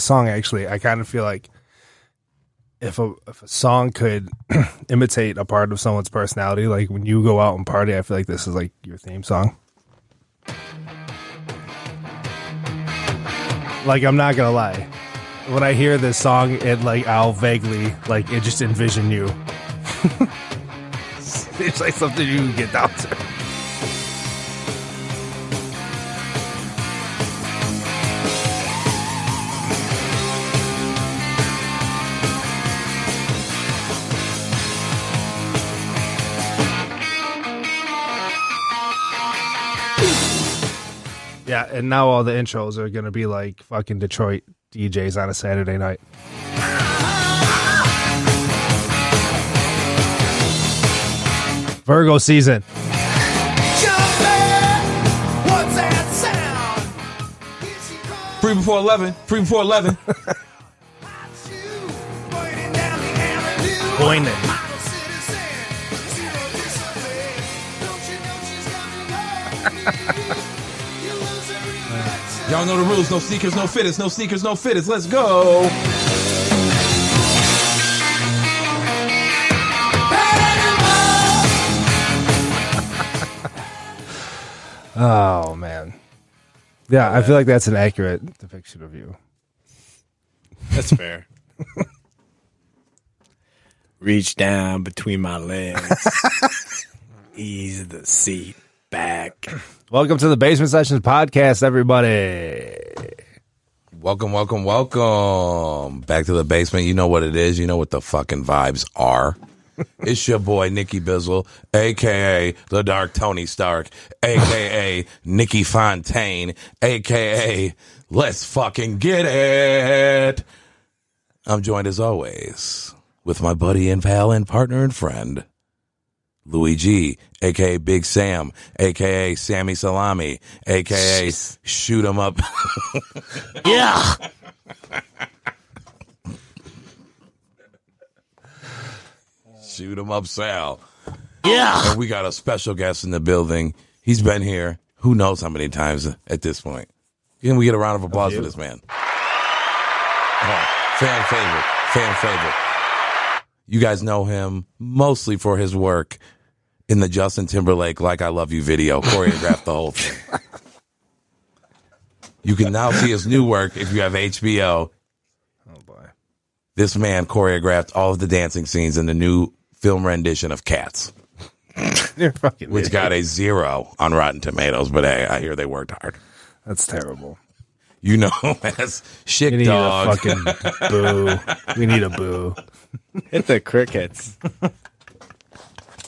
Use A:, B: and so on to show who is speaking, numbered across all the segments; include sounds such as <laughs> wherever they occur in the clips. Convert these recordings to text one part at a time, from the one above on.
A: song. Actually, I kind of feel like if a if a song could <clears throat> imitate a part of someone's personality, like when you go out and party, I feel like this is like your theme song. Like I'm not gonna lie, when I hear this song, it like I'll vaguely like it just envision you. <laughs> it's like something you can get down to. Yeah, and now all the intros are gonna be like fucking Detroit DJs on a Saturday night. Virgo season.
B: Free before 11. Free before 11.
C: <laughs>
A: Pointing.
B: Y'all know the rules. No sneakers, no fitters. No sneakers, no fitters. Let's go.
A: Oh man. Yeah, I feel like that's an accurate depiction of you.
D: That's fair. <laughs> Reach down between my legs. <laughs> Ease the seat back.
A: Welcome to the Basement Sessions podcast, everybody.
E: Welcome, welcome, welcome back to the basement. You know what it is. You know what the fucking vibes are. It's your boy Nikki Bizzle, aka the Dark Tony Stark, aka Nikki Fontaine, aka Let's fucking get it. I'm joined as always with my buddy and pal and partner and friend, Luigi, aka Big Sam, aka Sammy Salami, aka Shoot 'em Up. <laughs> Shoot him up, Sal. Yeah. And we got a special guest in the building. He's been here who knows how many times at this point. Can we get a round of applause for this man? Oh, fan favorite. Fan favorite. You guys know him mostly for his work in the Justin Timberlake Like I Love You video, choreographed the whole thing. You can now see his new work if you have HBO.
A: Oh boy.
E: This man choreographed all of the dancing scenes in the new film rendition of Cats.
A: You're fucking
E: which got a zero on Rotten Tomatoes, but hey, I hear they worked hard.
A: That's terrible.
E: You know, <laughs> as
A: We
E: shit
A: need
E: dogs.
A: a fucking boo. We need a boo.
D: Hit the crickets.
A: I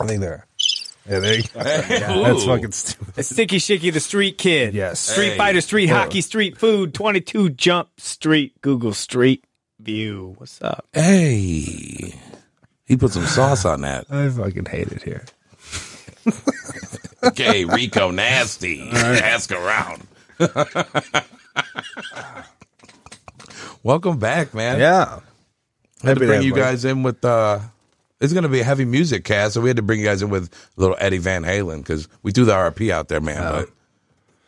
A: think they're. Yeah, there you go.
E: Ooh.
A: That's fucking stupid.
D: It's Sticky Shicky, the street kid.
A: Yes.
D: Street
E: Hey.
D: fighter, street hockey, street food, 22 jump, street, Google street view. What's up?
E: Hey, he put some sauce on that.
A: I fucking hate it here.
E: Okay,
A: <laughs>
E: Rico, nasty. Ask around. Welcome back, man.
A: Yeah.
E: had to
A: Happy to
E: bring
A: have
E: you
A: Mike.
E: guys in with uh it's gonna be a heavy music cast, so we had to bring you guys in with little Eddie Van Halen because we do the RP out there, man.
A: Oh.
E: But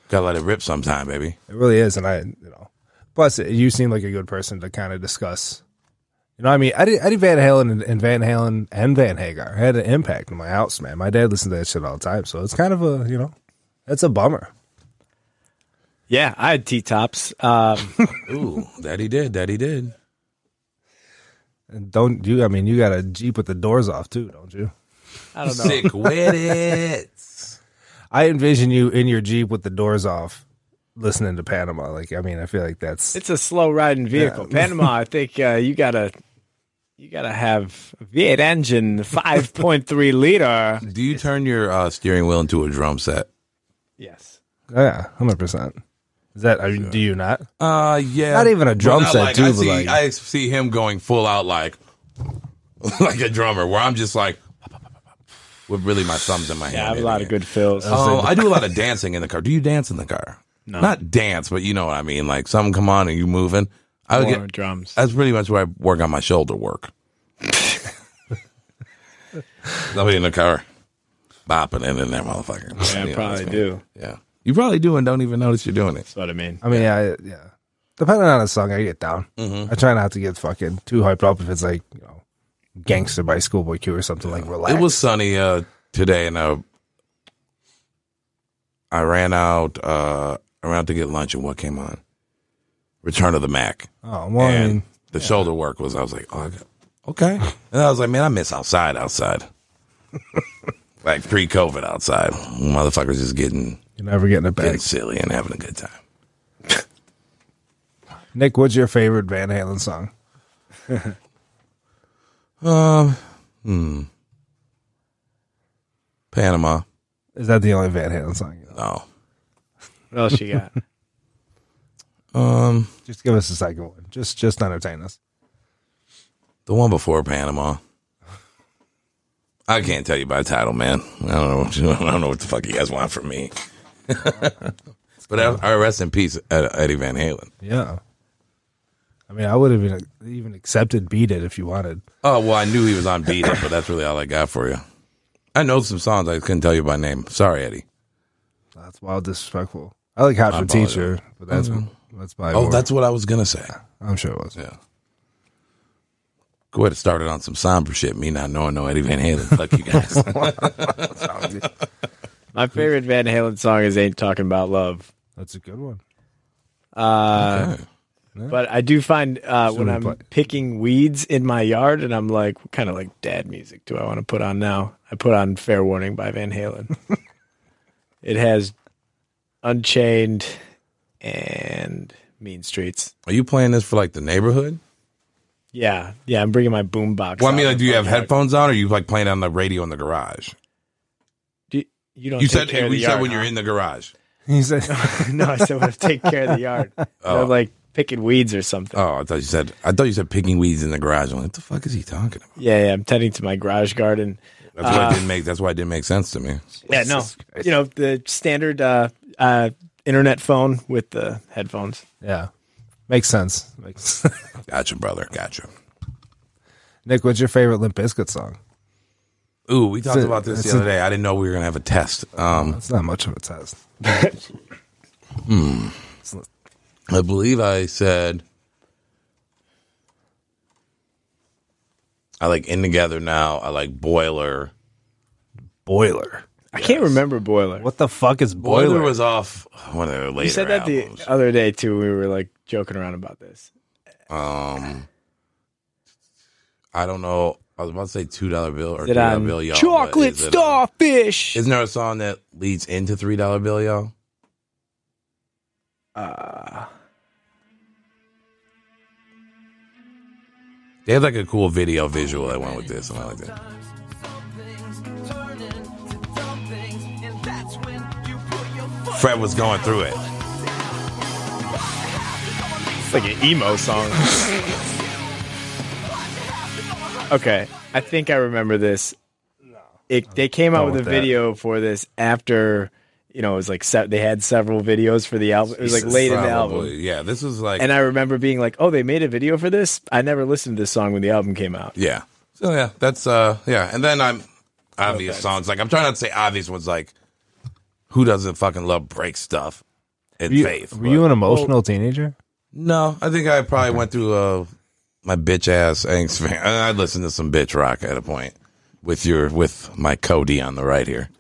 E: gotta let it rip sometime, baby.
A: It really is, and I, you know. Plus, you seem like a good person to kind of discuss. You know, what I mean, Eddie, Eddie Van Halen and, and Van Halen and Van Hagar had an impact in my house, man. My dad listened to that shit all the time, so it's kind of a, you know, that's a bummer.
D: Yeah, I had T tops. Um,
E: Ooh, that he did, that he did.
A: And don't you? I mean, you got a Jeep with the doors off too, don't you?
D: I don't know.
E: Sick with it.
A: I envision you in your Jeep with the doors off, listening to Panama. Like, I mean, I feel like that's
D: <laughs> It's a slow riding vehicle. Panama, I think uh, you gotta you gotta have V8 engine, five point three liter.
E: Do you turn your uh, steering wheel into a drum set?
D: Yes.
A: yeah, hundred percent. Is that? I mean, do you not?
E: Uh, yeah.
A: Not even a drum
E: Well, not
A: set,
E: like-
A: too,
E: I
A: but
E: see,
A: like-
E: I see him going full out like, <laughs> like a drummer, where I'm just like, with really my thumbs in my hand.
D: I have a lot of good fills.
E: Oh, I do a lot of dancing in the car. Do you dance in the car? No. Not dance, but you know what I mean. Like something come on and you moving. I would
D: More
E: get.
D: drums.
E: That's pretty much where I work on my shoulder
D: <laughs>
E: work. Somebody in the car, bopping in in that motherfucker.
D: Yeah,
E: You
D: I
E: know,
D: probably
E: that's me.
D: do.
E: Yeah. You probably do and don't even notice you're doing it. <laughs>
D: That's what I mean.
A: I mean, yeah, yeah. depending on the song, I get down. I try not to get fucking too hyped up if it's like you know, "Gangster" by Schoolboy Q or something like relax.
E: It was sunny uh, today, and uh, I ran out. Uh, I ran out to get lunch, and what came on? Return of the Mac,
A: oh, well, I
E: and
A: mean,
E: the shoulder work was. I was like, oh, I got- okay, and I was like, man, I miss
A: <laughs>
E: outside, outside, like pre-COVID outside. Motherfuckers just getting
A: you're never getting it
E: getting
A: back.
E: silly and having a good time.
A: Nick, what's your favorite Van Halen song?
E: Panama,
A: Is that the only Van Halen song? you know?
E: no,
D: What else you got?
E: um,
A: Just give us a second one. Just just entertain us.
E: the one before Panama. I can't tell you by title, man. I don't know. What you, <laughs> I don't know what the fuck you guys want from me. <laughs> but I, I rest in peace, Ed- Eddie Van Halen.
A: Yeah. I mean, I would have even, even accepted "Beat It" if you wanted.
E: Oh well, I knew he was on beat up, but that's really all I got for you. I know some songs I couldn't tell you by name. Sorry, Eddie.
A: That's wild disrespectful. I like "Hot for
E: apologize.
A: Teacher," but that's that's my.
E: Oh, that's what I was gonna say.
A: I'm sure it
E: <laughs>
A: was.
E: Yeah. Go ahead and start it on some somber shit. Me not knowing no Eddie Van Halen. Fuck you <laughs> guys.
D: <laughs> My favorite Van Halen song is "Ain't Talking About Love," Uh,
A: That's a good one.
D: but I do find uh, when
A: we
D: I'm
A: play-
D: picking weeds in my yard, and I'm like, what kind of like dad music do I want to put on now? I put on "Fair Warning" by Van
E: <laughs>
D: Halen. it has "Unchained" and "Mean Streets."
E: Are you playing this for like the neighborhood?
D: Yeah, yeah, I'm bringing my boombox.
E: Well, I
D: out
E: mean,
D: in
E: like, do you
D: the
E: have
D: front yard.
E: headphones on, or you like playing on the radio in the garage?
D: Do, you don't.
E: You
D: take
E: said
D: care of
E: you
D: the
E: said
D: yard,
E: when you're
D: huh?
E: in the garage.
A: He said,
D: <laughs> no, I said, "What if take care of the yard?" They're like picking weeds or something.
E: Oh, I thought you said I thought you said picking weeds in the garage. I'm like, what the fuck is he talking about? Uh.
D: Yeah, yeah, I'm tending to my garage garden.
E: That's why it didn't make. That's why it didn't make sense to me.
D: Yeah, no, you know the standard uh, uh, internet phone with the headphones.
A: "Yeah, makes sense." <laughs> Makes
E: Gotcha, brother. Gotcha.
A: Nick, what's your favorite Limp Bizkit song?
E: Ooh, we talked
A: a-
E: about this
A: it's
E: the other day. I didn't know we were gonna have a test. Um,
A: That's not much of a test.
E: I believe I said I like In Together Now. I like Boiler.
A: Boiler.
D: I can't remember boiler.
A: What the fuck is
E: Boiler,
A: Boiler?
E: was off one of their later.
D: you said that
E: albums.
D: the other day too. We were like joking around about this. Oh.
E: um, I don't know. I was about to say two dollar bill or
D: Is
E: three
D: it
E: dollar
D: on
E: bill, y'all. but
D: um, chocolate
E: is it on-
D: starfish?
E: Isn't there a song that leads into three dollar bill, y'all?
D: uh,
E: They had like a cool video visual that went with this, and I like that. Fred was going through it.
D: it's like an emo song. okay, I think I remember this. It, they came
A: Done
D: out with a
A: with that.
D: video for this after you know it was like se- they had several videos for the album. It was like
E: Jesus,
D: late in the
E: probably.
D: album.
E: Yeah, this was like
D: And I remember being like, "Oh, they made a video for this." I never listened to this song when the album
E: <laughs>
D: came out. <laughs>
E: Yeah. So yeah, that's uh yeah. And then I'm obvious songs like I'm trying not to say obvious ones like who doesn't fucking love break stuff and
A: Were you,
E: faith.
A: were
E: but-
A: you an emotional teenager?
E: no, I think I probably went through uh my bitch ass angst <laughs> fan. I I listened to some bitch rock at a point with your with my Cody on the right here.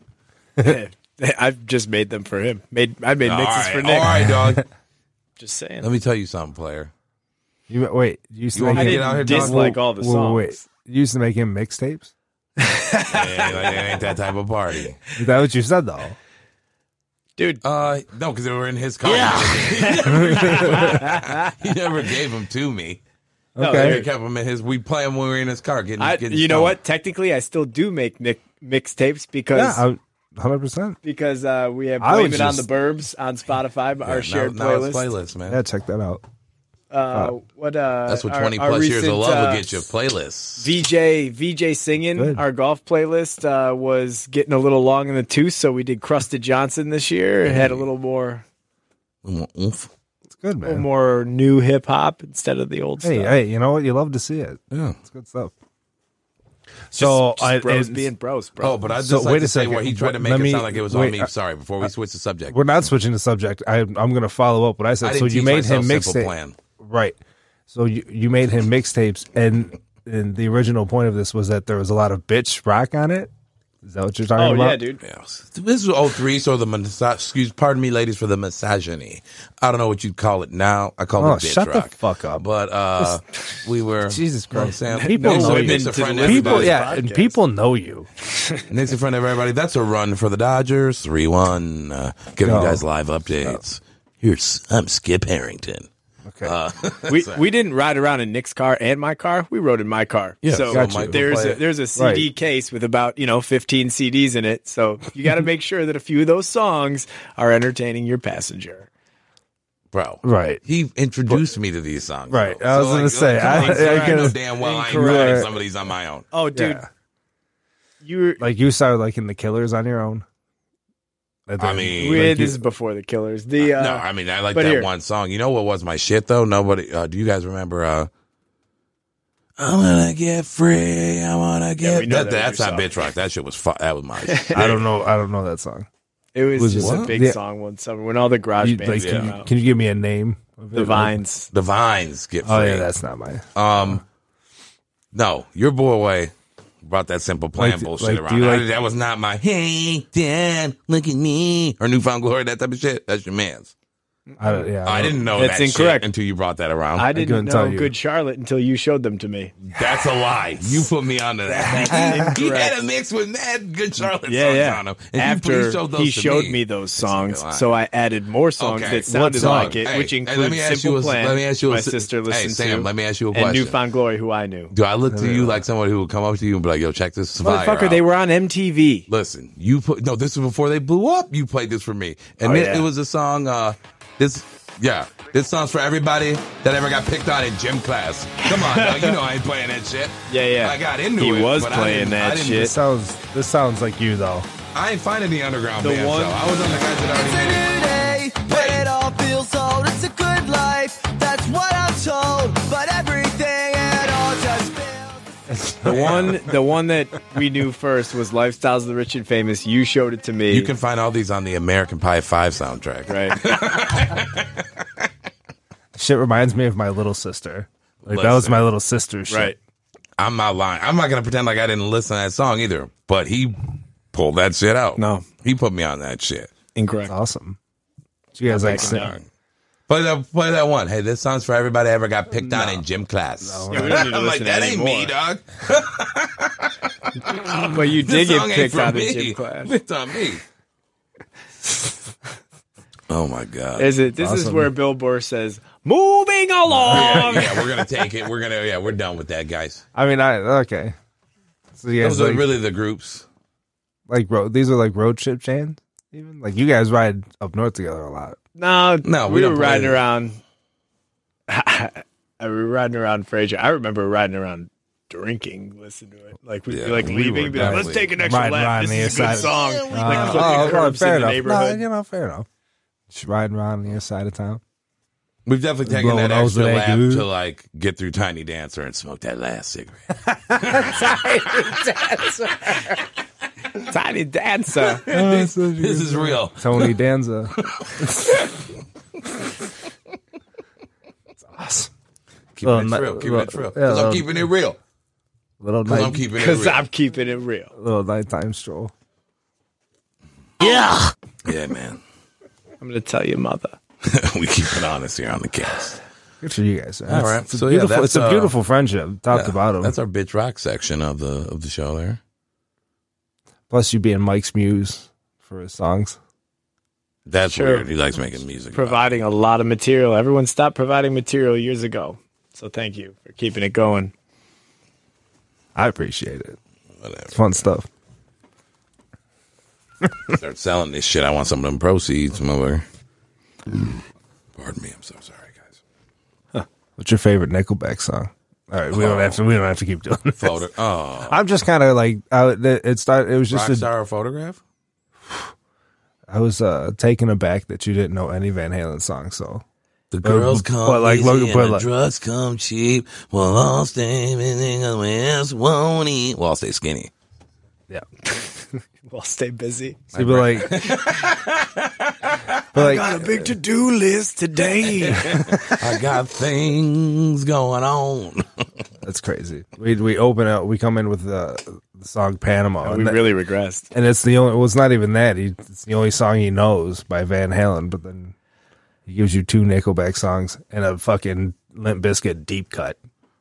D: I've just made them for him. Made I made mixes
E: all right,
D: for Nick.
E: all right, dog.
D: Just
E: <laughs>
D: saying.
E: Let me tell you something, player.
A: You wait. You used to
E: want
A: make
E: me
A: him-
E: to get out here
D: I didn't
E: talking-
D: dislike all the
A: Wait, wait,
D: songs.
A: wait. You used to make him mixtapes.
E: <laughs> Yeah, like, it ain't that type of party.
A: Is that what you said though?
D: Dude,
E: Uh, no, because they were in his car. <laughs> he never gave them to me.
A: Okay.
E: They kept him in his. We play him when we were in his car. Getting,
D: I,
E: getting
D: you know
E: stoned.
D: what? Technically, I still do make Nick mixtapes
A: Yeah,
D: because
A: hundred percent.
D: because uh, we have
A: I
D: Blame It
A: was
D: on the
A: just-
D: Burbs on Spotify,
E: Yeah,
D: our shared
E: now,
D: playlist.
E: Now it's playlist, man.
A: Yeah, check that out.
D: Uh, what uh,
E: That's what
D: our-
E: twenty
D: our
E: plus years of
D: recent,
E: love
D: uh,
E: will get you. Playlists.
D: VJ VJ singing
A: Good.
D: our golf playlist uh, was getting a little long in the tooth, so we did Crusted Johnson this year. It had a little more
E: Oomph.
A: It's good,
D: a little
A: man.
D: more new hip hop instead of the old
A: Hey,
D: stuff.
A: hey, you know what? You love to see it.
E: Yeah.
A: It's good stuff. So
D: Just
A: I
D: bros
A: and-
D: being bros, bro.
E: Oh, but I just
A: So,
E: like
A: wait
E: to
A: a
E: say
A: second.
E: what he tried to
A: Let
E: make it
A: me-
E: sound like it was
A: wait,
E: on me.
A: uh,
E: Sorry, before we switch the subject.
A: We're not switching the subject. I, I'm going to follow up what I said.
E: I didn't
A: so you
E: teach
A: made him
E: myself Simple
A: mixtape,
E: Plan.
A: right? So you you made him mixtapes, and and the original point of this was that there was a lot of bitch rock on it. Is that what you're talking
D: oh
A: about?
D: yeah, dude.
E: This was 03, so the misa- excuse, pardon me, ladies, for the misogyny. I don't know what you'd call it now. I call
A: Oh,
E: it bitch
A: shut the
E: rock.
A: fuck up.
E: But uh, we
A: <laughs>
E: were
A: Jesus
E: you know what I'm
A: Christ.
E: saying?
A: People
D: Oh,
E: Nick's,
A: know
E: a-
A: you.
E: Nick's a friend to
A: People,
E: everybody.
A: yeah, and people know you.
E: Nick's in front of everybody. That's a run for the Dodgers, three one. Uh, giving
A: No.
E: you guys live
A: Uh,
E: updates. Here's I'm Skip Harrington.
A: Okay,
E: Uh,
A: <laughs>
D: We we didn't ride around in Nick's car and my car. We rode in my car. Yeah, so
A: Got you.
D: there's
E: Play
D: a,
E: it.
D: there's a CD
A: Right.
D: case with about you know 15 CDs in it. So you got to make sure that a few of those songs are entertaining your passenger.
E: <laughs> bro.
A: Right.
E: He introduced me to these songs.
A: Right.
E: bro.
A: I was gonna say,
E: come
A: <laughs>
E: on,
A: I-
E: sir,
A: I
E: I, know
A: guess-
E: damn well I ain't
A: Incorrect.
E: writing some of these on my own.
D: Oh, dude,
A: Yeah.
D: you
A: like you started liking the Killers on your own. And
E: I
A: then-
E: mean,
D: we
A: like you-
D: this is before the Killers. The uh,
E: no, I mean, I like
D: but
E: that
D: here-
E: one song. You know what was my shit though? Nobody. Uh, do you guys remember? uh I'm gonna get free. I wanna get.
D: we know
E: that,
D: that
E: that's
D: was
E: not
D: your
E: bitch rock. That shit was. Fu- that
A: <laughs>
E: was my. shit.
A: I don't know. I don't know that song.
D: it was,
A: was
D: just
A: what?
D: a big
A: Yeah.
D: song one summer when all the garage
A: You- like,
D: bands
A: can,
D: came
A: you,
D: out.
A: can you give me a name? Of
D: the
A: it?
D: Vines.
E: the vines get free.
A: Oh yeah, that's not my
E: Um, no, your boy brought that simple plan
A: Like,
E: bullshit
A: like, do
E: around.
A: you
E: I-
A: like-
E: that was not my. Hey, Dad, look at me. Or newfound glory, that type of shit. That's your man's.
A: I don't, yeah,
E: I
A: don't-
E: didn't know
D: Uh, That's
E: that shit
D: incorrect.
E: until you brought that around.
D: I didn't
A: couldn't
D: know
A: tell you.
D: Good Charlotte until you showed them to me.
E: That's a lie. You put me onto that. <laughs> he had a mix with mad good Charlotte
D: Yeah,
E: songs
D: yeah.
E: on him.
D: After he showed,
E: those to
D: me. those songs,
E: lie.
D: so I added more songs
E: Okay.
D: that sounded
E: What song?
D: like it,
E: Hey,
D: which
E: hey, let me
D: includes
E: ask you
D: Simple
E: a-
D: Plan.
E: let me ask you a
D: my
E: s-
D: sister
E: hey,
D: listened
E: Sam,
D: to.
E: let me ask you a
D: And
E: question.
D: Newfound Glory, who I knew.
E: Do I look to you like someone who would come up to you and be like, "Yo, check this fire
D: Motherfucker,
E: out.
D: they were on MTV.
E: Listen, you put no. This was before they blew up. You played this for me, and
D: Oh,
E: it,
D: yeah.
E: it was a song. uh This, yeah, this song's for everybody that ever got picked on in gym class. Come on, dog, you know I ain't playing that shit.
D: <laughs> Yeah, yeah.
E: I got into
D: He
E: it.
D: was
E: but I
D: playing
E: didn't-
D: that
E: I didn't-
D: shit.
A: This sounds. This sounds like you though.
E: I ain't finding the underground
D: The
E: bands,
D: one-
E: though. I was on the guys that already made it.
C: Saturday, when it all feels old, it's a good life. That's what I'm told. Oh, But everything it all just feels.
E: <laughs>
D: The one, the one that we knew first was Lifestyles of the Rich and Famous. You showed it to me.
E: You can find all these on the American Pie Five soundtrack.
D: <laughs> right?
E: <laughs>
A: Shit reminds me of my little sister. Like that was
E: Listen.
A: my little sister's shit.
D: right.
E: I'm not lying. I'm not gonna pretend like I didn't listen to that song either. But he pulled that shit out.
D: No.
E: he put me on that shit.
D: Incorrect.
A: Awesome. So you guys like sing-
D: Darn.
E: Play that, play that one. Hey, this song's for everybody that ever got picked on in gym class. <laughs>
D: Yeah, we don't need to
E: I'm like,
D: listen to
E: that ain't
D: anymore.
E: me, dog.
D: But you
E: This
D: did get
E: song ain't
D: picked
E: for
D: out
E: me.
D: of
E: <laughs>
D: gym class.
E: It's on me. oh my god.
D: Is it? This is
A: Awesome.
D: where Bill Burr says, "Moving along."
E: yeah, we're gonna take it. We're gonna. Yeah, we're done with that, guys.
A: I mean, I okay. So you guys
E: Those are
A: like,
E: really the groups.
A: like road. These are like road trip chains. Even like you guys ride up north together a lot.
D: No,
E: No, we
D: we,
E: don't
D: were
E: play
D: riding
E: that.
D: around. <laughs> I were riding around Fraser. I remember riding around drinking, listening to it. Like we'd
E: Yeah,
D: be like
E: we
D: leaving,
E: were
D: and be like, "Let's
E: definitely
D: take an extra
A: riding around
D: lap.
A: the
D: This is a
A: other
D: good song."
A: side
D: like
A: Uh,
D: flipping
A: oh,
D: curbs
A: fair
D: in the
A: enough. No,
D: neighborhood.
A: you know, fair enough. Just riding around on your side of town.
E: We've definitely taken
A: Blowing
E: that extra
A: those legs,
E: lap
A: dude.
E: to like get through Tiny Dancer and smoke that last
A: <laughs>
E: cigarette.
D: Tiny <laughs> dancer.
A: <laughs>
E: <laughs> this is real.
A: Tony Danza. it's awesome.
E: Keeping
A: Well,
E: it
A: not-
E: real. Keeping it
A: well,
E: real. Because
A: Oh, yeah,
E: I'm
A: um,
E: keeping it real.
A: Little
E: Because I'm
A: night,
E: keeping it
D: Because
E: real.
D: I'm keeping it real.
A: little nighttime stroll.
E: yeah, man. <laughs>
D: I'm gonna tell your mother.
E: we keep it honest here on the cast.
A: Good for you guys. man.
E: All
A: It's-
E: right.
A: It's, a
E: So, yeah,
A: beautiful,
E: that's,
A: it's a
E: uh,
A: beautiful friendship, top to bottom.
E: That's our bitch rock section of the of the show there.
A: Plus, you being Mike's muse for his songs.
E: That's
D: Sure.
E: weird. He likes making music.
D: Providing a lot of material. Everyone stopped providing material years ago. So thank you for keeping it going.
A: I appreciate it. It's
E: Whatever.
A: fun stuff.
E: Start selling this shit. I want some of them proceeds, mother.
A: Mm.
E: Pardon me. I'm so sorry, guys.
A: What's your favorite Nickelback song? All right, we
E: Oh.
A: don't have to. We don't have to keep doing this.
E: Photo. Oh,
A: I'm just kind of like I, it started. It was just a,
E: rockstar photograph.
A: I was uh, taken aback that you didn't know any Van Halen song. So
E: The girls come
A: but like
E: easy
A: Logan-
E: and
A: but
E: the
A: like-
E: drugs come cheap. Well, I'll stay everything else won't eat. Well, I'll stay skinny.
A: Yeah.
D: We'll stay busy.
A: See, but like, but like,
D: big to do list today.
E: I <laughs> got things going on.
A: that's crazy. We we open up, we come in with uh, the song Panama,
D: <laughs> we
A: and, that-
D: really regressed.
A: and it's the only. Well, it's not even that. He, it's the only song he knows by Van Halen. But then he gives you two Nickelback songs and a fucking Limp Bizkit deep cut.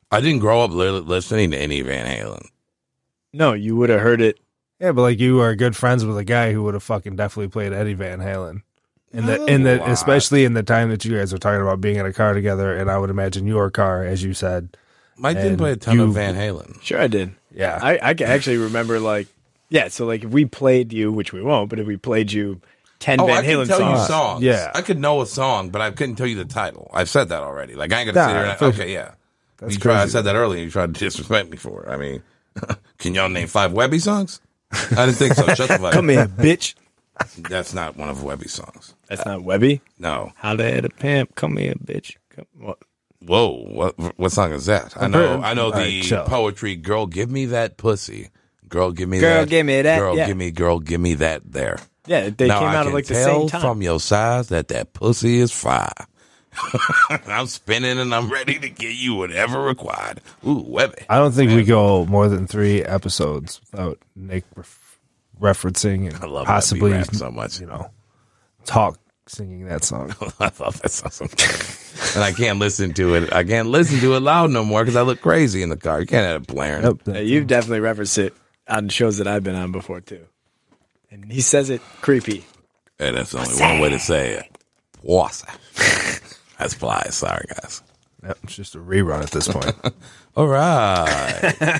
E: I didn't grow up li- listening to any Van Halen.
D: No, you would have heard it.
A: Yeah, but like you are good friends with a guy who would have fucking definitely played Eddie Van Halen. In the in the
E: Wow.
A: especially in the time that you guys were talking about being in a car together, and I would imagine your car, as you said,
E: Mike didn't
A: And
E: play a ton
A: you-
E: of Van Halen.
D: Sure, I did.
A: yeah,
D: I, I can actually remember like yeah. So like if we played you, which we won't, but if we played you ten
E: Oh, I
D: Van
E: can
D: Halen
E: tell
D: songs,
E: you songs.
A: Yeah.
E: I could know a song, but I couldn't tell you the title. I've said that already. Like I
A: Nah,
E: ain't gonna sit here. And,
A: for-
E: okay, yeah.
A: that's
E: you tried, I
A: crazy.
E: said that earlier. You tried to disrespect me for it. I mean, <laughs> can y'all name five Webby songs? I didn't <laughs> think so. Shut the fuck
D: come
E: up.
D: here, bitch.
E: That's not one of Webby's songs.
D: <laughs> That's not Webby.
E: No.
D: How to hit a pimp? Come here, bitch. Come, what?
E: Whoa. What what song is that? I know.
A: pretty-
E: I know
A: All
E: the
A: right, chill.
E: poetry. Girl, give me that pussy. Girl, give me
D: Girl,
E: that.
D: give me that,
E: Girl,
D: yeah.
E: give me. Girl, give me that. There.
D: Yeah, they
E: Now
D: came
E: I
D: out at
E: can
D: like the
E: tell
D: same time.
E: From your size, that that pussy is fire. <laughs> I'm spinning and I'm ready to get you whatever required. Ooh, Webby.
A: I don't think we go more than three episodes without Nick ref- referencing and
E: I love
A: possibly
E: possibly rap so much.
A: you know talk singing that
E: <laughs>
A: song.
E: I love that song sometimes. <laughs> and I can't listen to it. I can't listen to it loud no more because I look crazy in the car. You can't have it blaring.
A: yep,
D: Yeah,
A: that-
D: you've definitely referenced it on shows that I've been on before too. And he says it creepy.
E: Hey, that's only one way to say it. Pussy. that's fly. Sorry, guys.
A: yep, it's just a rerun at this point. <laughs>
E: All right.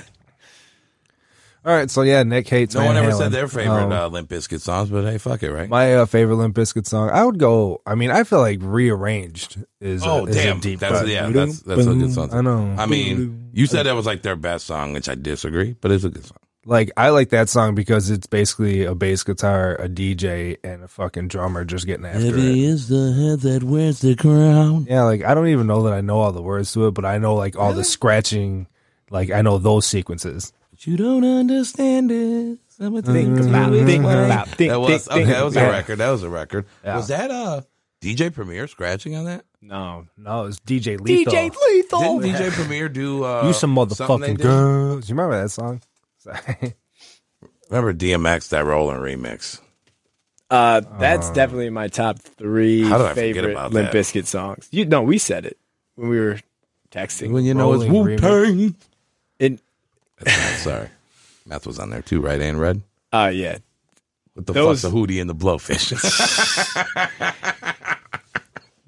A: All right, so yeah, Nick hates.
E: <laughs> No
A: Van
E: one ever
A: Halen.
E: said their favorite
A: Um,
E: uh, Limp Bizkit songs, but hey, fuck it, right?
A: My uh, favorite Limp Bizkit song, I would go. I mean, I feel like rearranged is.
E: Oh
A: a, is a
E: damn!
A: deep
E: that's
A: cut.
E: yeah, that's that's a good song.
A: I know.
E: I mean, you said that was like their best song, which I disagree, but it's a good song.
A: Like I like that song because it's basically a bass guitar, a DJ, and a fucking drummer just getting after it.
E: is the head that wears the crown.
A: Yeah, like I don't even know that I know all the words to it, but I know like all the scratching, like I know those sequences.
E: But you don't understand it.
D: Think
E: Mm-hmm.
D: about, think about, think,
E: Uh, That was
D: think, think.
E: okay. That was a
A: Yeah.
E: record. That was a record.
A: Yeah.
E: Was that uh DJ Premier scratching on that?
D: No,
A: No, it's DJ Lethal. DJ Lethal.
E: Didn't DJ Premier do uh,
A: Oh, You some
E: something they
A: motherfucking
E: did?
A: girls. You remember that song? <laughs> Sorry.
E: Remember DMX that rolling remix?
D: uh, that's definitely my top three
E: How did I forget
D: favorite
E: about
D: Limp
E: that?
D: Bizkit songs. You no, we said it when we were texting.
E: When you know it's Wu
A: Rolling
E: Tang.
D: And
E: Sorry, Math was on there too, right? And Red.
D: uh, yeah,
E: What the
D: Those-
E: fuck's a hootie and the blowfish?
D: <laughs>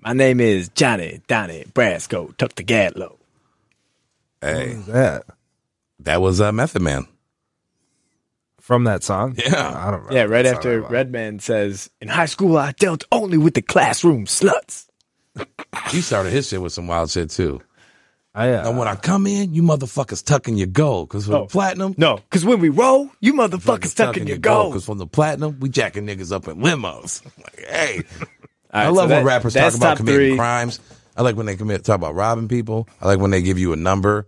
D: my name is Johnny Donnie Brasco. Tuck the Gadlow.
E: hey,
A: that
E: Mm. that was uh, Method Man.
A: from that song.
E: Yeah.
A: I don't. know.
D: Yeah, right after Redman says, "In high school, I dealt only with the classroom sluts."
E: He started his shit with some wild shit too.
A: I, uh,
E: And when I come in, you motherfuckers tucking your gold. Cause from
D: Oh.
E: the platinum,
D: No, because when we roll, you motherfuckers tucking your gold.
E: Cause from the platinum, we jacking niggas up in limos. <laughs> Like, hey,
D: All
E: I
D: right,
E: love
D: so
E: when
D: that-
E: rappers talk
D: that's
E: about
D: top
E: committing
D: three.
E: crimes. I like when they commit talk about robbing people. I like when they give you a number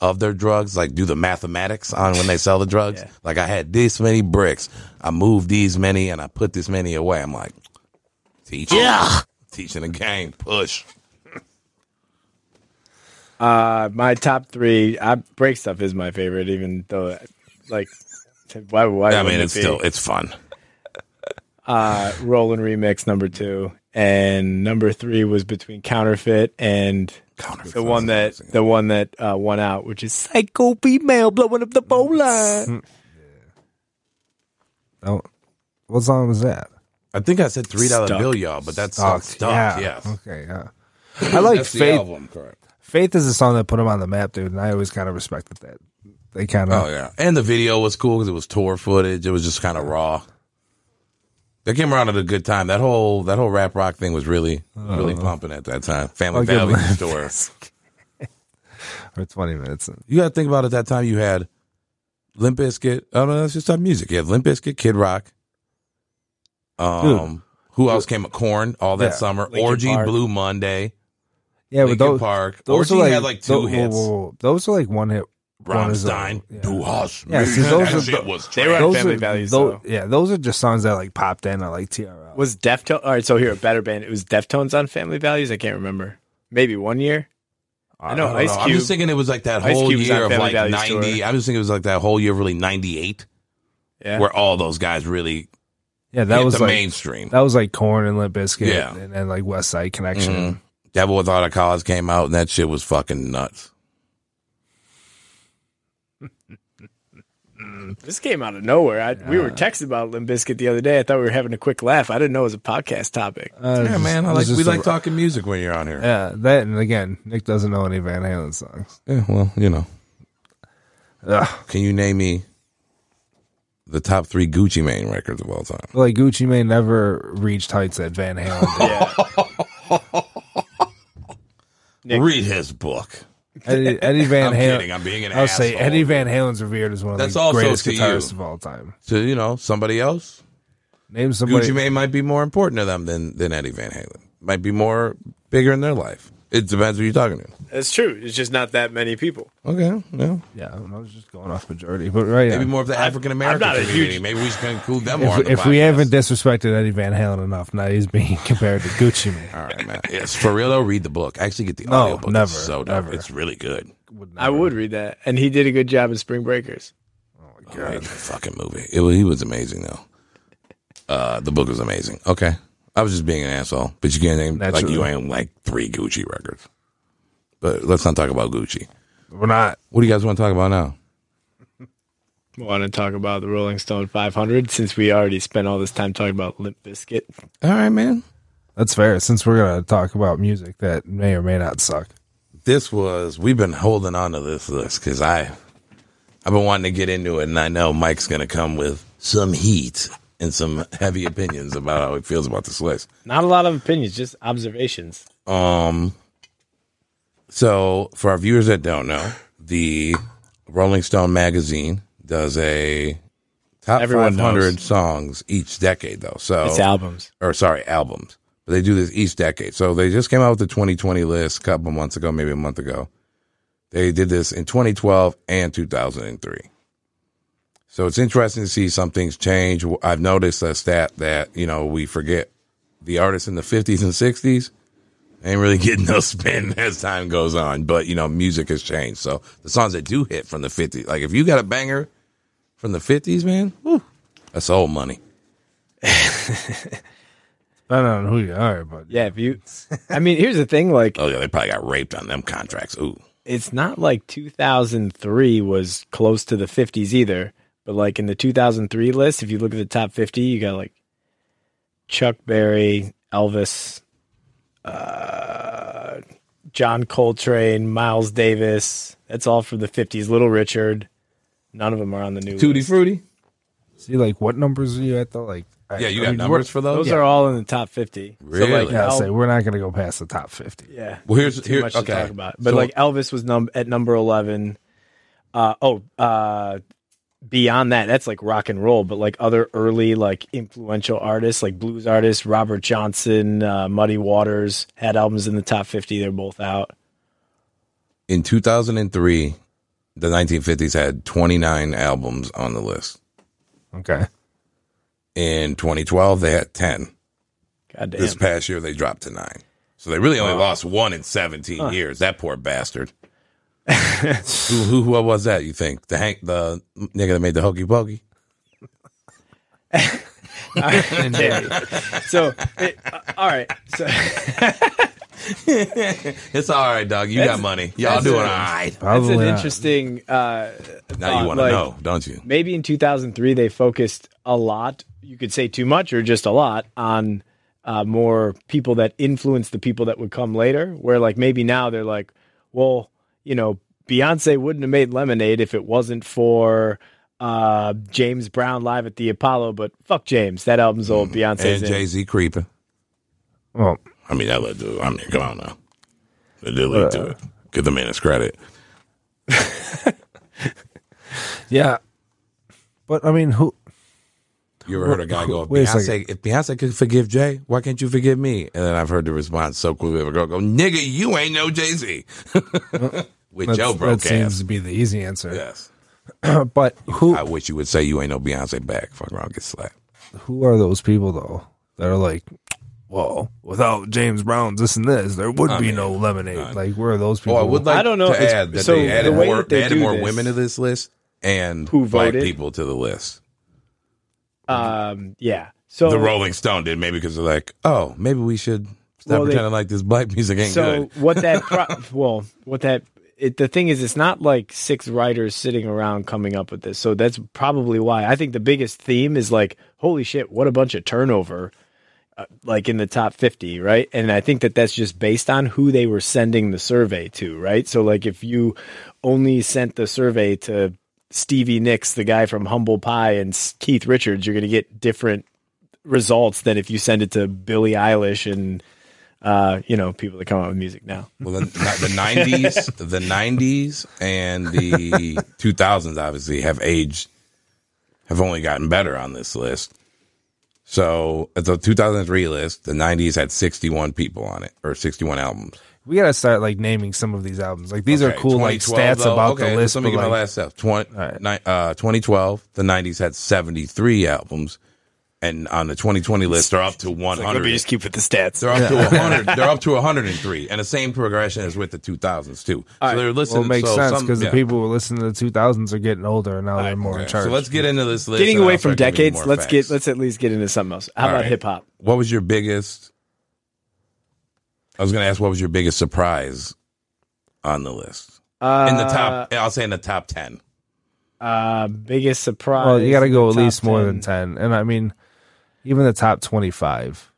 E: of their drugs, like do the mathematics on when they sell the drugs.
D: Yeah.
E: Like I had this many bricks, I moved these many, and I put this many away. I'm like, teaching, yeah. teaching the game, push.
D: Uh, my top three. I, break stuff is my favorite, even though, like, <laughs> why? Why?
E: I mean,
D: wouldn't it
E: it's
D: be?
E: still it's fun.
D: uh, Roland remix number two, and number three was between counterfeit and
E: Counterfeit
D: the
E: sounds
D: one that
E: amazing.
D: the one that uh, won out, which is psycho female blowing up the bowl line.
A: oh, what song was that?
E: I think I said three dollar
D: Stuck.
E: bill, y'all, but that's stuck. stuck
A: yeah.
E: Yes,
A: Okay. Yeah. I like
E: that's the
A: Faith.
E: album, correct?
A: Faith is a song that put him on the map, dude, and I always kind of respected that. They kind of
E: Oh yeah, and the video was cool because it was tour footage. It was just kind of raw. They came around at a good time. That whole that whole rap rock thing was really really pumping at that time. Family
A: I'll give
E: Value
A: them-
E: store.
A: or twenty minutes. in.
E: You got to think about it. That time you had Limp Bizkit. Oh no, that's just top music. You had Limp Bizkit, Kid Rock. Um, who else came? Corn all that
A: Yeah.
E: summer.
A: Linkin
E: Orgy,
A: Park.
E: Blue Monday.
A: Yeah,
E: Linkin
A: but those
E: Park.
A: those
E: Orgy
A: are like,
E: had like two
A: tho- whoa,
E: hits.
A: whoa, whoa. Those are like one hit. wonders of-
E: Rammstein,
A: yeah.
E: Du hast
A: Yeah,
E: mich.
A: see, those
E: That
A: are
E: shit
A: the-
E: was
D: They were
E: trash.
D: on
A: Those
D: Family
A: are,
D: Values.
A: tho-
D: though.
A: yeah, those are just songs that like popped in. I like TRL.
D: Was Deftone? All right, so here, a better band. It was Deftones on Family Values. I can't remember. Maybe one year. I know
E: I
D: Ice
E: don't know.
D: Cube.
E: I'm just thinking it was like that
D: Ice
E: whole
D: Cube was on
E: year of
D: Family
E: like
D: Values
E: 90.
D: tour.
E: I was thinking it was like that whole year of really 98
D: yeah.
E: where all those guys really
A: yeah, that
E: hit
A: was
E: the
A: like
E: mainstream.
A: that was like Corn and Limp Bizkit,
E: Yeah.
A: and then like West Side Connection.
E: Mhm. Devil Without a Cause came out and that shit was fucking nuts.
D: This came out of nowhere. I, We were texting about Limp Bizkit the other day. I thought we were having a quick laugh. I didn't know it was a podcast topic.
A: Uh,
E: Yeah,
A: just-
E: man. I
A: it
E: like,
A: was
E: we
A: just a-
E: like talking music when you're on here.
A: Yeah, that and again, Nick doesn't know any Van Halen songs.
E: Yeah, well, you know.
A: Ugh.
E: Can you name me the top three Gucci Mane records of all time?
A: Like Gucci Mane never reached heights that Van Halen
E: <laughs>
A: did.
D: Yeah. Nick.
E: Read his book.
A: Eddie, Eddie Van
E: I'm
A: Halen.
E: kidding. I'm being an
A: I'll say
E: asshole.
A: Eddie Van Halen's revered as one of
E: That's
A: the
E: also
A: greatest
E: to you.
A: guitarists of all time.
E: So you know somebody else.
A: Name somebody.
E: Gucci Mane might be more important to them than than Eddie Van Halen. Might be more bigger in their life. It depends who you're talking to.
D: That's true. It's just not that many people.
E: Okay, yeah.
A: Yeah, I was just going off majority, but right.
E: Maybe
A: yeah.
E: more of the African American
D: I'm not a
E: community.
D: huge-
E: Maybe we should include them more.
A: If,
E: on the
A: if we
E: podcast.
A: haven't disrespected Eddie Van Halen enough, now he's being <laughs> compared to Gucci Mane.
E: all right, man. Yes, for real though. Read the book. Actually, get the
A: No,
E: audio book.
A: never,
E: it's so dope.
A: never.
E: It's really good.
D: I would read that. And he did a good job in Spring Breakers.
E: Great fucking movie. It was, he was amazing though. Uh, the book was amazing. Okay, I was just being an asshole, but you can't name like
A: Naturally.
E: you ain't like three Gucci records. But let's not talk about Gucci.
A: We're not.
E: What do you guys want to talk about now?
D: Want to talk about the Rolling Stone 500 since we already spent all this time talking about Limp Bizkit.
E: All right, man.
A: That's fair. Since we're gonna talk about music that may or may not suck.
E: This was we've been holding on to this list because I I've been wanting to get into it, and I know Mike's gonna come with some heat and some heavy opinions about how he feels about this list.
D: Not a lot of opinions, just observations.
E: Um, so for our viewers that don't know, the Rolling Stone magazine does a top
D: Everyone
E: 500
D: knows.
E: songs each decade, though. So
D: It's albums.
E: or sorry, albums. But they do this each decade. So they just came out with the 2020 list a couple months ago, maybe a month ago. They did this in 2012 and 2003. So it's interesting to see some things change. I've noticed a stat that, you know, we forget the artists in the 50s and 60s ain't really <laughs> getting no spin as time goes on. But, you know, music has changed. So the songs that do hit from the 50s, like if you got a banger from the 50s, man, whew, that's old money.
A: I don't know who you are, but
D: Yeah, if you. I mean, here's the thing like,
E: Oh yeah, they probably got raped on them contracts. Ooh,
D: it's not like 2003 was close to the 50s either, but like in the 2003 list, if you look at the top 50, you got like Chuck Berry, Elvis, uh, John Coltrane, Miles Davis. That's all from the 50s. Little Richard. None of them are on the new list.
E: fruity.
A: see, like, what numbers are you at though? Like, I-
E: Yeah, you
A: I
E: got
A: mean,
E: numbers for those.
D: Those are all in the top 50.
E: Really?
D: So like,
A: Yeah, I'll
D: El-
A: say we're not gonna go past the top fifty.
D: yeah.
E: well, here's
D: too
E: here,
D: much
E: okay.
D: to talk about. But
E: So-
D: like Elvis was num- at number eleven. Uh, oh, uh, beyond that, that's like rock and roll. But like other early like influential artists, like blues artists, Robert Johnson, uh, Muddy Waters had albums in the top fifty. They're both out.
E: in 2003, the 1950s had 29 albums on the list.
A: Okay.
E: In 2012, they had 10.
D: God damn. <laughs>
E: This past year, they dropped to nine. So they really only lost one in 17 years. That poor bastard. who, who what was that? You think the Hank the nigga that made the hokey pokey?
D: so, it- uh, all right. So, <laughs>
E: It's all right, dog. You got money. Y'all doing all right.
D: that's
A: Probably
D: an
A: not.
D: interesting. Uh,
E: Now you
D: Uh,
E: want to
D: like-
E: know, don't you?
D: maybe in 2003 they focused a lot you could say too much or just a lot on uh, more people that influenced the people that would come later where like maybe now they're like well you know beyonce wouldn't have made lemonade if it wasn't for uh, james brown live at the apollo but fuck james that album's old beyonce's
E: Mm, And
D: in.
E: Jay Z creeping.
A: Well,
E: I mean, that let do. I mean, come on now. They did lead to it. Give the man his credit.
A: yeah, but I mean, who?
E: You ever heard a guy go, if
A: Wait a second.
E: Beyonce, if Beyonce could forgive Jay, why can't you forgive me? And then I've heard the response so quickly of a girl go, nigga, you ain't no Jay Z. <laughs> With
A: That's-
E: Joe
A: that
E: broke
A: seems
E: ass.
A: to be the easy answer.
E: Yes.
A: <clears throat> But who
E: I wish you would say you ain't no Beyonce back. Fuck around, get slapped.
A: who are those people though that are like, well, without James Brown's this and this, there would be no lemonade. like, where are those people?
E: Oh, I would like
D: I don't know
E: to
D: if it's-
E: add that
D: so
E: they
D: the
E: added
D: way
E: more,
D: that they
E: they added
D: do
E: more
D: this-
E: women to this list and
D: Who
E: black
D: voted?
E: people to the list.
D: Um, yeah. So
E: the Rolling Stone did maybe because they're like, oh, maybe we should stop
D: Well, they-
E: pretending like this black <laughs> music ain't
D: so
E: good.
D: what that pro- well what that it, the thing is it's not like six writers sitting around coming up with this so that's probably why i think the biggest theme is like holy shit what a bunch of turnover uh, like in the top 50 right and i think that that's just based on who they were sending the survey to right so like if you only sent the survey to stevie nicks the guy from humble pie and S- keith richards you're going to get different results than if you send it to billie eilish and uh, you know, people that come out with music now.
E: Well, the, the 90s, the 90s and
A: <laughs>
E: the 2000s obviously have aged, have only gotten better on this list. So at the 2003 list, the 90s had 61 people on it or 61 albums.
A: we gotta start like naming some of these albums. Like these
E: Okay,
A: are cool like
E: 2012
A: stats about
E: okay,
A: the list.
E: Let
A: but,
E: me get my
A: like,
E: last stuff. 20,
A: right.
E: ni- uh, 2012, the 90s had 73 albums. And on the 2020 list, they're up to 100.
D: keep with the stats.
E: They're up to
A: <laughs>
E: 100. They're up to 103, and the same progression as with the 2000s too. so they're
A: well,
E: listening.
A: it makes
E: so
A: sense
E: some-
A: because
E: yeah.
A: the people who listen to the 2000s are getting older and now they're more in
E: Okay,
A: charge.
E: So let's get into this list.
D: Getting
E: and
D: away
E: I'll
D: from
E: start giving you
D: decades,
E: more
D: let's
E: facts.
D: get let's at least get into something else. How
E: All
D: about
E: right.
D: hip hop?
E: What was your biggest? I was going to ask what was your biggest surprise on the list
D: Uh,
E: in the top. I'll say in the top ten.
D: uh, biggest surprise.
A: well, you gotta go at
D: top
A: least more than 10. And I mean, even the top 25.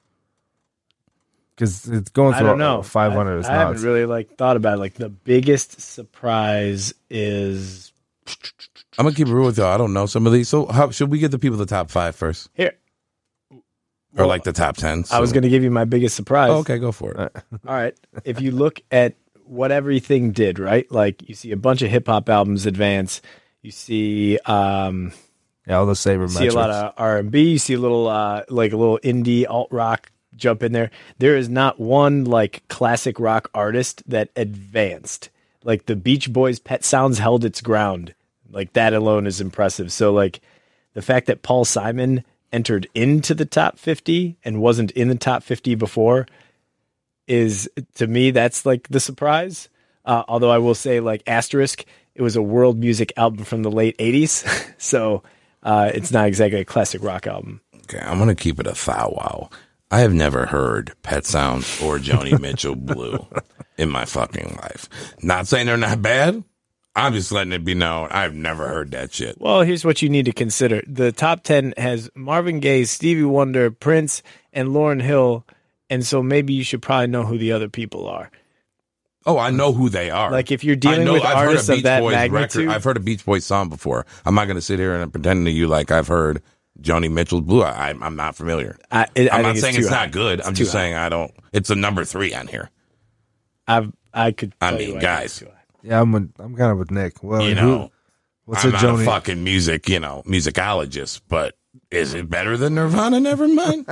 A: Because it's going
D: I
A: through
D: don't know.
A: 500 is
D: I, I haven't
A: nuts.
D: really like thought about it. Like the biggest surprise is
E: I'm gonna keep it real with y'all. I don't know some of these. So how should we get the people the top five first,
D: here.
E: or
D: Well,
E: like the top ten?
D: I was Uh, going to give you my biggest surprise.
E: Oh, okay, go for it.
D: All right. If you look <laughs> at what everything did, right? Like you see a bunch of hip hop albums advance. You see um,
A: yeah, all the saber
D: see a lot of R and B. You see a little uh, like a little indie alt rock jump in there. There is not one like classic rock artist that advanced. Like the Beach Boys' Pet Sounds held its ground. Like that alone is impressive. So like the fact that Paul Simon entered into the top 50 and wasn't in the top 50 before is to me that's like the surprise. Uh, although I will say like asterisk, it was a world music album from the late 80s, <laughs> so uh, it's not exactly a classic rock album.
E: Okay, I'm gonna keep it a thou wow. I have never heard Pet Sounds or Joni Mitchell Blue in my fucking life. Not saying they're not bad. I'm just letting it be known. I've never heard that shit.
D: Well, here's what you need to consider: the top ten has Marvin Gaye, Stevie Wonder, Prince, and Lauren Hill, and so maybe you should probably know who the other people are.
E: Oh, I know who they are.
D: Like, if you're dealing with
E: heard a
D: artists of
E: Beach
D: that
E: Boys
D: magnitude-
E: I've heard a Beach Boys song before. I'm not gonna sit here and pretend to you like I've heard Joni Mitchell Blue. I, I'm, I'm not familiar.
D: I, it, I
E: I'm not
D: think
E: saying
D: too
E: it's
D: high.
E: not good. I'm
D: too
E: just
D: high.
E: saying I don't. It's a number three on here.
D: I've, I could.
E: I
D: tell
E: mean,
D: you think
E: guys.
D: it's too high.
A: Yeah, I'm, with, I'm kind of with Nick. Well,
E: You
A: who-
E: know,
A: what's
E: I'm
A: a
E: not
A: Joni?
E: a fucking music, you know, musicologist, but is it better than Nirvana? Never <laughs> mind.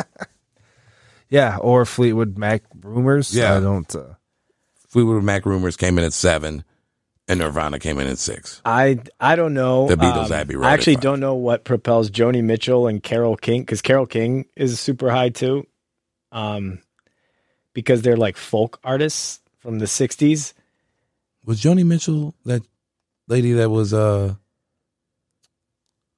A: Yeah, or Fleetwood Mac rumors.
E: Yeah.
A: I don't. Uh,
E: Fleetwood Mac rumors came in at seven, and Nirvana came in at six.
D: I I don't know. um,
E: The Beatles, Abbey Road,
D: I actually
E: if I-
D: don't know what propels Joni Mitchell and Carol King because Carol King is super high too, um, because they're like folk artists from the '60s.
E: Was Joni Mitchell that lady that was uh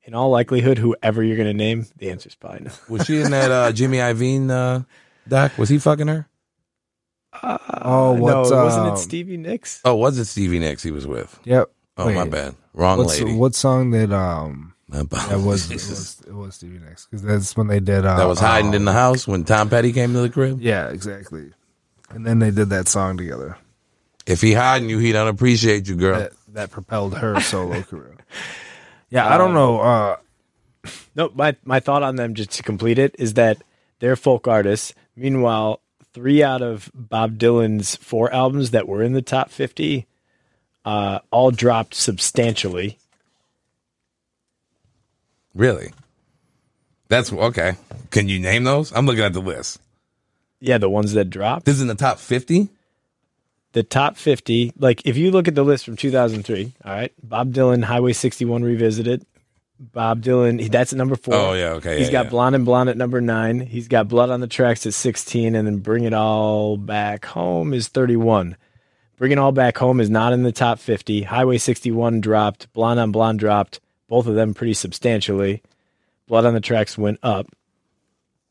D: In all likelihood, whoever you're going to name, the answer's probably no.
E: was she in that uh Jimmy Iovine uh doc? Was he fucking her?
A: oh, what?
D: Uh, no, wasn't
A: um,
D: it Stevie Nicks?
E: Oh, was it Stevie Nicks he was with?
A: Yep.
E: Oh my
A: Wait.
E: bad. Wrong
A: What's,
E: lady.
A: what song did um
E: My
A: that
E: <laughs>
A: was it
E: apologies.
A: was, it was Stevie Nicks because that's when they did uh,
E: that was hiding in
A: um,
E: the house when Tom Petty came to the crib.
A: yeah exactly, and then they did that song together
E: If he hiding you, he don't appreciate you, girl.
A: that that propelled her
E: <laughs>
A: solo career. Yeah, I don't know. Uh,
D: No, my my thought on them just to complete it is that they're folk artists. Meanwhile, three out of Bob Dylan's four albums that were in the top fifty uh, all dropped substantially.
E: Really? That's okay. Can you name those? I'm looking at the list.
D: Yeah, the ones that dropped.
E: This is in the top 50.
D: The top 50, like if you look at the list from 2003, all right, Bob Dylan, Highway 61 Revisited. Bob Dylan, he- that's at number four.
E: Oh, yeah, okay,
D: He's
E: yeah,
D: got
E: yeah.
D: Blonde and Blonde at number nine. He's got Blood on the Tracks at 16, and then Bring It All Back Home is 31. Bring It All Back Home is not in the top 50. Highway 61 dropped. Blonde on Blonde dropped. Both of them pretty substantially. Blood on the Tracks went up.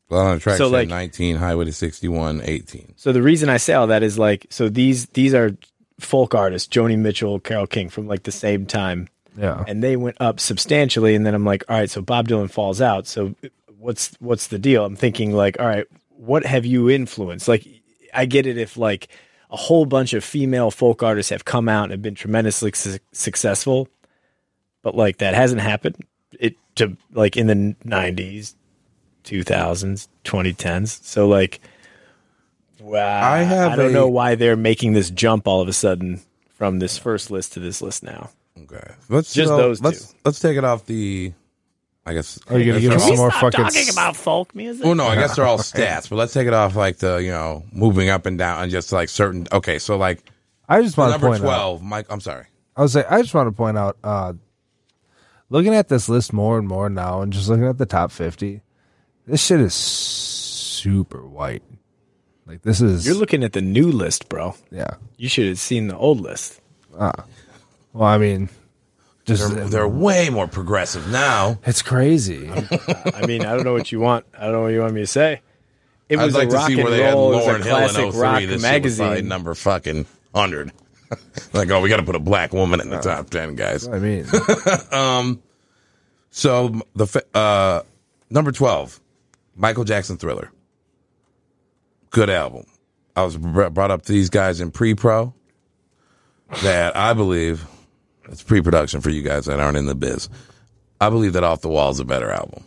E: Well, on the track,
D: So,
E: so
D: like-
E: 19, Highway to 61, 18.
D: So the reason I say all that is like, so these these are folk artists, Joni Mitchell, Carol King, from like the same time,
A: Yeah.
D: and they went up substantially. And then I'm like, all right, so Bob Dylan falls out. So what's what's the deal? I'm thinking like, all right, what have you influenced? Like, I get it if like a whole bunch of female folk artists have come out and have been tremendously su- successful, but like that hasn't happened. It to like in the 90s, 2000s, 2010s. So like. Wow.
E: I have
D: I don't
E: a-
D: know why they're making this jump all of a sudden from this first list to this list now.
E: Okay. Let's
D: Just
E: so,
D: those
E: let's,
D: two.
E: Let's take it off the. I guess.
A: Are you gonna give us some more fucking? s-
D: folk music.
E: Well, no, I guess they're
A: <laughs>
E: all stats, but let's take it off like the, you know, moving up and down and just like certain. Okay. So, like
A: I just want to
E: number
A: point out.
E: 12, Mike, I'm sorry.
A: I was like, I just want to point out, uh, looking at this list more and more now, and just looking at the top fifty, this shit is super white. Like this is,
D: You're looking at the new list, bro.
A: yeah.
D: You should have seen the
A: <laughs>
D: old list.
A: Well, I mean, just
E: They're, they're way more progressive now.
A: it's
E: <laughs>
A: crazy.
D: I mean, I don't know what you want. I don't know what you want me to say. It
E: I'd
D: was
E: like
D: a
E: to
D: rock
E: see
D: and
E: where they had
D: roll.
E: Lauren
D: it was a
E: Hill in
D: classic
E: 03.
D: rock
E: this shit was probably
D: magazine.
E: number fucking 100. <laughs> like, oh, we got to put a black woman
D: Oh.
E: in the top 10, guys.
A: I mean,
E: So the fa- uh, number twelve, Michael Jackson Thriller. Good album. I was br- brought up to these guys in pre-pro that I believe it's pre-production for you guys that aren't in the biz. I believe that Off the Wall is a better album.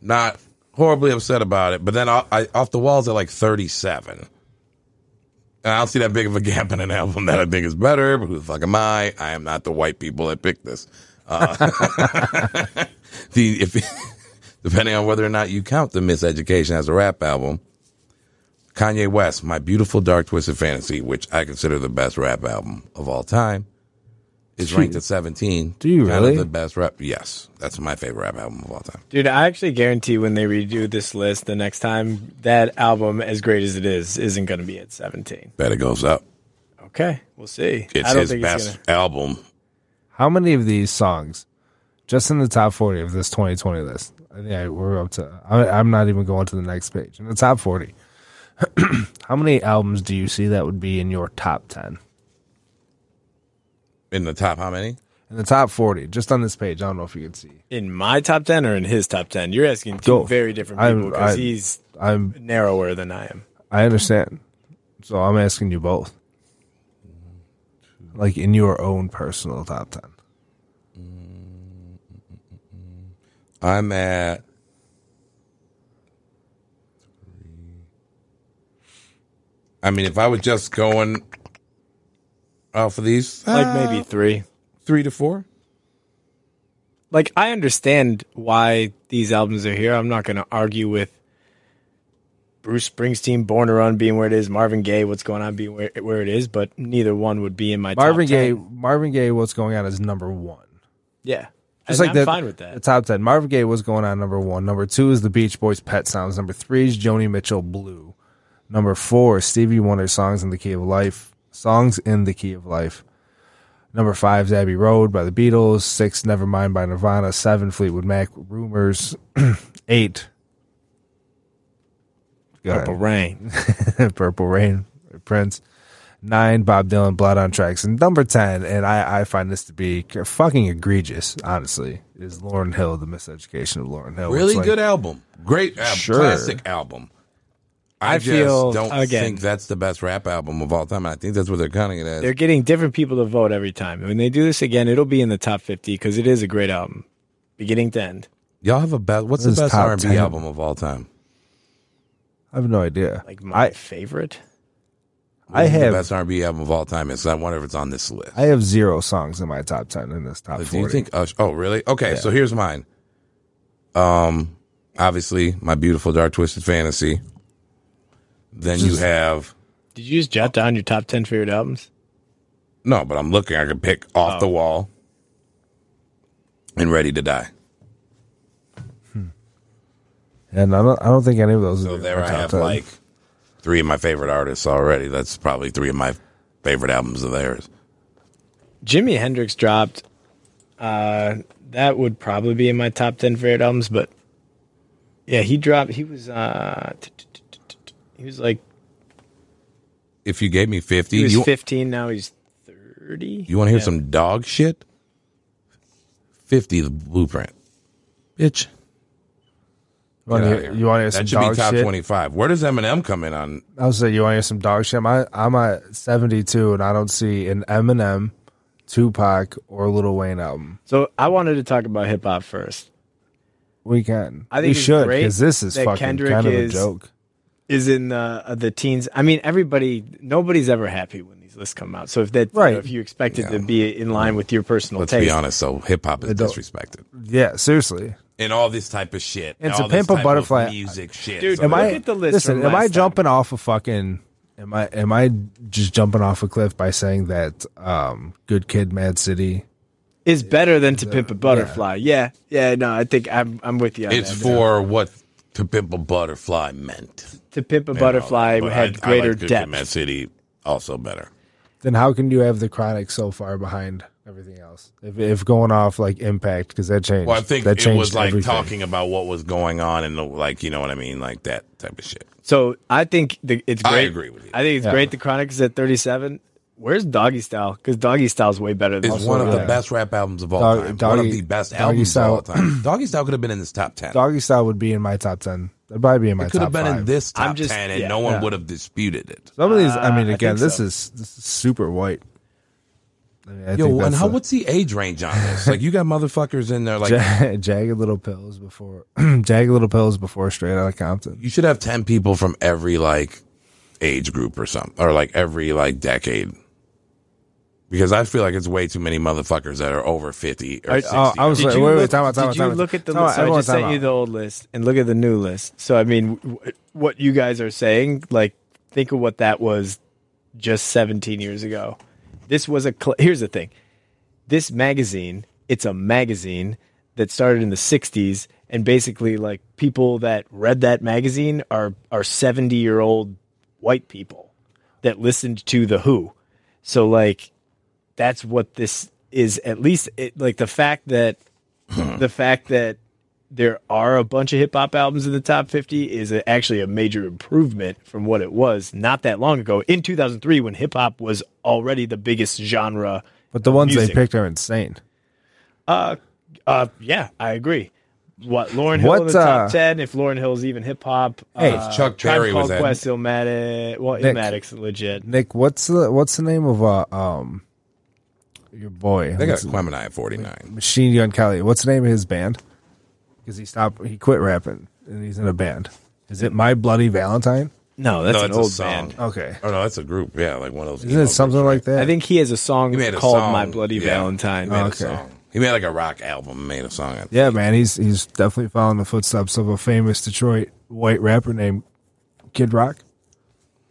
E: Not horribly upset about it, but then I, I, Off the Wall's at like thirty-seven. And I don't see that big of a gap in an album that I think is better. But who the fuck am I? I am not the white people that picked this Uh, <laughs> the if <laughs> depending on whether or not you count the miseducation as a rap album kanye west my beautiful dark twisted fantasy which i consider the best rap album of all time is ranked at 17
A: Do you
E: Kind of
A: really?
E: the best rap yes that's my favorite rap album of all time
D: Dude, I actually guarantee when they redo this list the next time, that album, as great as it is, isn't going to be at 17.
E: bet it goes up
D: Okay, we'll see.
E: it's his best
D: gonna-
E: album
A: how many of these songs, just in the top forty of this 2020 list? I think I, we're up to. I, I'm not even going to the next page in the top 40. <clears throat> how many albums do you see that would be in your top 10?
E: in the top how many
A: In the top 40, just on this page. I don't know if you can see.
D: in my top 10 or in his top 10? You're asking two
A: Go.
D: very different
A: I'm-
D: people because
A: I-
D: he's
A: I'm
D: narrower than I am.
A: I understand. So I'm asking you both. Like in your own personal top 10.
E: i'm at I mean, if I was just going off of these,
D: Like
A: Uh,
D: maybe three.
E: three to four.
D: like I understand why these albums are here. I'm not going to argue with Bruce Springsteen, Born to Run being where it is, Marvin Gaye, What's Going On being where, where it is, but neither one would be in my
A: Marvin
D: top
A: Gaye,
D: 10.
A: Marvin Gaye, what's going on is number one.
D: Yeah,
A: Just
D: and
A: like
D: I'm
A: the,
D: fine with
A: The
D: that.
A: top 10. Marvin Gaye, what's going on, number one. Number two is the Beach Boys' Pet Sounds. Number three is Joni Mitchell, Blue. Number four, is Stevie Wonder, Songs in the Key of Life. Songs in the Key of Life. Number five is Abbey Road by the Beatles. Six, Nevermind by Nirvana. Seven, Fleetwood Mac, Rumors. <clears throat> Eight. Go ahead.
D: Purple Rain.
A: <laughs> Purple Rain, Prince. Nine, Bob Dylan, Blood on Tracks, and number ten, and I, I find this to be c- fucking egregious. Honestly, is Lauren Hill the miseducation of Lauren Hill?
E: Really
A: It's like-
E: good album. Great album.
A: Sure.
E: Classic album. I,
D: I
E: just
D: feel-
E: don't
D: again-
E: think that's the best rap album of all time. I think that's what they're counting it as.
D: They're getting different people to vote every time. When they do this again, it'll be in the top 50 because it is a great album, beginning to end.
E: Y'all have a best. What's
A: This
E: the
A: is
E: best
A: top
E: R and
A: 10.
E: B album of all time?
A: I have no idea.
D: Like my
A: I,
D: favorite.
A: I
E: What's
A: have-
E: the best R and B album of all time. It's I wonder if it's on this list.
A: I have zero songs in my top ten in this top
E: Do uh,
A: forty.
E: you think? Ush- oh, really? Okay. So here's mine. Um, obviously my beautiful dark twisted fantasy.
A: <laughs>
E: Then you have
D: Did you just jot down your top ten favorite albums?
E: no, but I'm looking. I can pick off
A: Oh.
E: the wall and ready to die.
A: And I don't, I don't think any of those
E: So
A: are
E: there
A: are
E: I
A: top
E: have
A: 10.
E: like three of my favorite artists already. That's probably three of my favorite albums of theirs.
D: Jimi Hendrix dropped. Uh, that would probably be in my top ten favorite albums, but yeah, he dropped. He was uh, t- t- t- t- t- he was like
E: If you gave me fifty,
D: he was
E: you,
D: 15. Now he's 30.
E: you want to hear some dog shit? Fifty, the blueprint, bitch.
A: You want to
E: Get outta
A: hear,
E: here.
A: you wanna hear some
E: That should be
A: dog
E: top
A: shit?
E: twenty-five. Where does Eminem come in on?
A: I was say you want to hear some dog shit. My, I'm at 72 and I don't see an Eminem, Tupac, or Lil Wayne album.
D: So I wanted to talk about hip hop first.
A: We can.
D: I think
A: we
D: it's
A: should
D: great
A: because this is
D: that
A: fucking
D: Kendrick
A: kind of a
D: is-
A: joke.
D: Is in the uh, the teens. I mean, everybody, nobody's ever happy when these lists come out. So if that, you know,
A: Right.
D: if you expect it to be in line with your personal
E: Let's
D: taste,
E: be honest. So hip hop is
A: Adult.
E: disrespected,
A: Yeah, seriously.
E: and all this type of shit.
A: It's
E: all
A: a
E: this
A: Pimp a
E: type of
A: Butterfly.
E: music shit.
D: Dude,
E: So
A: Am
D: Look
A: I
D: at the list
A: listen?
D: from
A: Am
D: last
A: I
D: time.
A: jumping off a fucking? Am I am I just jumping off a cliff by saying that um, Good Kid, Mad City?
D: is better than To Pimp a Butterfly. Yeah. yeah, no, I think I'm I'm with you. On
E: it's
D: that.
E: for what to pimp a butterfly meant. uh,
D: To Pimp a Butterfly
E: But
D: had
E: I- I
D: greater
E: like Good Kid, Mad
D: depth.
E: City also better.
A: Then how can you have the Chronic so far behind everything else? If, if going off like Impact because that changed.
E: Well, I think
A: that
E: it
A: changed
E: was like
A: everything.
E: talking about what was going on and the, like you know what I mean, like that type of shit.
D: So I think the, it's
E: I
D: great.
E: agree with you.
D: I think it's
A: Yeah.
D: great. The Chronic is at 37. Where's Doggy Style? Because Doggy Style's way better than
E: It's one of
A: yeah.
E: the best rap albums of all
A: Dog-
E: time. one
A: Doggy-
E: of the best
A: Doggy
E: albums
A: Style.
E: of all time. Doggy Style could have been in this top ten.
A: Doggy Style would be in my top ten. That'd probably be in my
E: could
A: top
E: have been
A: five.
E: in this
D: I'm
E: top
D: just-
E: ten, and
D: yeah.
E: no one
A: Yeah.
E: would have disputed it.
A: Some of these, I mean,
D: Uh, I
A: again,
D: think
A: this
D: so.
A: is this is super white. I mean, I think
E: Yo, and
A: that's
E: how?
A: the-
E: what's the age range on this? Like, you got motherfuckers in
A: <laughs>
E: there. Like,
D: <laughs>
A: Ja- jagged little pills before <clears throat> jagged little pills before straight out of compton
E: you should have ten people from every like age group or something, or like every like decade. Because I feel like it's way too many motherfuckers that are over fifty or
D: I-
E: sixty.
A: oh, I was
E: or
D: Did
A: like,
D: you
A: wait, wait,
D: look,
A: time out, time out,
D: did you
A: time out.
D: look at the
A: Time out,
D: list? So I
A: everyone
D: just
A: time
D: sent you
A: out.
D: the old list and look at the new list. So I mean, w- what you guys are saying, like, think of what that was just 17 years ago. This was a. Cl- Here's the thing. This magazine, it's a magazine that started in the 60s, and basically, like, people that read that magazine are are 70 year old white people that listened to the Who. So like that's what this is at least it, like the fact that
A: Hmm.
D: the fact that there are a bunch of hip hop albums in the top 50 is a, actually a major improvement from what it was not that long ago in 2003 when hip hop was already the biggest genre.
A: but the ones
D: music.
A: they picked are insane
D: Uh, uh, yeah, I agree. What Lauren Hill in
A: What,
D: the top
A: uh,
D: 10, if Lauren Hill's even hip hop.
A: Hey,
D: uh,
E: Chuck
D: Tribe
E: Berry was
D: Called
E: in.
D: Quest, Illmatic. Well,
A: Nick.
D: Illmatic's legit.
A: nick what's the what's the name of uh um your boy
E: They got
A: What's-
E: Clem and I at forty nine.
A: machine gun kelly what's the name of his band because he stopped he quit rapping and he's in a band is it my bloody valentine
D: No, that's
E: No,
D: an
E: it's a
D: old
E: song.
D: band.
A: okay
E: Oh no, that's a group. Yeah, like one of those.
A: isn't it something like that
D: I think he has a song
E: made a
D: called
E: song.
D: My Bloody
E: Yeah.
D: Valentine.
E: He made,
A: Okay.
E: a, song. he made like a rock album. Made a song.
A: yeah man he's he's definitely following the footsteps of a famous detroit white rapper named kid rock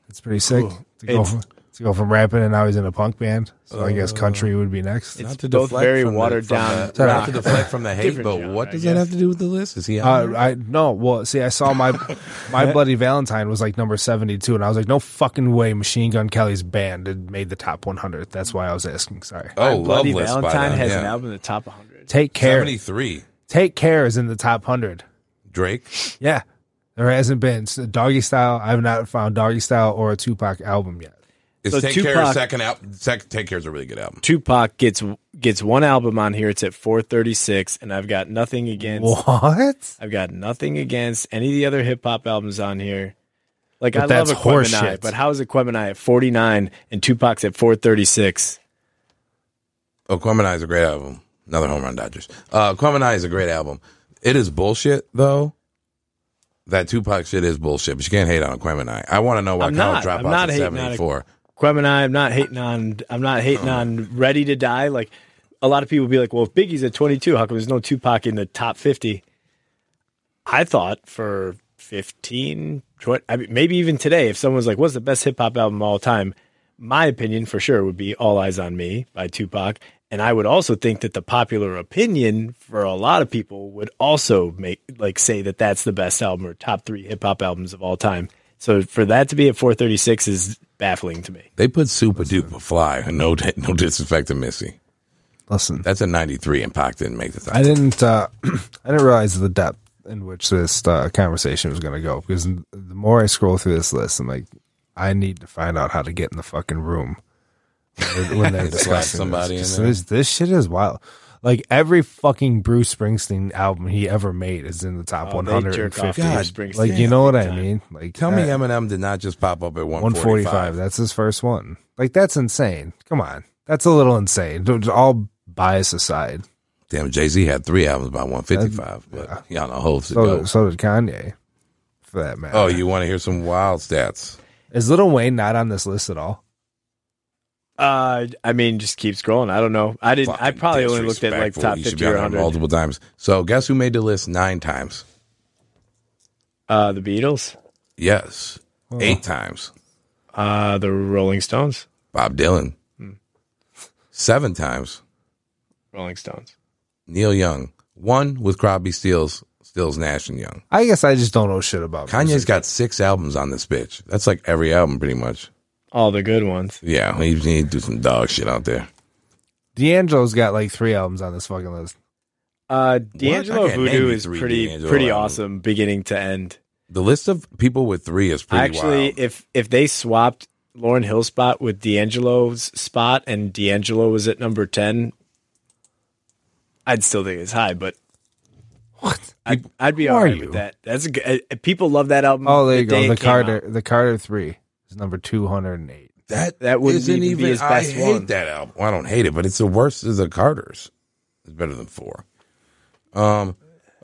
A: it's pretty sick to, go
D: It's-
A: from, to go from rapping and now he's in a punk band so i guess country would be next
D: Uh, It's both
E: deflect
D: very
E: from the-
D: watered
E: from
D: down.
E: The,
A: rock.
E: not to deflect
D: <laughs>
E: from the hate,
D: Different
E: but
D: genre,
E: what does
D: I
E: that
D: guess.
E: have to do with the list? Is he? on
A: uh, I no well see I saw
D: <laughs>
A: my my bloody Valentine was like number seventy two and I was like no fucking way Machine Gun Kelly's band had made the top one hundred that's why I was asking sorry
D: Uh,
E: there? oh,
D: Bloody
E: Loveless by
D: Valentine
E: them,
D: has
E: yeah.
D: an album in the top 100.
A: Take care
E: Seventy three.
A: Take care is in the top hundred
E: Drake.
A: yeah there hasn't been so Doggy Style I've not found Doggy Style or a Tupac album yet
E: Is
D: So
E: Take Care
D: Tupac-
E: second album? Sec- Take Care is a really good album.
D: Tupac gets gets one album on here. It's at 436, and I've got nothing against.
A: what
D: I've got nothing against any of the other hip hop albums on here. Like
A: But
D: I love
A: that's
D: Aquemini,
A: horseshit.
D: but how is Aquemini at 49 and Tupac's at 436?
E: Oh, Quemini is a great album. Another home run Dodgers. Uh, Quemini is a great album. It is bullshit though. That Tupac shit is bullshit, but you can't hate on Quemini. I want to know why
D: I'm
E: Kyle
D: not.
E: dropped
D: I'm
E: out
D: not
E: to
D: hating on it.
E: seventy four.
D: Aquemini, I'm not hating on. I'm not hating on Ready to Die. Like a lot of people be like, well, if Biggie's at 22, how come there's no Tupac in the top 50? I thought for 15, 20, I mean, maybe even today, if someone's like, what's the best hip hop album of all time? My opinion for sure would be All Eyes on Me by Tupac. And I would also think that the popular opinion for a lot of people would also make like say that that's the best album or top three hip hop albums of all time. So for that to be at 436 is baffling to me.
E: They put Super Duper Fly. No, <laughs> no disrespect to Missy.
A: Listen,
E: That's a '93, and Pac didn't make the top.
A: I didn't. Uh, <clears throat> I didn't realize the depth in which this uh, conversation was going to go because the more I scroll through this list, I'm like, I need to find out how to get in the fucking room when when they're
E: Slap
A: discussing
E: somebody in
A: this. Just-
E: there.
A: this. This shit is wild. Like every fucking Bruce Springsteen album he ever made is in the top
D: Oh, they jerk off
A: 150.
D: to
E: God,
D: Springsteen
A: Like you know what
D: big
A: I
D: time.
A: mean? Like
E: Tell me
A: that-
E: Eminem did not just pop up at 145.
A: 145. That's his first one. Like that's insane. Come on, that's a little insane. All bias aside,
E: Damn, Jay Z had three albums by 155, but y'all know hopes to
A: so
E: go.
A: so did Kanye, for that matter.
E: Oh, you want to hear some wild stats?
A: Is Little Wayne not on this list at all?
D: Uh, I mean, just keep scrolling. I don't know. I didn't. I
E: Fucking
D: probably only looked at like
E: disrespectful.
D: top
E: You should
D: fifty
E: be
D: or
E: on there
D: hundred.
E: multiple times. So, guess who made the list nine times?
D: Uh, the Beatles.
E: Yes, eight times.
D: Uh, the Rolling Stones.
E: Bob Dylan,
D: Hmm.
E: seven times.
D: Rolling Stones.
E: Neil Young, one with Crosby, Stills, Stills, Nash, and Young.
A: I guess I just don't know shit about music.
E: Kanye's got six albums on this bitch. That's like every album, pretty much.
D: All the good ones.
E: Yeah, he need to do some dog shit out there.
A: D'Angelo's got like three albums on this fucking list.
D: Uh,
E: I
D: D'Angelo
E: can't name
D: Voodoo
E: you
D: is
E: three
D: pretty
E: D'Angelo
D: pretty
E: albums.
D: awesome, beginning to end.
E: The list of people with three is pretty
D: Actually,
E: wild.
D: if if they swapped Lauren Hill's spot with D'Angelo's spot, and D'Angelo was at number ten, I'd still think it's high, but.
A: What?
D: I'd, I'd be
A: Who are
D: all right
A: you?
D: with that. That's a good, uh, people love that album.
A: Oh, there you
D: day
A: go.
D: it
A: The
D: came out.
A: Carter, the Carter three is number two hundred and eight.
E: That
D: That wouldn't
E: isn't
D: even be his best
E: I hate
D: one.
E: that album. Well, I don't hate it, but it's the worst of the Carters. It's better than four. Um,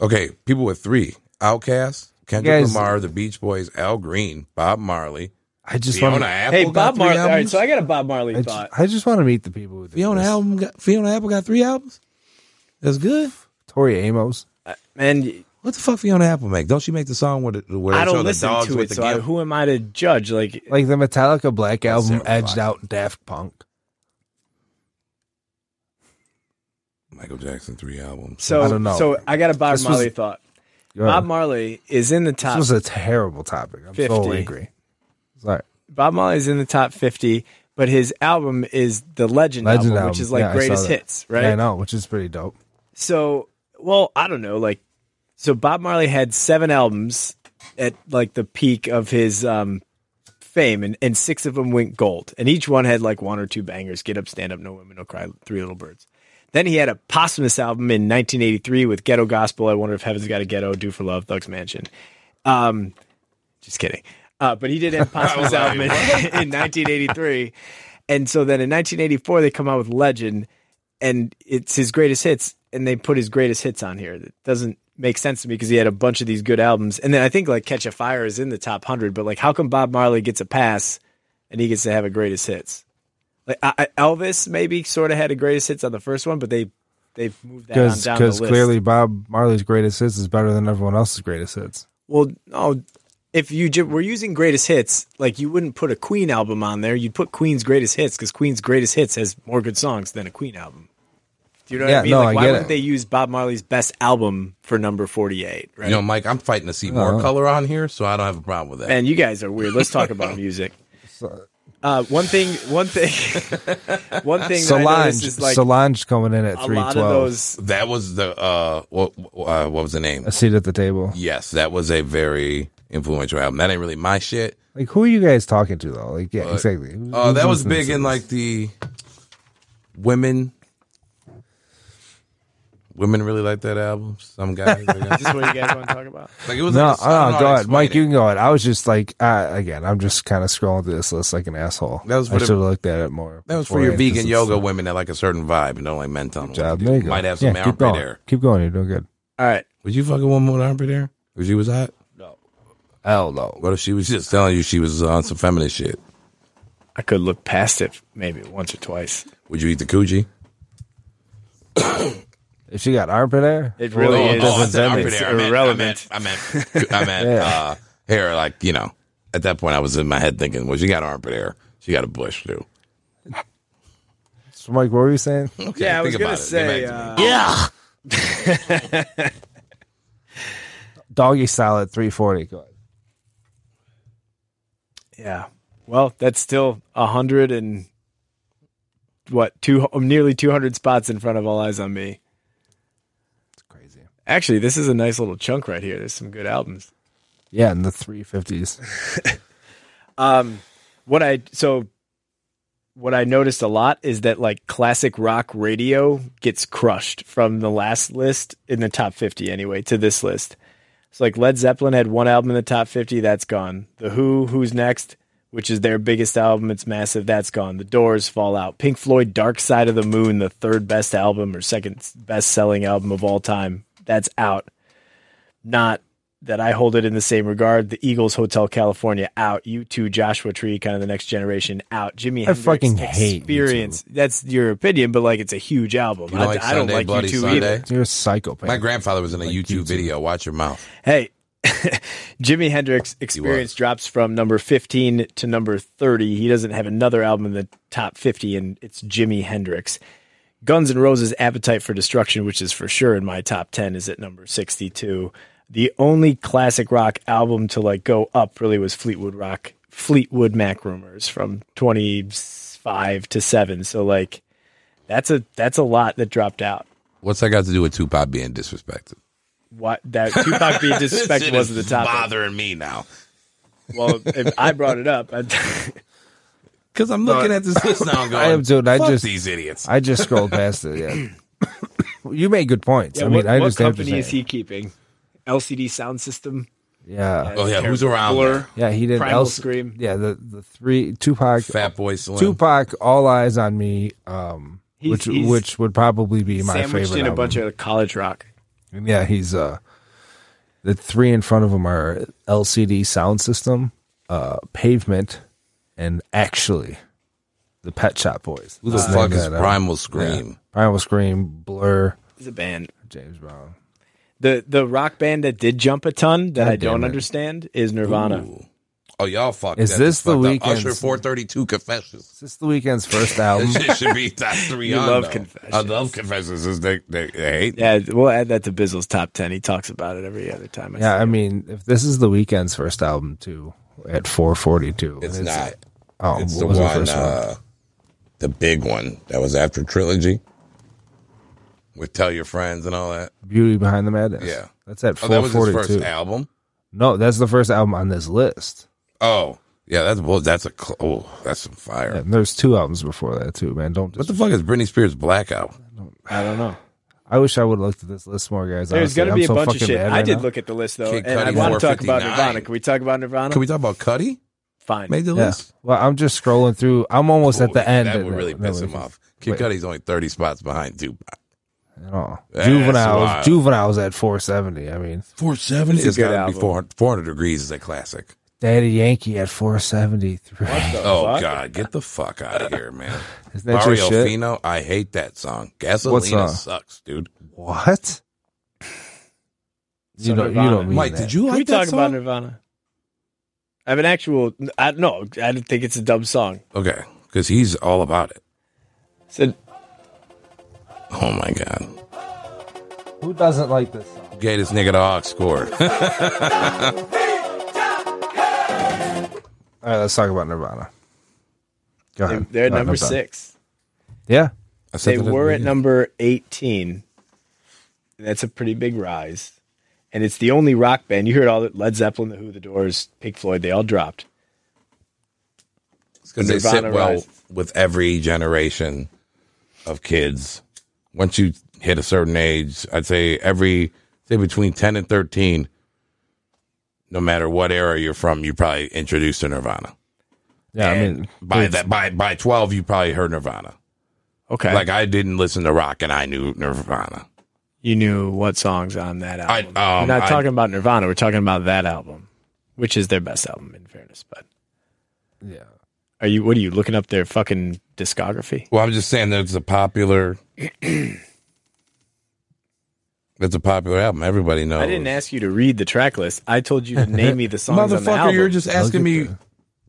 E: okay, people with three: Outkast, Kendrick
A: guys-
E: Lamar, The Beach Boys, Al Green, Bob Marley,
A: I just want
E: Fiona
A: to.
E: Apple.
D: Hey,
E: got
D: Bob
E: three
D: Marley. All right,
E: albums?
D: so I got a Bob Marley
A: I
D: thought.
A: just, want to meet the people who did
E: Fiona
A: this.
E: album. Got, Fiona Apple got three albums. That's good.
A: Tori Amos.
D: And
E: What the fuck, Fiona Apple make? Don't she make the song with the, where they
D: I
E: show
D: don't
E: the
D: listen
E: dogs
D: to
E: with
D: it,
E: the
D: so I,
E: gift?
D: who am I to judge? Like,
A: Like the Metallica Black album
E: Sarah
A: edged
E: Fox.
A: out Daft Punk.
E: Michael Jackson three albums.
D: so
A: I don't know.
D: So I got a Bob
A: This was-
D: Marley thought. Bob Marley is in the
A: this
D: top.
A: was a terrible topic. I'm
D: 50.
A: so angry. Sorry.
D: Bob Marley is in the top fifty, but his album is the Legend,
A: Legend
D: album,
A: album,
D: which is like
A: Yeah, I saw
D: greatest
A: that.
D: hits,
A: Yeah, I
D: right?
A: know, which is pretty dope.
D: So, well, I don't know. Like, so Bob Marley had seven albums at like the peak of his um, fame, and, and six of them went gold. And each one had like one or two bangers Get Up, Stand Up, No Women, No Cry, Three Little Birds. Then he had a posthumous album in 1983 with Ghetto Gospel, I Wonder If Heaven's Got a Ghetto, Do for Love, Thug's Mansion. Um, just kidding. Uh, but he did have a posthumous album in, <laughs> in 1983. And so then in 1984, they come out with Legend, and it's his greatest hits, and they put his greatest hits on here. That doesn't make sense to me because he had a bunch of these good albums. And then I think like Catch a Fire is in the top 100, but like how come Bob Marley gets a pass and he gets to have a greatest hits? Like I, I- Elvis maybe sort of had a greatest hits on the first one, but they they moved that on down the
A: Because
D: list.
A: clearly Bob Marley's greatest hits is better than everyone else's greatest hits.
D: Well, no. If you ju- were using greatest hits, like you wouldn't put a Queen album on there. You'd put Queen's greatest hits because Queen's greatest hits has more good songs than a Queen album. Do you know what
A: Yeah,
D: I mean?
A: no,
D: like,
A: I
D: why
A: get
D: wouldn't
A: it.
D: they use Bob Marley's best album for number forty-eight? Right?
E: You know, Mike, I'm fighting to see more color on here, so I don't have a problem with that.
D: Man, you guys are weird. Let's talk
A: <laughs>
D: about music. Uh, one thing, one thing, one thing. that I
A: Solange,
D: noticed is like
A: Solange coming in at
D: a
A: three
D: lot of
A: twelve.
D: those.
E: that was the uh, what, uh, what was the name?
A: A seat at the table.
E: Yes, that was a very influential album. That ain't really my shit.
A: Like who are you guys talking to though? Like yeah, exactly. Who-
E: Uh,
A: who's
E: that was
A: listening
E: big
A: to
E: in
A: this?
E: like the women. Women really like that album. Some guys, I guess.
D: Is this what you guys want to
A: <laughs>
D: talk about?
E: like it was.
A: no,
E: like a- I don't know
A: oh,
E: how to
A: go ahead,
E: explain
A: Mike.
E: it.
A: You can go ahead. I was just like, uh, again, I'm just kind of scrolling through this list like an asshole.
E: That was
A: I
E: for the-
A: should have looked at it more.
E: that was for
A: before
E: your
A: I- this
E: vegan
A: is-
E: yoga women that like a certain vibe and don't like men. Tunnel.
A: job. There you go.
E: Might have some
A: yeah, keep
E: armpit
A: going.
E: air.
A: Keep going. You're doing good.
D: All right.
E: Was you fucking one more armpit air? Because she was hot.
A: Hell no.
E: What if she was just telling you she was on some feminist shit?
D: I could look past it maybe once or twice.
E: Would you eat the coochie?
A: If she got armpit hair,
D: It really
E: oh,
D: is.
E: oh, I said armpit
D: It's
E: hair. I meant,
D: irrelevant.
E: I meant, I meant, I
A: <laughs>
E: meant
A: Yeah.
E: uh, hair. Like you know, at that point, I was in my head thinking, well, she got armpit hair. She got a bush too.
A: so Mike, what were you
E: <laughs>
A: saying?
E: Okay,
D: Yeah, I
E: think
D: was gonna
E: about it. Get
D: say,
E: back to me.
D: uh,
E: yeah.
A: Doggy style at 340. Go ahead.
D: Yeah. Well, that's still a hundred and what two nearly two hundred spots in front of all eyes on me.
A: It's crazy.
D: Actually, this is a nice little chunk right here. There's some good albums.
A: Yeah, in the 350s.
D: Um, what I so what I noticed a lot is that like classic rock radio gets crushed from the last list in the top 50 anyway to this list. So like Led Zeppelin had one album in the top 50, that's gone. The Who, Who's Next, which is their biggest album, it's massive, that's gone. The Doors fall out. Pink Floyd Dark Side of the Moon, the third best album or second best selling album of all time, that's out. Not that I hold it in the same regard. The Eagles, Hotel California, out. You two, Joshua Tree, kind of the next generation, out. Jimmy,
A: I fucking hate U two.
D: Experience. That's your opinion, but like it's a huge album.
E: You don't like
D: I, I don't
E: Sunday,
D: like
E: Bloody
D: you two
E: Sunday?
D: either.
A: You're a psychopath.
E: My grandfather was in a YouTube,
A: YouTube.
E: video. Watch your mouth.
D: Hey, <laughs> Jimi Hendrix Experience drops from number 15 to number 30. He doesn't have another album in the top 50, and it's Jimi Hendrix. Guns N' Roses' Appetite for Destruction, which is for sure in my top 10, is at number 62. The only classic rock album to like go up really was Fleetwood Rock, Fleetwood Mac Rumors from 25 to 7. So like that's a that's a lot that dropped out.
E: What's that got to do with Tupac
A: <laughs>
E: being disrespected?
D: What that
E: <laughs>
D: Tupac being
E: Shit
D: disrespected
E: is
D: wasn't the top.
E: bothering me now
D: Well, if I brought it up. I,
E: because I'm looking
A: <laughs>
E: at this list now. And going,
A: I am too, and I
E: Fuck
A: just-
E: these idiots.
A: I just scrolled past it.
E: <coughs>
A: Yeah. you made good points. I mean,
D: what,
A: I
D: what
A: understand.
D: company is he keeping? LCD sound system.
A: Yeah.
E: oh yeah, who's around?
D: Blur.
E: there?
A: Yeah, he did.
D: Primal
A: Else-
D: Scream.
A: Yeah, the, the three Tupac.
E: Fat Boy Slim.
A: Tupac, All Eyes on Me, um,
D: He's-
A: which
D: he's
A: which would probably be my
D: Sandwiched
A: favorite.
D: in a
A: album.
D: bunch of college rock.
A: And yeah, he's uh the three in front of him are LCD sound system, uh pavement, and actually the Pet Shop Boys.
E: Who the fuck is Primal Scream?
A: Primal Scream, Blur,
D: It's a band.
A: James Brown.
D: The the rock band that did jump a ton that I
A: God damn
D: don't
A: it.
D: understand is Nirvana.
E: Ooh. Oh, y'all fucked.
A: Is
E: that.
A: this the
E: fucked up.
A: weekend's-
E: Usher 432 Confessions?
A: Is this the weekend's
E: <laughs>
A: first album?
E: This shit should be top three.
D: You
E: on,
D: love
E: though.
D: Confessions.
E: I love Confessions. Is They, they, they hate.
D: Yeah, we'll add that to Bizzle's top ten. He talks about it every other time. I
A: yeah,
D: see
A: I
D: him.
A: mean, if this is the weekend's first album too, at four forty two.
E: It's not.
A: Oh,
E: It's
A: what
E: the
A: was
E: one,
A: first
E: uh, the big one that was after Trilogy with Tell Your Friends and all that.
A: Beauty Behind the Madness.
E: Yeah.
A: That's at
E: Oh, that
A: four
E: was his first
A: forty two.
E: album.
A: No, that's the first album on this list.
E: Oh, yeah, that's well, that's a cl- oh, that's some fire.
A: And there's two albums before that too, man. Don't just
E: What the fuck is Britney Spears Blackout?
D: I don't know.
A: I wish I would have looked at this list more, guys.
D: There's
A: Honestly,
D: gonna
A: I'm
D: be a
A: so
D: bunch of
A: fucking
D: shit.
A: mad
D: I
A: right
D: did
A: now.
D: look at the list though,
E: Kid
D: and I
E: Cudi,
D: want to talk about
E: 459.
D: Nirvana. Can we talk about Nirvana?
E: Can we talk about Cuddy?
D: Fine.
E: Made the
A: Yeah.
E: list.
A: Well, I'm just scrolling through. I'm almost at
E: Ooh,
A: the end.
E: That
A: and
E: would really
A: then- then
E: piss
A: we
E: him
A: can-
E: off. Kid
A: wait.
E: Cudi's only 30 spots behind Tupac.
A: you know.
E: That's wild.
A: juveniles. Juveniles at 470. I mean,
E: 470
D: It's a
E: is
D: good
E: got to be
D: album.
E: 400, 400 degrees is a classic.
A: Daddy Yankee at 473.
E: Oh
D: fuck?
E: God, get the fuck out of here, man.
A: <laughs> Isn't that your
E: Mario
A: shit?
E: Fino, I hate that song.
A: What
E: Gasolina
A: song?
E: sucks, dude.
A: What?
D: So
A: You don't. You
D: Nirvana.
A: don't mean
E: Mike,
A: that.
E: did you
D: Can we
E: like
D: talk
E: that
D: about
E: song?
D: Nirvana? I have an actual. I no, I don't think it's a dumb song.
E: Okay, because he's all about it.
D: So
E: Oh my God,
A: Who doesn't like this song?
E: gay this nigga the Hawks scored.
A: All right, let's talk about Nirvana. Go
D: they-
A: ahead.
D: they're at
A: No,
D: number
A: I'm done.
D: six.
A: Yeah.
E: I said
D: They
E: that the
D: were at
E: beginning.
D: number eighteen. That's a pretty big rise, and it's the only rock band you heard. All the Led Zeppelin, the Who, the Doors, Pink Floyd, they all dropped.
E: It's 'cause they sit
D: Nirvana
E: well
D: rises.
E: with every generation of kids. Once you hit a certain age, I'd say every say between ten and thirteen, no matter what era you're from, you probably introduced to Nirvana.
A: Yeah. I
E: And
A: mean,
E: by that by by twelve, you probably heard Nirvana.
D: Okay,
E: Like I didn't listen to rock, and I knew Nirvana.
D: you knew what songs on that album.
E: I- um,
D: we're not
E: I-
D: talking about Nirvana. We're talking about that album, which is their best album, in fairness. But
A: yeah.
D: are you? What are you looking up? Their fucking discography.
E: <clears throat> Well, I'm just saying that it's a popular That's a popular album. Everybody knows.
D: I didn't ask you to read the track list. I told you to name me the songs on the
B: Motherfucker,
D: album.
B: you're just asking me.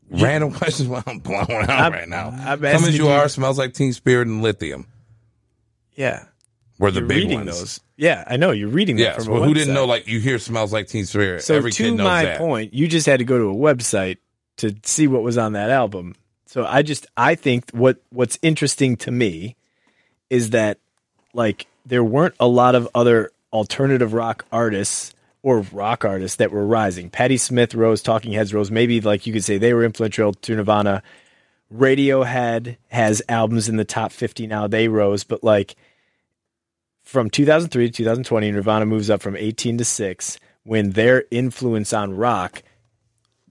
E: Random <laughs> questions while I'm blown out
D: I'm-
E: right now.
D: I'm
E: Come
D: asking
E: as you
D: you-
E: are smells like Teen Spirit and Lithium
D: yeah.
E: were the
D: you're
E: big
D: reading
E: ones.
D: those. Yeah, I know you're reading them.
E: Yes,
D: from a
E: well, who didn't
D: website.
E: know? Like you hear smells like Teen Spirit.
D: So
E: Every
D: to
E: kid knows
D: my
E: that.
D: point, you just had to go to a website to see what was on that album. So I just I think what what's interesting to me is that like there weren't a lot of other alternative rock artists or rock artists that were rising. Patti Smith rose, Talking Heads rose. Maybe like you could say they were influential to Nirvana. Radiohead has albums in the top 50 now. They rose, but like from 2003 to 2020, Nirvana moves up from 18 to 6 when their influence on rock,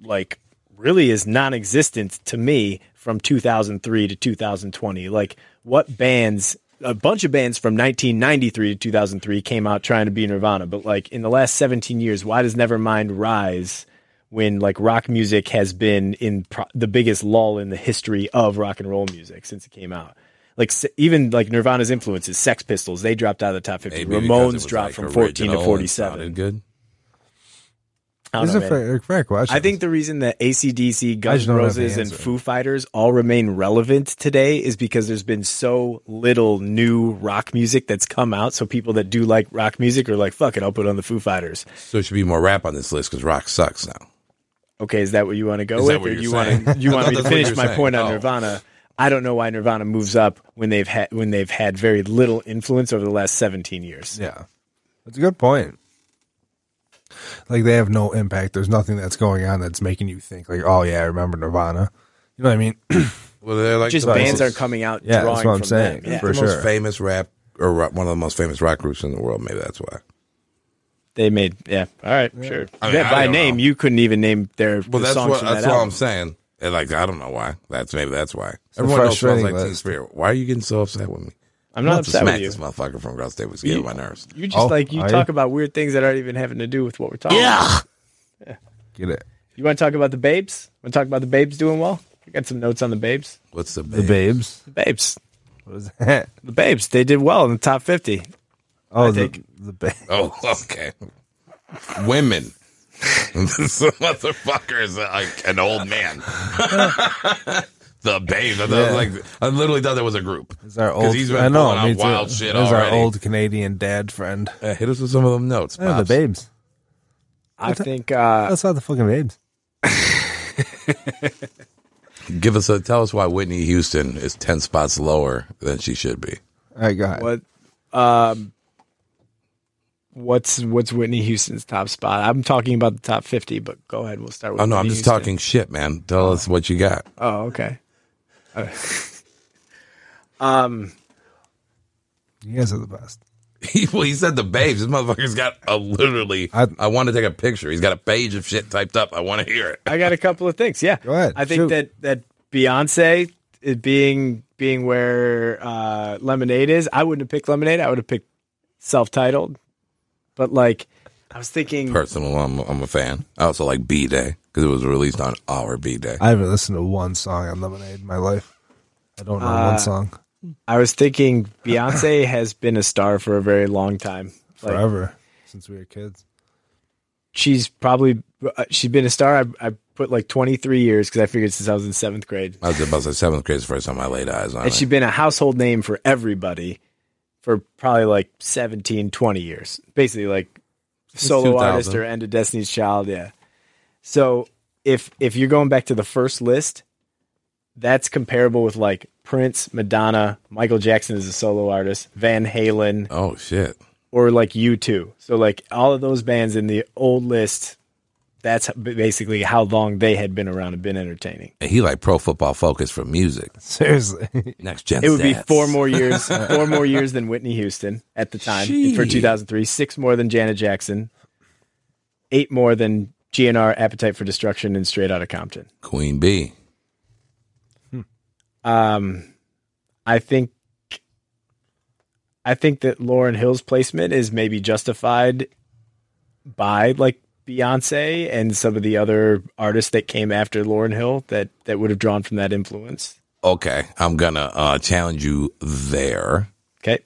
D: like, really is non existent to me from 2003 to 2020. Like, what bands, a bunch of bands from 1993 to 2003 came out trying to be Nirvana, but like, in the last 17 years, why does Nevermind rise? When like rock music has been in pro- the biggest lull in the history of rock and roll music since it came out, like s- even like Nirvana's influences, Sex Pistols, they dropped out of the top fifty.
E: Maybe because it was,
D: Ramones dropped
E: like,
D: from fourteen
E: original
D: to
E: and
D: forty-seven.
E: sounded Good.
D: I don't
A: These
D: know,
A: are
D: man.
A: fair, fair questions.
D: I think the reason that ACDC, Guns
A: just
D: N'
A: don't have
D: Roses,
A: the
D: and
A: answer.
D: Foo Fighters all remain relevant today is because there's been so little new rock music that's come out. So people that do like rock music are like, fuck it, I'll put on the Foo Fighters.
E: So it should be more rap on this list because rock sucks now.
D: Okay, is that what you want to go
E: Is that
D: with?
E: what
D: or
E: you're
D: you
E: saying?
D: want you
E: I
D: want
E: thought <laughs>
D: me to
E: that's what you
D: finish
E: were
D: my
E: saying.
D: point on
E: Oh.
D: Nirvana? I don't know why Nirvana moves up when they've had when they've had very little influence over the last seventeen years.
A: Yeah. That's a good point. Like they have no impact. There's nothing that's going on that's making you think like, oh yeah, I remember Nirvana. You know what I mean? <clears throat>
E: Well, they're like
D: Just
E: the
D: bands
E: most-
D: are coming out.
A: Yeah, that's
D: drawing
A: what I'm
D: from
A: saying,
D: Them. Yeah.
A: for
E: the most
A: sure.
E: famous rap or ro- one of the most famous rock groups in the world. Maybe that's why.
D: They made yeah. All right, sure.
E: I mean,
D: Yeah,
E: I
D: by
E: don't
D: name,
E: know.
D: you couldn't even name their
E: Well,
D: the
E: that's
D: songs
E: what
D: from
E: that's
D: that
E: what
D: album.
E: I'm saying. And like I don't know why. That's maybe that's why.
A: a
E: Everyone knows smells
A: frustrating
E: like Teen
A: list.
E: Spirit. Why are you getting so upset with me?
D: I'm not
E: I'll
D: upset
E: smack
D: with you.
E: this motherfucker from Girl State was getting on my nerves.
D: You just
A: Oh,
D: like you
A: are
D: talk
A: you?
D: about weird things that aren't even having to do with what we're talking. Yeah. About.
A: Get it.
D: You want to talk about the babes? Want to talk about the babes doing well? I got some notes on the babes.
E: What's the babe?
A: The babes.
D: The babes.
A: What is that? <laughs>
D: The babes. They did well in the top fifty.
A: Oh, the,
D: think-
A: the babes.
E: Oh, <laughs> okay. Women. <laughs> this motherfucker is like an old man. <laughs> the babe. I, thought it was like, I literally thought that was a group.
A: It's our
E: 'Cause
A: old.
E: He's been
A: I know.
E: pulling out
A: me too.
E: wild shit
A: There's our
E: already.
A: old Canadian dad friend.
E: Uh, hit us with some of them notes.
A: Yeah, the
E: Pops.
A: babes.
D: I think uh,
A: That's not the fucking babes.
E: Give us a tell us why Whitney Houston is ten spots lower than she should be.
A: All right, go ahead.
D: what um what's what's Whitney Houston's top spot? I'm talking about the top 50, but go ahead. We'll start with
E: Oh no, I'm
D: Whitney
E: just
D: Houston.
E: talking shit, man. Tell us what you got. <laughs>
D: Oh, okay. <laughs> All right. um
A: You guys are the best.
E: He, well, he said the babes. This motherfucker's got a literally. I,
A: I-
E: want to take a picture. He's got a page of shit typed up. I want to hear it.
D: I got a couple of things. Yeah.
A: Go ahead.
D: I think
A: Shoot.
D: that that Beyonce it being being where uh, Lemonade is, I wouldn't have picked Lemonade. I would have picked self-titled. But like I was thinking
E: Personal, I'm, I'm a fan. I also like B Day because it was released on our B Day.
A: I haven't listened to one song on Lemonade in my life. I don't know
D: Uh,
A: one song
D: I was thinking
A: <laughs>
D: Beyonce has been a star for a very long time. Like,
A: forever since we were kids.
D: she's probably uh, she's been a star. I, I put like 23 years because I figured since I was in seventh grade,
E: I was about to say seventh grade is the first time I laid eyes on
D: and
E: it.
D: she's been a household name for everybody for probably like 17, 20 years. Basically, like solo
E: 2000.
D: artist or end of Destiny's Child. Yeah. So if if you're going back to the first list, that's comparable with like Prince, Madonna, Michael Jackson as a solo artist, Van Halen,
E: oh shit!
D: or like U2. So like all of those bands in the old list, that's basically how long they had been around and been entertaining.
E: And he like pro football focus for music.
A: <laughs> Seriously,
E: Next gen.
D: It would be
E: stats.
D: four
E: <laughs>
D: more years, four more years than Whitney Houston at the time for
E: Gee.
D: 2003, six more than Janet Jackson, eight more than GNR, Appetite for Destruction, and Straight Outta Compton.
E: Queen B.
D: Um, I think I think that Lauren Hill's placement is maybe justified by like Beyonce and some of the other artists that came after Lauren Hill that that would have drawn from that influence.
E: Okay, I'm gonna uh, challenge you there.
D: Okay.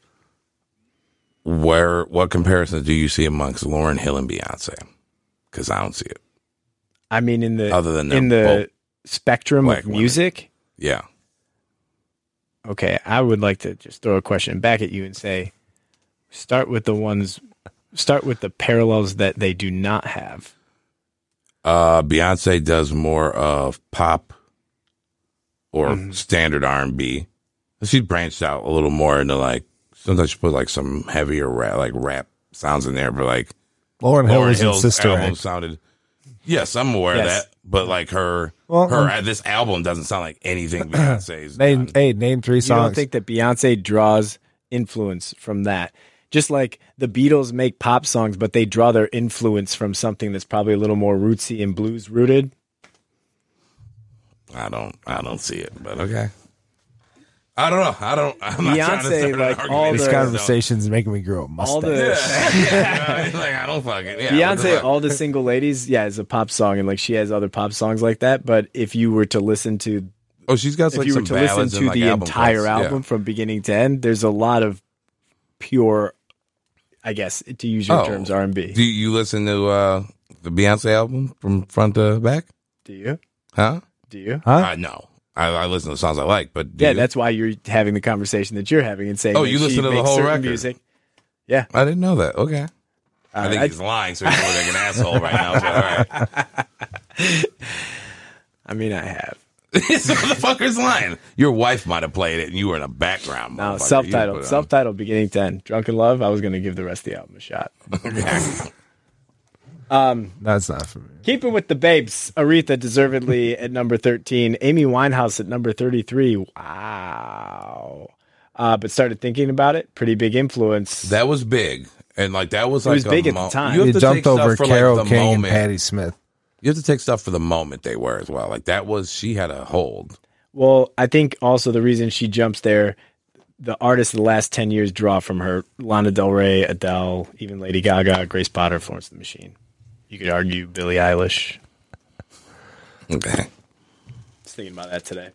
E: where what comparisons do you see amongst Lauren Hill and Beyonce? Because I don't see it.
D: I mean, in the
E: Other than they're
D: in the spectrum
E: black
D: of
E: women.
D: music.
E: Yeah,
D: Okay, I would like to just throw a question back at you and say, start with the ones, start with the parallels that they do not have.
E: uh, Beyonce does more of pop or standard R and B. She branched out a little more into like sometimes she put like some heavier rap, like rap sounds in there, but like
A: Lauren Hill
E: Lauryn
A: was in
E: Hill's
A: Sister
E: album
A: Act.
E: sounded. Yes, I'm aware
D: Yes.
E: of that, but like her,
A: Well, um,
E: her uh, this album doesn't sound like
A: <clears throat>
E: anything Beyonce's.
A: Name,
E: done.
A: hey, name three
D: You don't
A: songs.
D: think that Beyonce draws influence from that? Just like the Beatles make pop songs, but they draw their influence from something that's probably a little more rootsy and blues rooted.
E: I don't, I don't see it, but okay. I don't know. I don't. I'm not trying to
D: Beyonce,
E: start an
D: like,
E: argument.
D: all
A: These
D: the-
A: conversations making me grow a
D: All
A: mustache.
D: the <laughs>
E: yeah, you know, <laughs> like I don't fucking yeah, what the
D: Beyonce,
E: fuck?
D: all the single ladies, yeah, is a pop song, and like she has other pop songs like that. But if you were to listen to,
E: oh, she's got
D: if
E: like
D: you were
E: some
D: to
E: ballads
D: listen to
E: and, like,
D: the
E: album
D: entire
E: cuts. Yeah.
D: album from beginning to end, there's a lot of pure, I guess, to use your
E: Oh.
D: terms, R and B.
E: Do you listen to uh, the Beyonce album from front to back?
D: Do you?
E: Huh?
D: Do you?
A: Huh?
E: I no. I, I listen to songs I like, but do
D: Yeah,
E: you?
D: that's why you're having the conversation that you're having and saying,
E: Oh,
D: that
E: you
D: she
E: listen to the
D: makes
E: whole
D: certain
E: record.
D: music.
E: I didn't know that. Okay. I
D: Uh,
E: think
D: I-
E: he's lying, so he's looking like an asshole right now. So, all right. <laughs>
D: I mean, I have
E: Oh, this motherfucker's lying. Your wife might have played it, and you were in the background.
D: now
E: motherfucker.
D: self-titled,
E: You put
D: self-titled, beginning to end. Drunken Love. I was going to give the rest of the album a shot.
E: it on-
A: That's not for me.
D: Keeping with the babes,
E: <laughs>
D: Aretha deservedly at number 13, Amy Winehouse at number 33. Wow. Uh, but started thinking about it. Pretty big influence.
E: that was big, and like that was
D: It
E: like
D: was big
E: a
D: at the time.
E: You have
A: He
E: to
A: jumped
E: take stuff
A: over
E: for,
A: Carol
E: like, the
A: King
E: moment.
A: and Patti Smith.
E: You have to take stuff for the moment they were as well. Like that was she had a hold.
D: well, I think also the reason she jumps there, the artists of the last 10 years draw from her Lana Del Rey, Adele, even Lady Gaga, Grace Potter, Florence and the Machine. You could argue Billie Eilish.
E: Okay.
D: I was thinking about that today.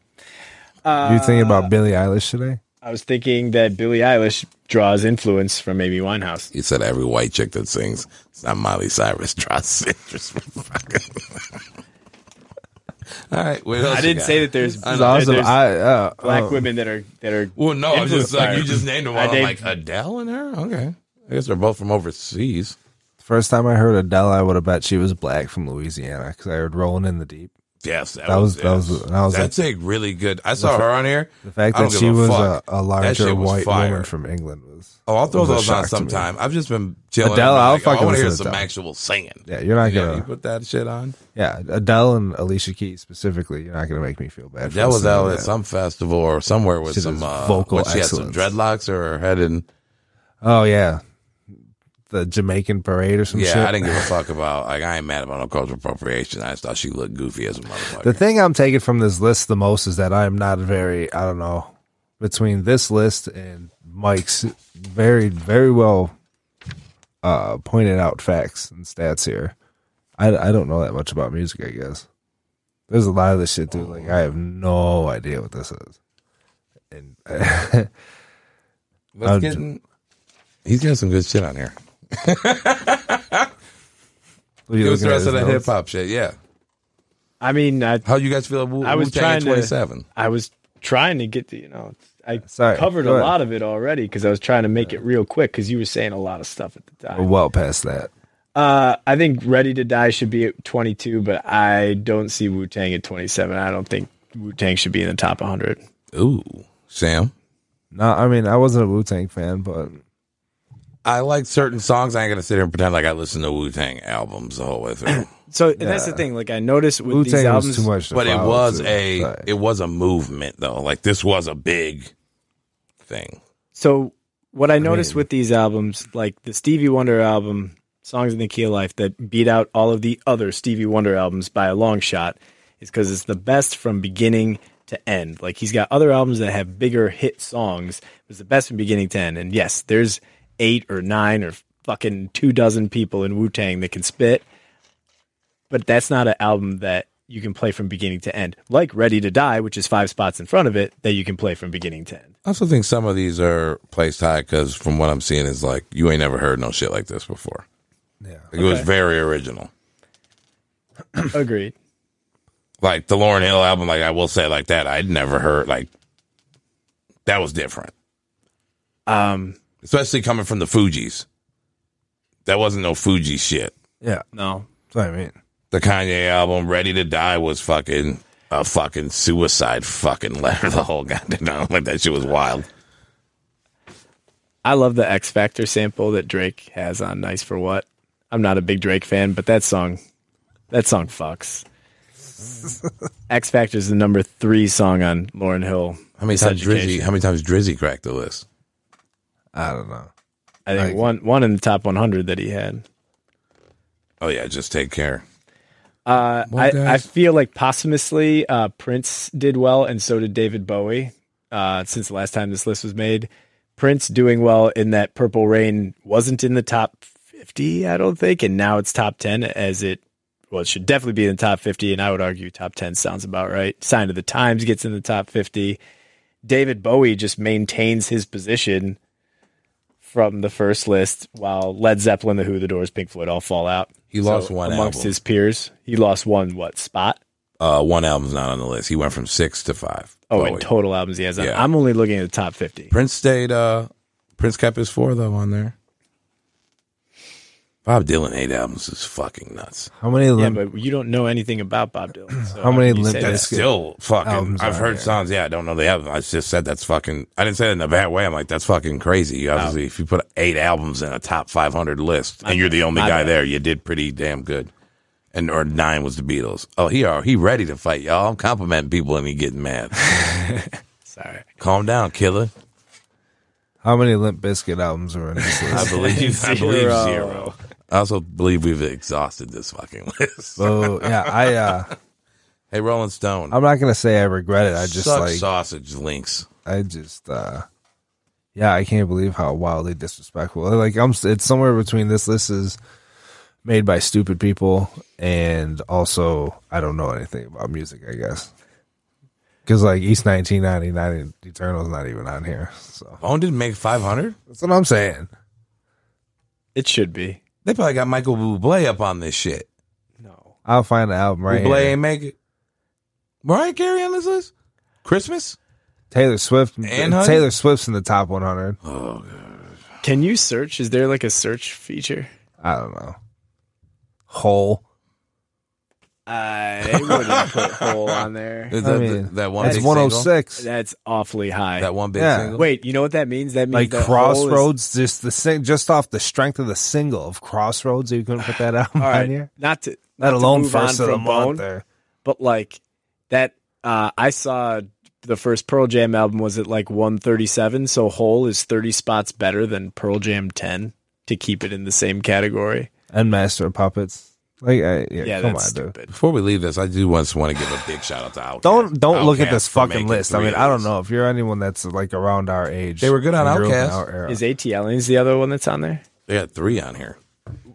A: you thinking
D: Uh,
A: about Billie Eilish today?
D: I was thinking that Billie Eilish draws influence from Amy Winehouse.
E: You said every white chick that sings, it's not Miley Cyrus, draws interest from fucking. <laughs> All right. What else
D: I
E: you
D: didn't
E: got?
D: say that there's,
A: It's
D: that
A: awesome.
D: there's
A: I, uh,
D: black
A: uh,
D: women that are that are
E: Well, no, I'm just like
D: Influencer.
E: you just named them.
D: I
E: All. I'm
D: named-
E: like Adele and her. Okay. I guess they're both from overseas.
A: First time I heard Adele, I would have bet she was black from Louisiana because I heard "Rolling in the Deep."
E: Yes, that,
A: That
E: was,
A: was- that was-
E: yes.
A: that was
E: that's a really good. I saw her on here.
A: The fact
E: I don't
A: that
E: give
A: she was a,
E: fuck.
A: a
E: That shit
A: larger
E: was
A: white
E: fire.
A: woman from England was.
E: Oh, I'll throw
A: was a
E: those
A: shock
E: on
A: to
E: sometime.
A: me.
E: I've just been chilling.
A: Adele,
E: I'm
A: I'll
E: like, oh, I
A: fucking
E: want to hear
A: listen to
E: some
A: Adele.
E: actual singing.
A: Yeah, you're not
E: Yeah,
A: gonna.
E: you put that shit on.
A: Yeah, Adele and Alicia Keys specifically. You're not gonna make me feel bad. for
E: That was
A: listening to
E: out at
A: that.
E: some festival or somewhere with
A: She
E: some
A: does
E: uh,
A: vocal
E: what, she had some
A: excellence.
E: dreadlocks or her head in.
A: Oh yeah, the Jamaican parade or some
E: Yeah,
A: shit.
E: I didn't give a fuck about. Like, I ain't mad about no cultural appropriation. I just thought she looked goofy as a motherfucker.
A: The thing I'm taking from this list the most is that I am not very, I don't know, between this list and Mike's very, very well uh, pointed out facts and stats here. I, I don't know that much about music, I guess. There's a lot of this shit, dude. Like, I have no idea what this is. And
E: Let's
A: I'll
E: get
A: ju-
E: in- he's got some good shit on here.
A: what are you
E: It was
A: looking
E: the
A: at,
E: rest of
A: his
E: that hip
A: notes?
E: hop shit. Yeah.
D: I mean, I,
E: How you guys feel about Wu-
D: I was
E: Wu-Tang
D: trying
E: at
D: to-
E: 27?
D: I was trying to get to, you know, I
A: Uh, Sorry,
D: covered a
A: go ahead.
D: lot of it already because I was trying to make it real quick because you were saying a lot of stuff at the
A: We're
D: time.
A: Well past that.
D: Uh, I think Ready to Die should be at 22, but I don't see Wu Tang at 27. I don't think Wu Tang should be in the top 100.
E: Ooh. Sam?
A: No, I mean, I wasn't a Wu Tang fan, but
E: I like certain songs. I ain't gonna sit here and pretend like I listen to Wu Tang albums the whole way through.
D: So and that's the thing. Like I noticed with
A: Wu
D: these
A: Tang was
D: albums,
A: too much. To
E: but it
A: follow,
E: was
A: too.
E: a
A: Sorry.
E: it was a movement though. Like this was a big thing.
D: So what I noticed with these albums, like the Stevie Wonder album, Songs in the Key of Life, that beat out all of the other Stevie Wonder albums by a long shot, is because it's the best from beginning to end. Like he's got other albums that have bigger hit songs, but it's the best from beginning to end. And yes, there's eight or nine or fucking two dozen people in Wu Tang that can spit, but that's not an album that you can play from beginning to end, like Ready to Die, which is five spots in front of it that you can play from beginning to end.
E: I also think some of these are placed high because from what I'm seeing is like you ain't never heard no shit like this before.
A: Yeah.
E: Like, It was very original.
D: Agreed.
E: Like the Lauren Hill album, like I will say like that, I'd never heard like that was different.
D: Um,
E: Especially coming from the Fugees. That wasn't no Fuji shit.
A: Yeah.
D: no,
A: That's what I mean.
E: The Kanye album, Ready to Die, was fucking a fucking suicide fucking letter. The whole goddamn <laughs> album. like that shit was wild.
D: I love the X Factor sample that Drake has on "Nice for What." I'm not a big Drake fan, but that song, that song fucks. X Factor is the number three song on Lauren Hill.
E: How many
D: It's
E: times Drizzy?
D: education.
E: How many times Drizzy cracked the list?
A: I don't know.
D: I think
A: Right.
D: one one in the top 100 that he had.
E: Oh yeah, just take care.
D: Uh,
E: Well, guys-
D: I, I feel like posthumously, uh, Prince did well, and so did David Bowie. Uh, since the last time this list was made, Prince doing well in that Purple Rain wasn't in the top 50, I don't think, and now it's top 10 as it. Well, it should definitely be in the top 50, and I would argue top 10 sounds about right. Sign of the Times gets in the top 50. David Bowie just maintains his position from the first list, while Led Zeppelin, The Who, The Doors, Pink Floyd all fall out
E: He lost one
D: amongst
E: album.
D: his peers. He lost one what spot?
E: uh, one album's not on the list. He went from six to five.
D: Oh,
E: wait.
D: in total albums he has. on.
E: Yeah.
D: I'm only looking at the top fifty.
E: Prince stayed. Uh, Prince kept his four though on there. Bob Dylan eight albums is fucking nuts.
A: How many
D: Yeah,
A: lim-
D: but you don't know anything about
E: <clears throat>
D: Bob Dylan. So
A: How many
D: can you say
A: Limp
E: That's
A: Bizkit-
D: that?
E: still fucking.
A: albums
E: I've
A: on
E: heard
A: there.
E: songs. Yeah, I don't know the album. I just said that's fucking. I didn't say it in a bad way. I'm like that's fucking crazy. You obviously, if you put eight albums in a top 500 list and you're the only
D: My
E: guy
D: bad.
E: there, you did pretty damn good. And or nine was the Beatles. Oh, he are he ready to fight y'all. I'm complimenting people and he
A: <laughs>
E: getting mad.
D: Sorry.
E: Calm down, killer.
A: How many Limp Biscuit albums are in this
E: I
A: list?
E: believe I believe
D: <laughs> Zero.
E: zero. I also believe we've exhausted this fucking <laughs> list.
A: so Oh, yeah, I uh,
E: Hey, Rolling Stone.
A: I'm not gonna say I regret it. I just
E: Suck
A: like
E: sausage links.
A: I just uh, yeah, I can't believe how wildly disrespectful. Like I'm, it's somewhere between this list is made by stupid people and also I don't know anything about music. I guess because like East 1999 and Eternal's not even on here. So
E: Bone didn't make 500.
A: that's what I'm saying.
D: It should be.
E: They probably got Michael Bublé up on this shit.
D: No.
A: I'll find the album right
E: Bublé
A: here.
E: ain't make it. Mariah Carey on this list? Christmas?
A: Taylor Swift.
E: And Honey?
A: Taylor Swift's in the top 100.
E: Oh,
D: Can you search? Is there like a search feature?
A: I don't know. Hole.
D: I wouldn't put hole
E: <laughs>
D: on there.
E: Is that,
A: I mean, oh
E: that one
A: That's
E: big
A: 106.
D: That's awfully high.
E: single? That one big
A: Yeah.
E: single?
D: Wait, you know what that means? That means
A: like
D: that Hole is-
A: Crossroads, just the sing- just off the strength of the single of Crossroads, you couldn't put that <laughs> album
D: All
A: on
D: right,
A: here.
D: not to not
A: Let
D: to
A: alone
D: move on
A: first of the
D: from Bone.
A: month. There.
D: but like that uh i saw the first pearl jam album was at like 137 so hole is 30 spots better than pearl jam 10 to keep it in the same category
A: and Master of Puppets. Like, I, yeah,
D: yeah,
A: come on,
D: that's
A: dude.
D: stupid
E: Before we leave this, I do just want to give a big shout out to Outkast.
A: Don't don't look at
E: Outkast
A: this
E: for
A: fucking
E: making
A: list. I
E: three
A: mean,
E: of
A: I don't
E: these.
A: know if you're anyone that's like around our age.
E: They were good on
A: and grew up in
E: Outkast.
A: our era.
D: is atlians the other one that's on there
E: They got three on here.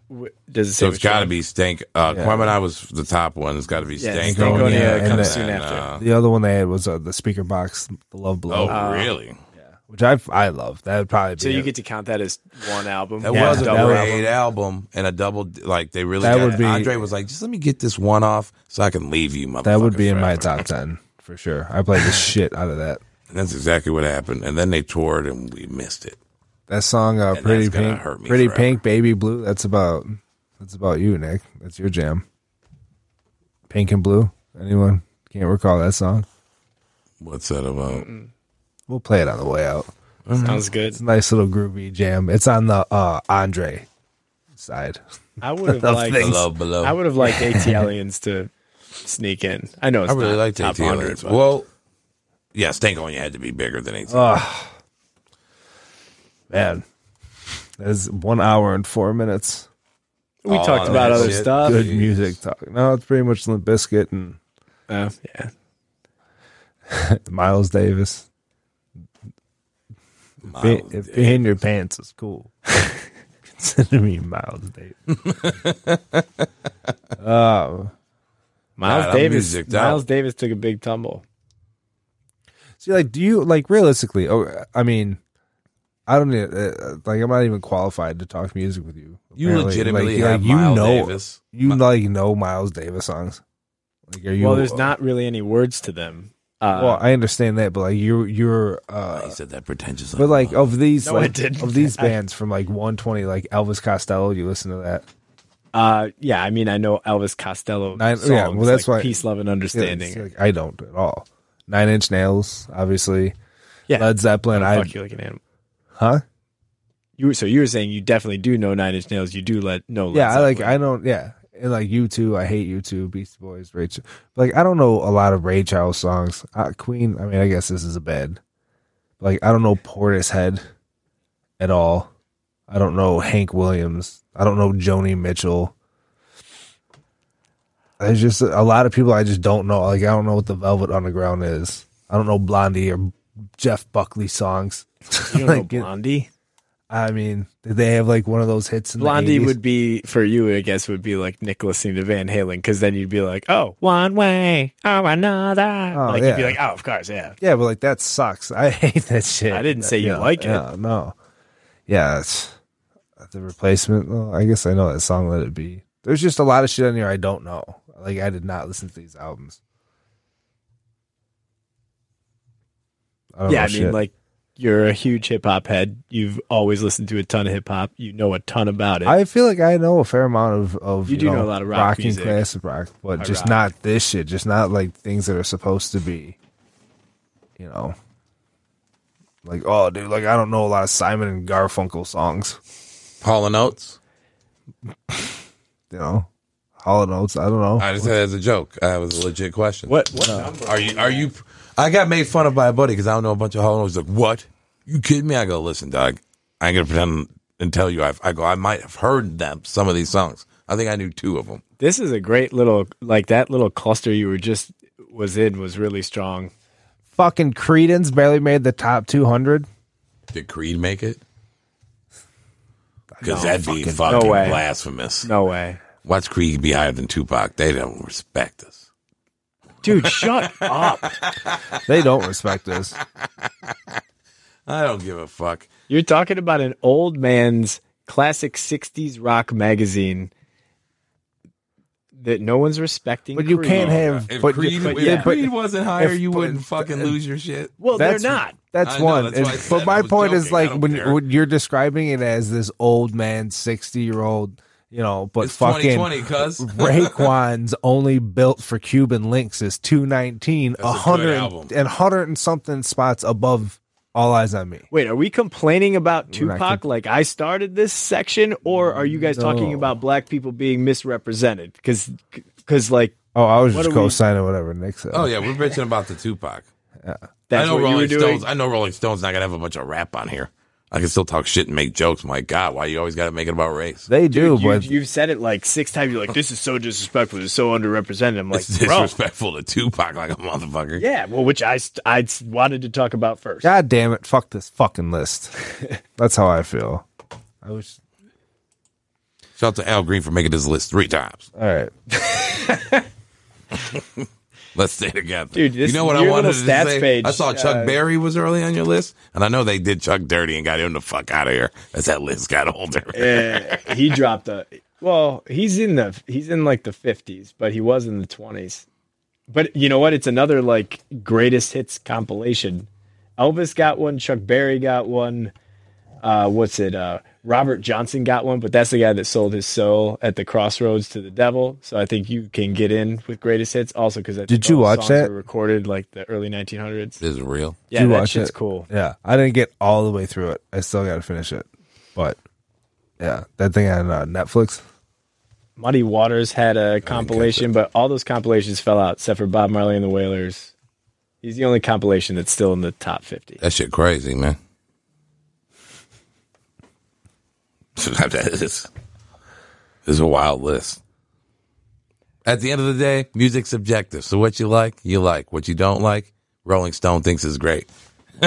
D: W- does it say
E: So it's
D: which
E: got to
D: one?
E: be Stank. Uh, Kwame and I was the top one. It's got to be
D: Yeah,
E: Stank.
A: Stankonia comes
D: soon after.
A: the other one they had was uh, the speaker box, the Love Below,
E: oh, really?
A: which I I love. That would probably be
D: so you
A: it.
D: get to count that as one album
E: That
A: Yeah,
E: was a
A: double
E: great album. and a double. Like they really.
A: That
E: got,
A: would be-
E: Andre was like, just let me get this one off so I can leave you, motherfucker.
A: that would be in my
E: forever."
A: top ten for sure. I played
E: <laughs>
A: the shit out of that.
E: And that's exactly what happened. And then they toured and we missed it.
A: That song, uh,
E: that's
A: "Pretty
E: gonna
A: Pink,"
E: hurt me
A: "Pretty
E: forever.
A: Pink," "Baby Blue." That's about that's about you, Nick. That's your jam. Pink and blue. Anyone can't recall that song?
E: What's that about?
A: We'll play it on the way out.
D: sounds good
A: It's a nice little groovy jam. It's on the uh, Andre side.
D: i would have
A: The
D: liked
A: thing.
E: Below, below.
D: i would have
A: <laughs>
D: liked atlians to sneak in i know it's
E: I really
D: not
E: liked
D: top
E: AT
D: 100
E: Aliens.
D: but
E: Well, yeah, Stank on you had to be bigger than
A: Uh,
E: AT.
A: Man, that is one hour and four minutes.
D: we
E: all
D: talked
E: on
D: about
E: that
D: other
E: shit.
D: stuff
A: Good music talk. No, it's pretty much Limp Biscuit and
D: Uh, yeah
A: Miles Davis. Be-
E: Miles
A: if being in your pants is cool, <laughs>
E: <laughs>
A: consider me Miles Davis. um,
D: Miles
E: God, I'm
D: Davis.
E: music'd out.
D: Miles Davis took a big tumble.
A: See, like, do you like realistically? Oh, I mean, I don't e- uh, like. I'm not even qualified to talk music with you.
E: You
A: apparently.
E: legitimately
A: Like,
E: have
A: like,
E: Miles
A: know,
E: Davis.
A: You like know Miles Davis songs? Like, are you?
D: well, there's not really any words to them. Uh,
A: Well, I understand that, but like you, you're. uh
E: He said that pretentious.
A: But like of these,
D: No, <laughs> I
A: like,
D: didn't.
A: of these bands from like 120, like Elvis Costello. You listen to that?
D: uh, yeah, I mean, I know Elvis Costello.
A: I- yeah,
D: songs,
A: well, that's
D: like
A: why-
D: peace, love, and
A: Yeah,
D: understanding.
A: it's like, I don't at all. Nine Inch Nails, obviously.
D: yeah,
A: Led Zeppelin. I
D: fuck you like an animal.
A: huh?
D: You were, so you were saying you definitely do know Nine Inch Nails. You do let know. Led
A: Yeah, I like.
D: Zeppelin.
A: I don't. Yeah, and like you too. I hate you too. Beastie Boys, Rachel. Like I don't know a lot of Ray Charles songs. Uh, Queen. I mean, I guess this is a bad. Like I don't know Portishead at all. I don't know Hank Williams. I don't know Joni Mitchell. There's just a lot of people I just don't know. Like I don't know what the Velvet Underground is. I don't know Blondie or Jeff Buckley songs.
D: You
A: <laughs>
D: don't
A: Like,
D: know Blondie.
A: I mean, did they have like one of those hits? In
D: Blondie
A: the 80s?
D: would be for you, I guess, would be like Nick listening to Van Halen, because then you'd be like, "Oh, one way or another." like you'd be
A: yeah.
D: like, "Oh, of course, yeah."
A: Yeah, but like that sucks. <laughs> I hate that shit.
D: I didn't say you
A: know,
D: like it.
A: Yeah, no. Yeah, it's the replacement. Well, I guess I know that song. Let it be. There's just a lot of shit on here I don't know. Like I did not listen to these albums. I don't
D: yeah,
A: know
D: I mean,
A: Oh, shit.
D: like you're a huge hip hop head. You've always listened to a ton of hip hop. You know a ton about it.
A: I feel like I know a fair amount of of
D: You do know a lot of rock
A: rock and
D: music.
A: classic rock, but
D: Hard
A: just
D: rock.
A: not this shit. Just not like things that are supposed to be, you know. Like oh, dude, like I don't know a lot of Simon and Garfunkel songs, oh,
E: Hall and Oates.
A: you know. Hollow notes, I don't know.
E: I just said it as a joke. That was a legit question.
D: what? What? number?
E: Are you? Are you? I got made fun of by a buddy because I don't know a bunch of Hall and Oates. He's like, what? You kidding me? I go, listen, dog. I ain't gonna pretend and tell you. I've, I go. I might have heard them some of these songs. I think I knew two of them.
D: This is a great little like that little cluster you were just was in was really strong.
A: Fucking Credence barely made the top two hundred.
E: Did Creed make it? Because that'd be fucking,
D: no way.
E: blasphemous.
D: No way,
E: Watch Creed be higher than Tupac. They don't respect us.
D: dude. shut up.
A: They don't respect
D: <laughs>
A: us.
E: I don't give a fuck.
D: You're talking about an old man's classic '60s rock magazine that no one's respecting.
A: But you
D: Creed.
A: can't have.
E: If
A: But,
E: Creed,
A: but,
E: if
A: yeah, but
E: Creed wasn't higher,
A: if-
E: you
A: but-
E: wouldn't fucking lose your shit.
D: Well,
A: that's
D: they're not.
A: That's
E: I know,
A: one.
E: that's
A: It's-
E: why I said
A: but
E: I
A: my
E: was
A: point is
E: joking. I
A: like
E: don't
A: when,
E: care.
A: when you're describing it as this old man, sixty year old, you know, but
E: It's
A: fucking
E: 2020,
D: <laughs>
E: cuz. <laughs>
A: Raekwon's only built for Cuban links is two nineteen,
E: a
A: a
E: good album.
A: hundred and hundred and something spots above All Eyes on Me.
D: Wait, are we complaining about
A: We're not
D: Tupac like I started this section, or are you guys talking
A: No.
D: about black people being misrepresented? Because, because like
A: Oh, I was
D: What
A: just
D: are we-
A: co-signing whatever Nick said.
E: Oh yeah, we're bitching about the Tupac. I
D: that's
E: know
D: what
E: Rolling
D: you were doing.
E: Stones. I know Rolling Stones. Not gonna have a bunch of rap on here. I can still talk shit and make jokes. My God, why you always got to make it about race?
A: they do,
D: Dude,
A: but
D: you, you've said it like six times. You're like, this is so disrespectful. It's so underrepresented. I'm like,
E: It's
D: bro,
E: disrespectful to Tupac like a motherfucker.
D: yeah. Well, which I st- I s- wanted to talk about first.
A: God damn it, fuck this fucking
E: <laughs>
A: list. That's how I feel. I was
E: Shout out to Al Green for making this list three times.
A: all right.
E: Let's stay together,
D: Dude, this
E: you know what I
D: weird
E: wanted to
D: little stats
E: say?
D: page,
E: I saw Chuck
D: uh,
E: Berry was early on your list, and I know they did Chuck dirty and got him the fuck out of here as that list got older.
D: Eh, he dropped a. Well, he's in the he's in like the 50s, but he was in the 20s. But you know what? It's another like greatest hits compilation. Elvis got one. Chuck Berry got one. Uh, what's it? Uh, Robert Johnson got one, but that's the guy that sold his soul at the crossroads to the devil. So I think you can get in with greatest hits also because
A: Did you watch that?
D: Recorded like the early 1900s.
E: This is real.
D: Yeah,
A: you
D: that
A: watch
D: shit's
A: it?
D: cool.
A: Yeah, I didn't get all the way through it. I still got to finish it. But yeah, that thing on uh, Netflix.
D: Muddy Waters had a compilation, but all those compilations fell out except for Bob Marley and the Wailers. He's the only compilation that's still in the top 50.
E: That shit crazy, man. <laughs> that is. This is a wild list. At the end of the day, music's subjective. So what you like, you like. What you don't like, Rolling Stone thinks is great. <laughs>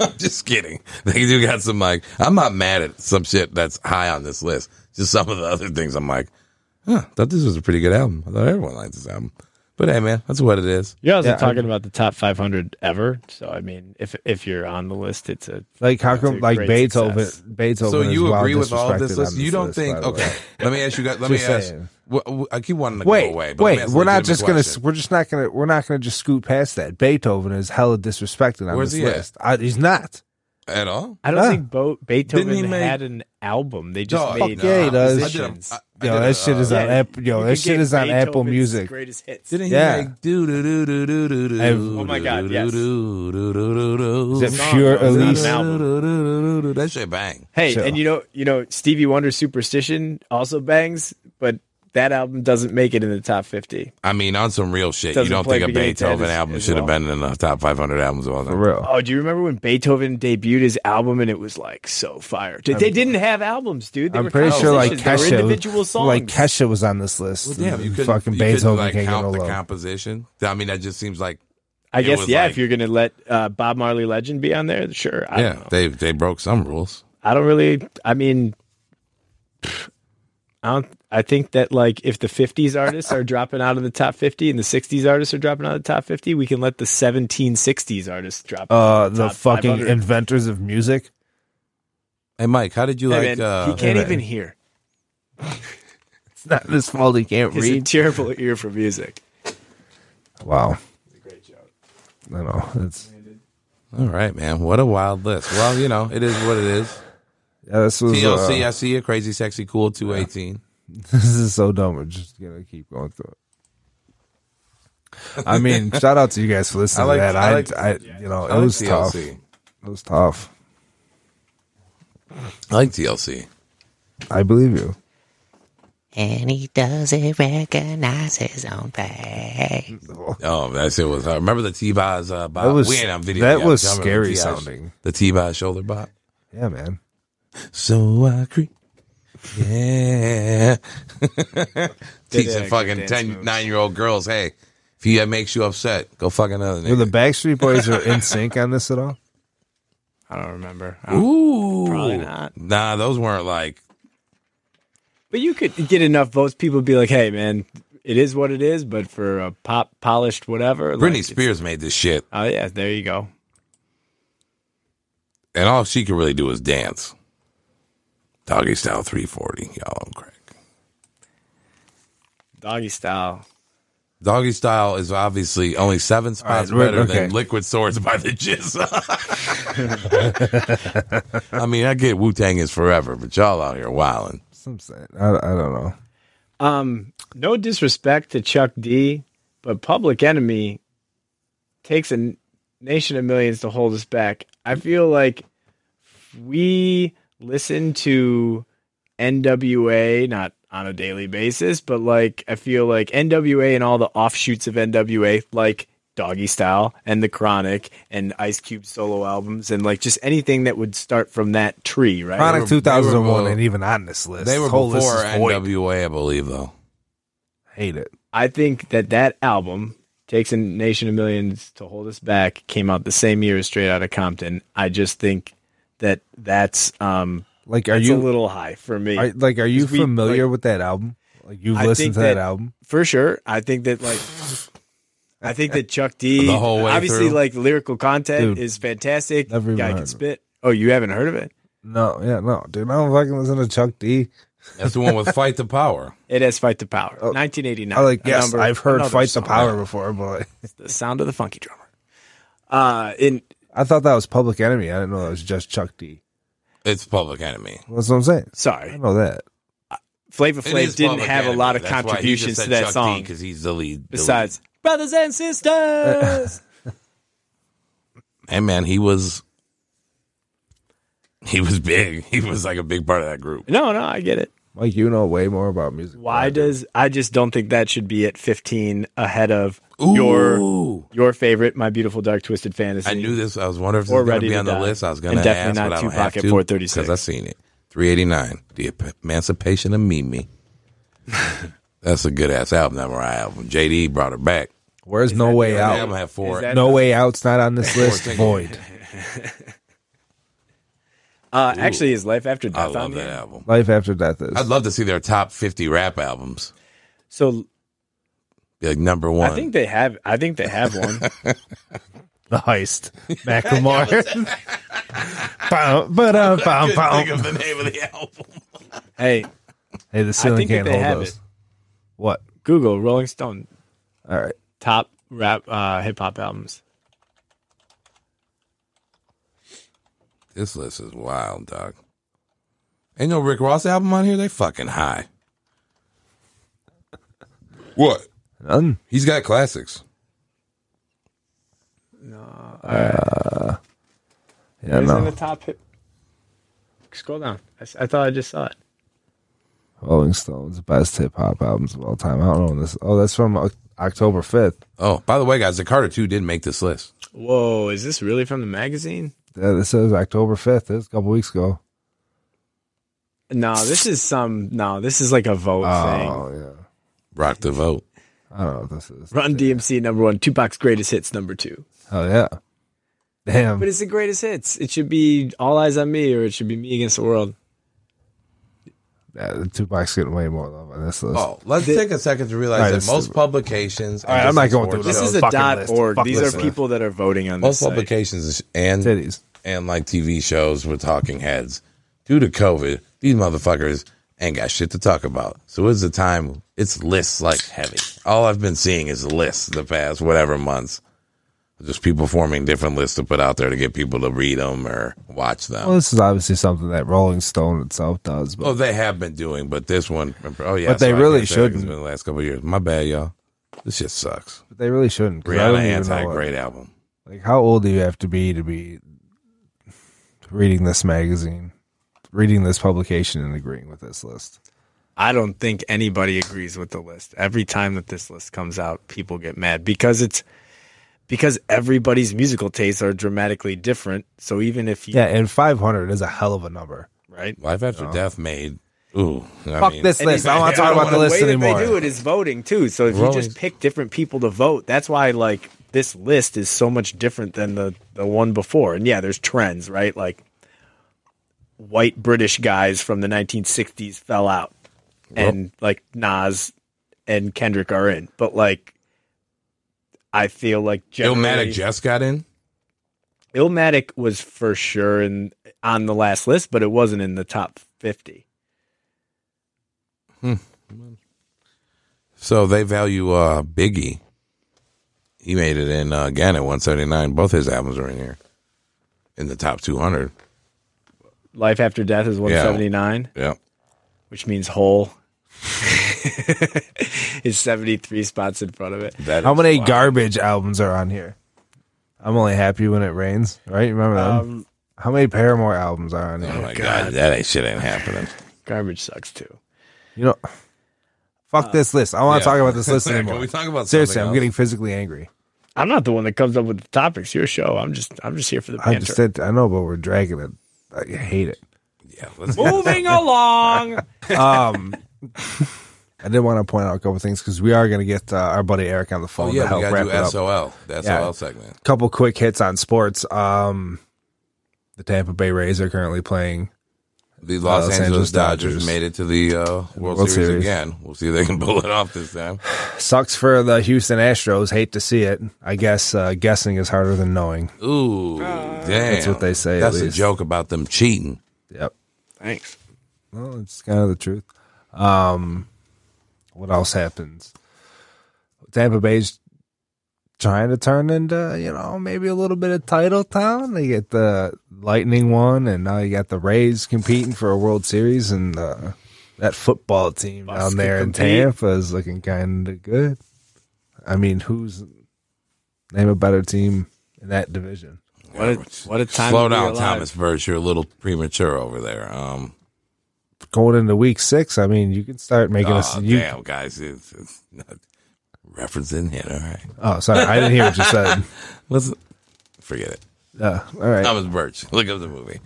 E: I'm just kidding. They do got some like I'm not mad at some shit that's high on this list. Just some of the other things I'm like, Huh, thought this was a pretty good album. I thought everyone liked this album. But hey, man, that's what it is.
D: You're also
A: Yeah, I-
D: talking about the top 500 ever. So I mean, if if you're on the list, it's a
A: Like how come?
D: a
A: Like
D: great
A: Beethoven.
D: success.
A: Beethoven.
E: So
A: is
E: you
A: wild
E: agree with all of
A: disrespected
E: this?
A: on
E: Listen, you don't
A: list,
E: think?
A: by the way.
E: Okay, let me ask you guys. Let me
A: Just
E: ask.
A: saying.
E: Wh- wh- I keep wanting to
A: Wait,
E: go away. But let me
A: wait.
E: ask a
A: We're not
E: legitimate
A: just gonna.
E: question.
A: We're just not gonna. We're not gonna just scoot past that. Beethoven is hella disrespected on
E: Where's
A: this
E: he at?
A: list. I, he's not.
E: at all.
D: I don't
A: Huh.
D: think Bo- Beethoven
E: he make-
D: had an album. They just
E: Dog,
D: made
A: Fuck yeah, he does.
E: I did a-
D: compositions.
E: I- I
A: Yo,
E: did a,
A: that shit is
E: uh,
A: on. App, yo,
D: You
A: that
D: could
A: shit
D: get
A: is on Apple
D: Beethoven's
A: Music.
D: Greatest hits.
E: Didn't he
A: Yeah.
E: make do do do do do do do?
A: Ev-
D: Oh my God, yes.
E: Do, do, do, do, do, do.
A: Is it pure
D: though. It's not an
A: Elise?
D: album.
E: That shit bang.
D: Hey,
A: So-
D: and you know, you know, Stevie Wonder "Superstition" also bangs, but that album doesn't make it in the top 50.
E: I mean, on some real shit, you
D: Doesn't
E: don't
D: play
E: think a
D: beginning to end
E: Beethoven
D: as-
E: album
D: as
E: should have
D: well.
E: been in the top 500 albums of all
A: For
E: time.
A: real.
D: Oh, do you remember when Beethoven debuted his album and it was like so fire? They, they didn't have albums, dude. They
A: I'm
D: were
A: pretty sure like
D: compositions. They
A: Kesha,
D: were individual songs.
A: like Kesha was on this list.
E: Well, damn,
A: and
E: you couldn't
A: fucking
E: you couldn't,
A: Beethoven
E: like
A: can't
E: count
A: get
E: the
A: no love.
E: composition. I mean, that just seems like
D: I
E: it
D: guess
E: was
D: yeah.
E: like-
D: if you're gonna let uh, Bob Marley "Legend" be on there, sure. I don't
E: yeah,
D: know.
E: they they broke some rules.
D: I don't really. I mean, pfft, I don't. I think that like if the '50s artists are dropping out of the top 50 and the '60s artists are dropping out of the top 50, we can let the 1760s artists drop. out
A: Uh,
D: of the
A: the
D: top
A: fucking
D: 500.
A: inventors of music.
E: Hey, Mike, how did you
D: Hey,
E: like?
D: man,
E: uh,
D: he can't
A: hey,
D: even hear.
A: It's not his fault he can't
D: He's a terrible ear for music.
A: Wow. I know. It's
E: all right, man. What a wild list. Well, you know, it is what it is.
A: yeah, this was uh,
E: TLC, I see you, crazy, sexy, cool, two eighteen.
A: <laughs> this is so dumb. We're just gonna keep going through it. I mean,
E: <laughs>
A: shout out to you guys for listening
E: I like-
A: to that.
E: I
A: I, I,
E: like-
A: you know, it
E: I like
A: was tough.
E: TLC.
A: It was tough.
E: I like TLC.
A: I believe you.
F: and he doesn't recognize his own
D: Mm,
F: face.
E: Oh, that shit was. I remember the T Boz. Uh, bop?
A: That was-
E: we ain't on video.
A: that
E: yet,
A: was
E: but y'all remember the
A: scary
E: T.I.
A: sounding.
E: The T Boz shoulder bop.
A: Yeah, man.
E: So I creep. Yeah. <laughs> Teaching
D: actually
E: fucking
D: dance
E: 10,
D: moves.
E: 9 year old girls, hey, if you that makes you upset, go fuck another
A: Were the
E: nigga.
A: Backstreet Boys or
E: <laughs>
A: in sync on this at all?
D: I don't remember.
E: Ooh.
D: Probably not.
E: Nah, those weren't like.
D: But you could get enough votes. People would be like, "Hey, man, it is what it is." But for a pop polished whatever, like,
E: Britney
D: it's-
E: Spears made this shit,
D: Oh yeah, there you go.
E: and all she could really do is dance. Doggy style 340. Y'all on crack.
D: Doggy style.
E: Doggy style is obviously only seven spots
A: right,
E: better
A: okay.
E: than Liquid Swords by
A: <laughs>
E: the Jizz. I mean, I get Wu Tang is forever, but y'all out here wilding.
A: Some saying. I, I don't know.
D: Um, no disrespect to Chuck D, but Public Enemy takes a n- nation of millions to hold us back. I feel like if we listen to NWA not on a daily basis, but like I feel like NWA and all the offshoots of NWA, like Doggy Style and The Chronic and Ice Cube solo albums, and like just anything that would start from that tree, right?
A: Chronic
E: were-
A: two thousand and
E: they
A: one
E: were-
A: ain't even on this list.
E: They were
A: This whole list
E: before uh,
A: is void.
E: NWA, I believe, though.
A: Hate it.
D: I think that that album takes a nation of millions to hold us back came out the same year as Straight Outta Compton. I just think that that's um
A: Like, are
D: that's
A: you
D: a little high for me.
A: Are, like, are you
D: Because we,
A: familiar
D: like-
A: with that album? Like, you've
D: I
A: listened
D: think
A: to that,
D: that-
A: album?
D: for sure. I think that like I think that Chuck D
E: The whole way
D: obviously
E: through?
D: like lyrical content
A: Dude,
D: is fantastic.
A: never even
D: Guy
A: heard
D: can
A: of it.
D: spit. Oh, you haven't heard of it?
A: No, yeah, no, dude. I don't fucking listen to Chuck D.
E: That's the one with Fight the Power.
D: It has Fight the Power.
E: Oh.
D: 1989.
A: I like,
D: A
A: yes,
D: number-
A: I've heard
D: another
A: "Fight the
D: song.
A: Power" before, but like,
D: The sound of the funky drummer. Uh in
A: I thought that was Public Enemy. I didn't know that was just Chuck D.
E: It's Public Enemy.
A: That's what I'm saying. I
D: sorry.
A: know that.
D: Flavor
E: It is
D: Flav didn't
E: Public
D: have
E: Enemy.
D: a lot of
E: That's why he just
D: contributions
E: said
D: to that
E: Chuck
D: song.
E: because he's the lead. the
D: besides brothers and sisters.
E: <laughs> lead. hey man, he was he was big. <laughs> He was like a big part of that group.
D: no, no, I get it.
A: Like, you know way more about music. than
D: Why
A: I do.
D: does I just don't think that should be at 15 ahead of
E: Ooh,
D: your your favorite, My Beautiful Dark Twisted Fantasy.
E: I knew this. I was wondering if it
D: Or
E: was going to
D: Ready
E: be
D: to
E: on the
D: Die.
E: list. I was going
D: And
E: to ask,
D: definitely
E: but
D: not
E: I don't
D: Tupac
E: have
D: at
E: to
D: 436.
E: because I seen it. Three eighty nine, the Ep- Emancipation of
D: <laughs>
E: Mimi. That's a good ass album. That Mariah album. JD brought her back.
A: Where's No Way
E: That
A: Out?
E: album had four.
D: Is that- <laughs>
A: No Way Out's not on this list.
E: Four tickets.
A: Void.
D: Uh, actually, is Life After
E: I
D: Death on
E: love that
D: there?
E: album.
A: Life After Death is.
E: I'd love to see their top 50 rap albums.
D: So
E: Be Like number one.
D: I think they have. I think they have
E: <laughs>
D: one.
A: the
D: <laughs>
A: heist. <laughs> Macklemore.
D: <laughs>
A: Bum, ba-dum, bum,
E: Couldn't
A: bum.
E: think of the name of <laughs> the album.
D: hey,
A: Hey, the
D: I
A: ceiling
D: think that
A: can't
D: they have
A: hold those.
D: it.
A: What?
D: Google Rolling Stone
A: All right.
D: top rap uh, hip hop albums.
E: This list is wild, dog. Ain't no Rick Ross album on here. They fucking high. What?
A: None.
E: He's got classics.
A: Yeah,
D: Is in the
A: no.
D: top hip. Scroll down. I, s- I thought I just saw it.
A: Rolling Stones, best hip hop albums of all time. I don't know when this. Oh, that's from Oc- October 5th.
E: Oh, by the way, guys, the Carter 2 did make this list.
D: Whoa, is this really from the magazine?
A: Yeah, this says October 5th. This was a couple weeks ago.
D: No, this is some. No, this is like a vote thing.
A: Oh, yeah.
E: Rock the vote.
A: I don't know what this is.
D: Run DMC number one, Tupac's greatest hits number two.
A: Oh, yeah. Damn.
D: But it's the greatest hits. It should be All Eyes on Me, or it should be Me Against the World.
A: Yeah, the Tupac's getting way more love on this list.
E: Oh, let's take a second to realize
A: All right,
E: that
A: this
E: most
A: is-
E: publications.
A: All right, I'm not going through
E: this.
D: This
A: No,
D: is a
A: fucking
D: dot
A: list.
D: org.
A: Fuck
D: These
A: list,
D: are
A: man.
D: people that are voting on
E: Most
D: this. site.
E: publications and
A: Titties.
E: and like TV shows were talking heads. Due to COVID, these motherfuckers ain't got shit to talk about. So it's the time. It's lists like heavy. All I've been seeing is lists the past whatever months. Just people forming different lists to put out there to get people to read them or watch them.
A: Well, this is obviously something that Rolling Stone itself does, but
E: oh, they have been doing, but this one, oh yeah,
A: But they
E: so I
A: really
E: can't say that 'cause
A: shouldn't.
E: It's been the last couple of years. My bad, y'all. This shit sucks.
A: they really shouldn't. 'cause I
E: Rihanna
A: don't even know
E: anti
A: what-
E: great album.
A: Like, how old do you have to be to be reading this magazine, reading this publication, and agreeing with this list?
D: I don't think anybody agrees with the list. Every time that this list comes out, people get mad because it's because everybody's musical tastes are dramatically different. So even if you
A: Yeah, and 500 is a hell of a number.
D: right,
E: Life After Death made. Ooh, I
A: Fuck
E: mean-
A: this list. I don't want to talk about the list
D: way
A: anymore.
D: That they do it is voting too. So if you
E: Rolling-
D: just pick different people to vote, that's why like this list is so much different than the the one before. And yeah, there's trends, right? Like white British guys from the 1960s fell out, and like Nas and Kendrick are in, but like. I feel like generally-
E: Illmatic just got in.
D: Illmatic was for sure in on the last list, but it wasn't in the top fifty.
E: So they value uh, Biggie. He made it in uh, again at 179. Both his albums are in here, in the top 200.
D: Life After Death is one seventy nine.
E: Yeah,
D: which means <laughs> whole, is 73 spots in front of it.
E: that
A: How
E: is
A: many
E: wild.
A: garbage albums are on here? I'm only happy when it rains, right? You Remember that?
D: Um,
A: How many Paramore albums are on
E: Oh
A: here?
E: my god, that ain't shit ain't happening.
D: Garbage sucks too.
A: You know, fuck this list. I don't want
E: yeah.
A: to talk about this list
E: <laughs> Can
A: anymore.
E: we talk about
A: seriously?
E: something
A: I'm
E: else?
A: getting physically angry.
D: I'm not the one that comes up with the topics. Your show. I'm just I'm just here for the
A: I
D: banter.
A: just said I know, but we're dragging it. I hate it.
E: Yeah,
A: <laughs>
E: let's
D: Moving along.
A: Um, I did want to point out a couple things because we are going to get uh, our buddy Eric on the phone
E: oh,
A: to
E: yeah, we
A: help wrap
E: gotta
A: it
E: do
A: up.
E: SOL, the
A: Yeah.
E: SOL segment.
A: couple quick hits on sports. Um, the Tampa Bay Rays are currently playing.
E: The Los, Angeles, Dodgers,
A: Dodgers.
E: made it to the uh, World,
A: World
E: Series,
A: Series.
E: again. We'll see if they can <laughs> pull it off this time.
A: Sucks for the Houston Astros. Hate to see it. I guess uh, guessing is harder than knowing.
E: Ooh, damn, that's
A: what they say, at
E: That's a
A: least.
E: joke about them cheating.
A: Yep.
D: <laughs> Thanks.
A: Well, it's kind of the truth. Um, what else happens? Tampa Bay's trying to turn into, you know, maybe a little bit of title town. They get the Lightning one, and now you got the Rays competing for a World Series, and uh, that football team
D: Bucks
A: down
D: could
A: there in
D: compete.
A: Tampa is looking kind of good. I mean, who's name a better team in that division?
D: What a, what a time.
E: Slow
D: to be
E: down,
D: alive.
E: Thomas Birch. You're a little premature over there. Um,
A: Going into Week Six, I mean, you can start making us.
E: Oh,
A: You,
E: damn, guys. It's, it's not referencing hit. All right.
A: oh, sorry, I didn't hear what you
D: <laughs>
A: said.
E: Let's forget it.
A: Uh, all right.
E: Thomas Birch. Look up the movie.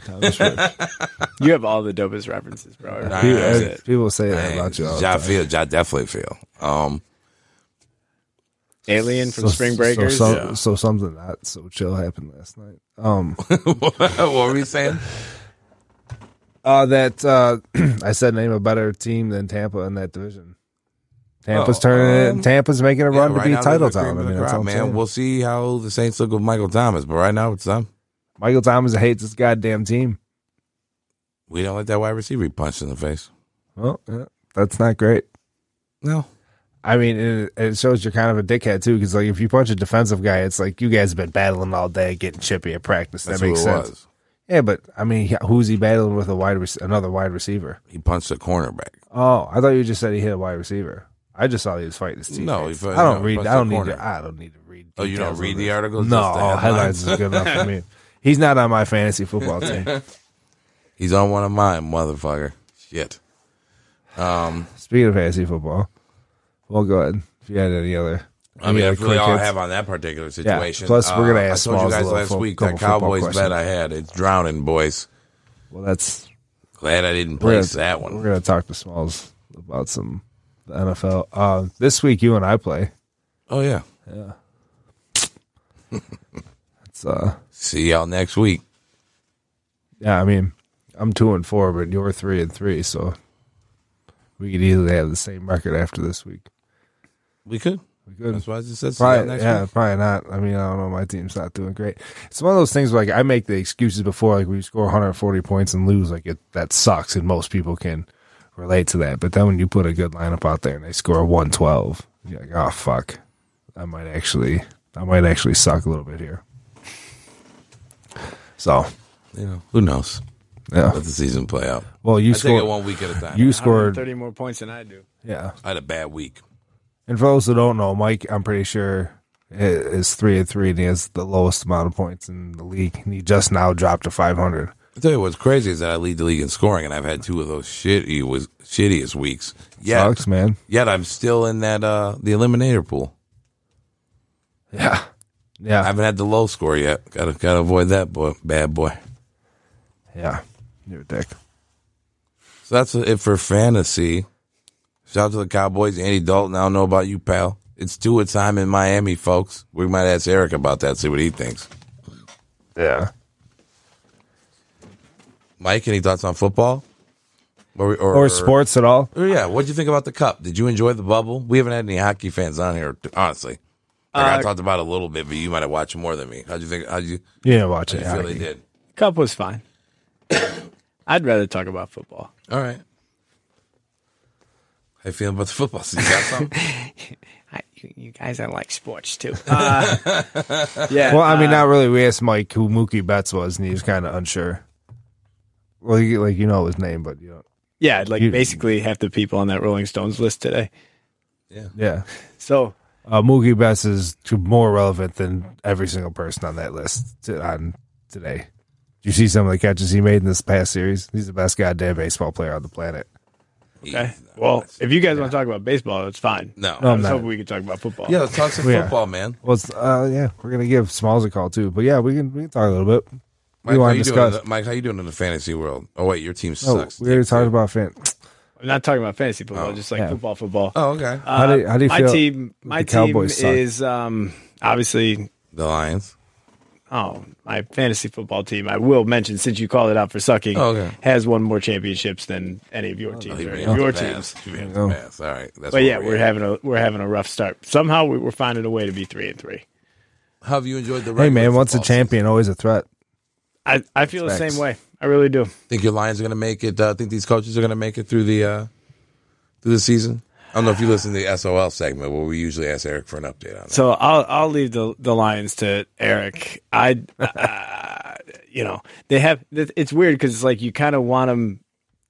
D: You have all the dopest references, bro.
E: Nah,
A: People,
E: that's
A: uh,
E: it.
A: people say that
E: Hey,
A: about you. All the
E: Ja
A: time.
E: feel. Ja definitely feel. Um, <laughs>
D: Alien from Spring Breakers.
A: So, so,
E: Yeah.
A: so something not so chill happened last night. Um,
E: what were we saying?
A: Uh, that uh, <clears throat> I said name a better team than Tampa in that division. Tampa's
E: Oh,
A: turning
E: um,
A: it. Tampa's making a run
E: Yeah,
A: to be
E: now they're
A: title
E: the cream
A: time. I
E: of
A: mean,
E: the
A: that's
E: crop,
A: all I'm
E: man.
A: saying.
E: We'll see how the Saints look with Michael Thomas, but right now it's them.
A: Michael Thomas hates this goddamn team.
E: We don't let that wide receiver be punched in the face.
A: Well, yeah, that's not great.
E: No.
A: I mean, it, it shows you're kind of a dickhead too, because like if you punch a defensive guy, it's like you guys have been battling all day, getting chippy at practice.
E: That's
A: that
E: who
A: makes
E: it
A: sense.
E: was.
A: Yeah, but I mean, he- who's he battling with a wide rec- another wide receiver?
E: He punched a cornerback.
A: Oh, I thought you just said he hit a wide receiver. I just saw he was fighting his team.
E: No, he fu-
A: I don't
E: no,
A: read.
E: punched
A: I don't
E: the
A: need.
E: corner.
A: To, I don't need to read.
E: Oh, you don't
A: details
E: read
A: of
E: the
A: this.
E: articles,
A: No,
E: just
A: <laughs>
E: the
A: oh, headlines
E: headlines.
A: is good enough for me. <laughs> He's not on my fantasy football
E: <laughs>
A: team.
E: He's on one of mine, motherfucker. Shit. Um,
A: Speaking of fantasy football, well, go ahead. If you had any other,
E: I mean,
A: any other
E: that's really
A: quick
E: all I
A: hits.
E: have on that particular situation. Uh,
A: Plus, we're gonna ask
E: I told
A: Smalls
E: you
A: a
E: guys
A: little
E: last
A: fo-
E: week
A: couple
E: that
A: football
E: Cowboys
A: questions.
E: bet I had. It's drowning, boys.
A: Well, that's
E: Glad I didn't
A: we're
E: place
A: gonna-
E: that
A: We're
E: one.
A: gonna talk to Smalls about some the NFL. Uh, this week, you and I play.
E: Oh yeah.
A: It's uh,
E: See y'all next week.
A: yeah. I mean, I'm two and four, but you're three and three, so we could easily have the same record after this week.
E: We could.
A: We could.
E: That's why I just said see y'all
A: Probably,
E: next
A: yeah,
E: week.
A: probably not. I mean, I don't know. My team's not doing great. It's one of those things where, like I make the excuses before, like we score 140 points and lose, like it that sucks, and most people can relate to that. But then when you put a good lineup out there and they score 112, you're like, oh fuck, I might actually, I might actually suck a little bit here. So
E: You know, who knows?
A: yeah,
E: Let the season play out.
A: well you
E: I take it
A: scored,
E: one week at a time.
A: you
D: I have
A: scored,
D: 30 more points than I do.
A: yeah.
E: I had a bad week.
A: And for those who don't know, Mike, I'm pretty sure i- is three and three, and he has the lowest amount of points in the league. And he just now dropped to 500.
E: I tell you what's crazy is that I lead the league in scoring, and I've had two of those shitty was shittiest weeks. Yet,
A: Sucks, man.
E: yet I'm still in that uh the eliminator pool.
A: Yeah,
E: I
A: yeah,
E: haven't had the low score yet. Gotta gotta avoid that boy, bad boy.
A: yeah. You're a dick.
E: So that's it for fantasy. Shout out to the Cowboys, Andy Dalton. I don't know about you, pal. It's two a time in Miami, folks. We might ask Eric about that, see what he thinks.
A: Yeah.
E: Mike, any thoughts on football or or,
A: Or sports at all?
E: or, yeah, what'd you think about the cup? Did you enjoy the bubble? We haven't had any hockey fans on here, t- honestly. Like, I
D: Uh,
E: talked about it a little bit, but you might have watched more than me. How'd you think? How'd you,
A: Yeah, watch
E: how'd
A: it.
E: you feel they
A: hockey.
E: did?
D: Cup was fine. <coughs> I'd rather talk about football.
E: All right. How you feeling about the football season? Got something?
D: I, you, you guys, I like sports too. <laughs> Uh, yeah.
A: Well, I mean,
D: uh,
A: not really. We asked Mike who Mookie Betts was, and he was kind of unsure. Well, you, like you know his name, but you don't.
D: yeah, like
A: you-
D: basically half the people on that Rolling Stones list today.
A: Yeah,
D: So
A: uh, Mookie Betts is t- more relevant than every single person on that list to, on today. Did you see some of the catches he made in this past series? He's the best goddamn baseball player on the planet.
D: Okay. Eh, Well, if you guys want to talk about baseball, that's fine.
E: No.
A: No,
D: I
A: I'm
D: was
A: not.
D: hoping we could talk about football.
E: Yeah, let's talk some
A: Yeah.
E: football, man.
A: Well, it's, uh, yeah, we're gonna give Smalls a call too, but yeah, we can we can talk a little bit. we
E: Mike, how
A: want to
E: you doing? in
A: discuss.
E: the- Mike, how you doing in the fantasy world? Oh wait, your team
A: Oh,
E: sucks.
A: we already talked about fan.
D: I'm not talking about fantasy football, just like
A: yeah.
D: football, football.
E: Oh, okay.
D: Uh,
A: How do you- how do you
D: my
A: feel
D: team, my
A: the
D: team
A: Cowboys suck?
D: is um, obviously
E: The Lions.
D: oh my fantasy football team. I will mention since you called it out for sucking,
E: Oh, okay.
D: has won more championships than any of your
A: Oh,
D: teams or any of your teams.
A: go.
E: All right. That's
D: But
E: where
D: yeah,
E: we
D: we're
E: at.
D: having a we're having a rough start. Somehow we, we're finding a way to be three and three.
E: How have you enjoyed the?
A: Hey
E: regular
A: man, once a
E: football season?
A: champion, always a threat.
D: I, I feel the
A: Facts.
D: same way. I really do.
E: Think your Lions are going to make it? Uh, think these coaches are going to make it through the uh, through the season? I don't know if you listen to the SOL segment where we usually ask Eric for an update on it.
D: So I'll I'll leave the the Lions to Eric. I uh,
E: <laughs>
D: you know they have it's weird because it's like you kind of want them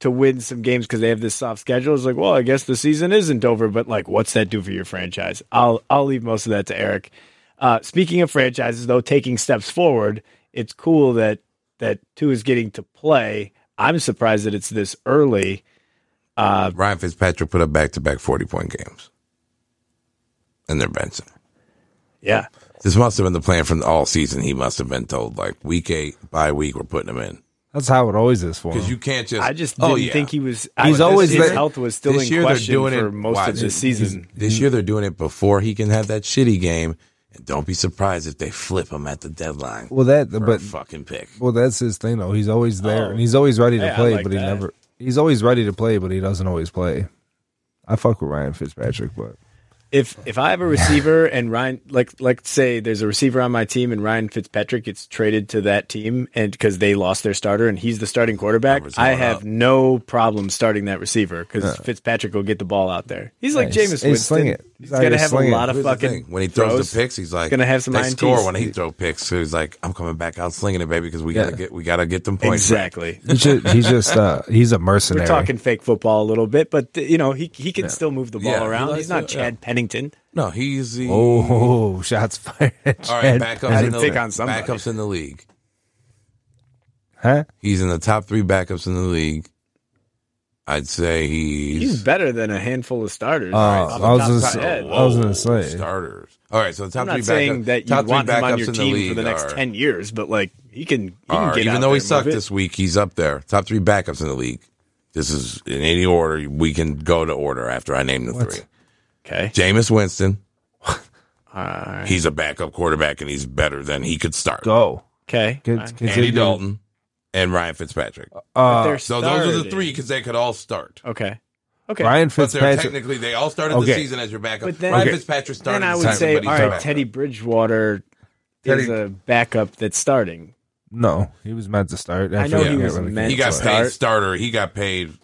D: to win some games because they have this soft schedule. It's like well I guess the season isn't over, but like what's that do for your franchise? I'll I'll leave most of that to Eric. Uh, speaking of franchises, though, taking steps forward, it's cool that that two is getting to play. I'm surprised that it's this early.
E: Ryan Fitzpatrick put up back to back forty point games, and they're benching. him.
D: Yeah,
E: This must have been the plan from all season. He must have been told like week eight by week we're putting him in
A: That's how it always is for
E: because
A: him.
E: you can't just.
D: I just didn't
E: oh, yeah.
D: think he was.
A: He's
D: I,
A: always
D: his
A: been-
D: health was still in
E: they're
D: question for most
E: watch,
D: of the
E: he's-
D: season.
E: This year they're doing it before he can have that shitty game, And don't be surprised if they flip him at the deadline.
A: Well, that
E: for a Oh.
A: but
E: fucking pick.
A: well, that's his thing though. He's always there and he's always ready to
D: Hey, I
A: play,
D: like
A: but he
D: that.
A: never. He's always ready to play, but he doesn't always play. I fuck with Ryan Fitzpatrick, but
D: If if I have a receiver and Ryan like like say there's a receiver on my team and Ryan Fitzpatrick gets traded to that team and because they lost their starter and he's the starting quarterback,
E: Numbers
D: I
E: going
D: have
E: up.
D: no problem starting that receiver because Fitzpatrick will get the ball out there. He's like
A: Yeah, he's-
D: Jameis
A: he's
D: Winston.
A: sling it.
D: He's
A: He's out
D: gonna
A: here
D: have a
A: slinging.
D: lot of
E: Here's the
D: fucking
E: thing. when he throws
D: throws.
E: the picks, he's like
D: gonna have some
E: They
D: INTs.
E: score when he throw picks. So he's like, I'm coming back out slinging it, baby, because we gotta
A: Yeah.
E: get we gotta get them points.
D: Exactly.
A: he just, he's just uh, he's a
D: We're
A: mercenary.
D: talking fake football a little bit, but th- you know he he can still move the ball
E: Yeah, he
D: around.
E: likes
D: He's not
E: to-
D: Chad Pennington.
E: No, he's the
A: Oh, <laughs> shots fired!
E: all right. Backups in the
D: pick on somebody.
E: backups in the league.
A: huh?
E: He's in the top three backups in the league. I'd say he's,
D: He's better than a handful of starters.
A: Uh,
D: right? Off the
A: I was
D: top
A: gonna
D: of my
A: say-
D: head.
A: I was gonna
E: Whoa,
A: say.
E: starters. All right, so the top
D: I'm
E: three
D: not saying
E: backup-
D: that you
E: top three
D: want him on your
E: backups in the
D: team for
E: league
D: the next
E: are-
D: ten years, but like he can, he can
E: are-
D: get
E: even
D: out
E: though
D: there
E: he
D: and move
E: sucked
D: it.
E: this week, he's up there. Top three backups in the league. This is in any order. We can go to order after I name the three.
D: Okay,
E: Jameis Winston. He's a backup quarterback and he's better than he could start.
A: Go.
D: okay.
A: Con-
D: Fine.
A: continue.
E: Andy Dalton and Ryan Fitzpatrick.
D: But
A: Uh,
D: they're
E: So those are the
D: starting.
E: three because they could all start.
D: Okay, okay.
A: Ryan
E: But they're
A: Fitzpatrick.
E: technically they all started the
A: Okay.
E: season as your backup.
D: But then-
E: Ryan
D: Okay.
E: Fitzpatrick started.
D: Then I
E: the
D: would
E: season,
D: say, all
E: but he's
D: right,
E: back.
D: Teddy Bridgewater is a backup that's starting.
A: No, he was meant to start.
D: I know
A: after-
E: he
A: yeah,
D: was
A: when it
D: meant
A: came
E: He got
A: to it.
D: Start.
E: paid starter. He got paid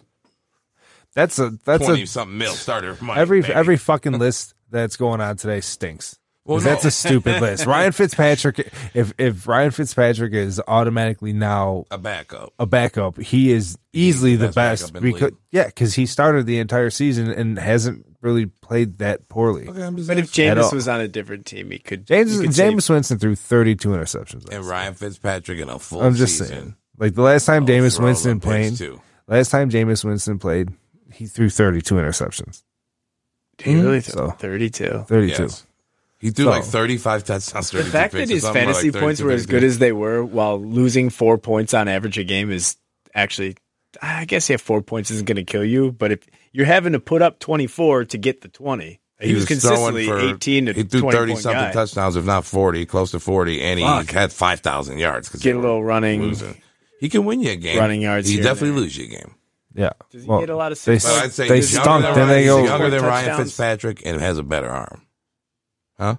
A: That's a that's
E: twenty
A: a
E: something mil starter money.
A: every
E: baby.
A: every fucking list that's going on today stinks. 'Cause
E: Well, no.
A: That's a stupid list. Ryan Fitzpatrick. If if Ryan Fitzpatrick is automatically now
E: a backup.
A: a backup, he is easily the
E: the best
A: best.
E: backup in the
A: because
E: league.
A: yeah, because he started the entire season and hasn't really played that poorly.
D: But if
A: At all.
D: Jameis was on a different team, he could.
A: James
D: he could save-
A: James Winston threw thirty two interceptions.
E: And Ryan Fitzpatrick in a full
A: I'm just
E: season. Oh,
A: saying, like the last time Jameis
E: throw
A: Winston
E: them
A: played,
E: picks, too.
A: last time Jameis Winston played, he threw thirty two interceptions.
D: He
E: Hmm,
D: really threw
A: So.
D: 32.
A: Thirty two.
E: Yes. He threw
A: So-
E: like 35 touchdowns.
D: The fact that his fantasy points were as good as they were while losing four points on average a game is actually, I guess, yeah, four points isn't going to kill you. But if you're having to put up 24 to get the 20, he, was, consistently 18 to
E: He threw
D: 20
E: 30
D: point
E: something
D: guy.
E: touchdowns, if not 40, close to 40, and he
D: Fuck.
E: had 5,000 yards. 'cause
D: Get
E: they
D: a
E: were
D: little running.
E: losing. He can win you a game.
D: Running yards
E: He
D: here and
E: definitely
D: there.
E: lose you a game.
A: Yeah.
D: Does he get a lot of
A: they,
D: six-
E: But I'd say
A: they
E: he's younger
A: stunk.
E: than
A: Then they
E: Ryan- he's
A: go.
E: younger than Ryan
D: Touchdowns.
E: Fitzpatrick and has a better arm. Huh?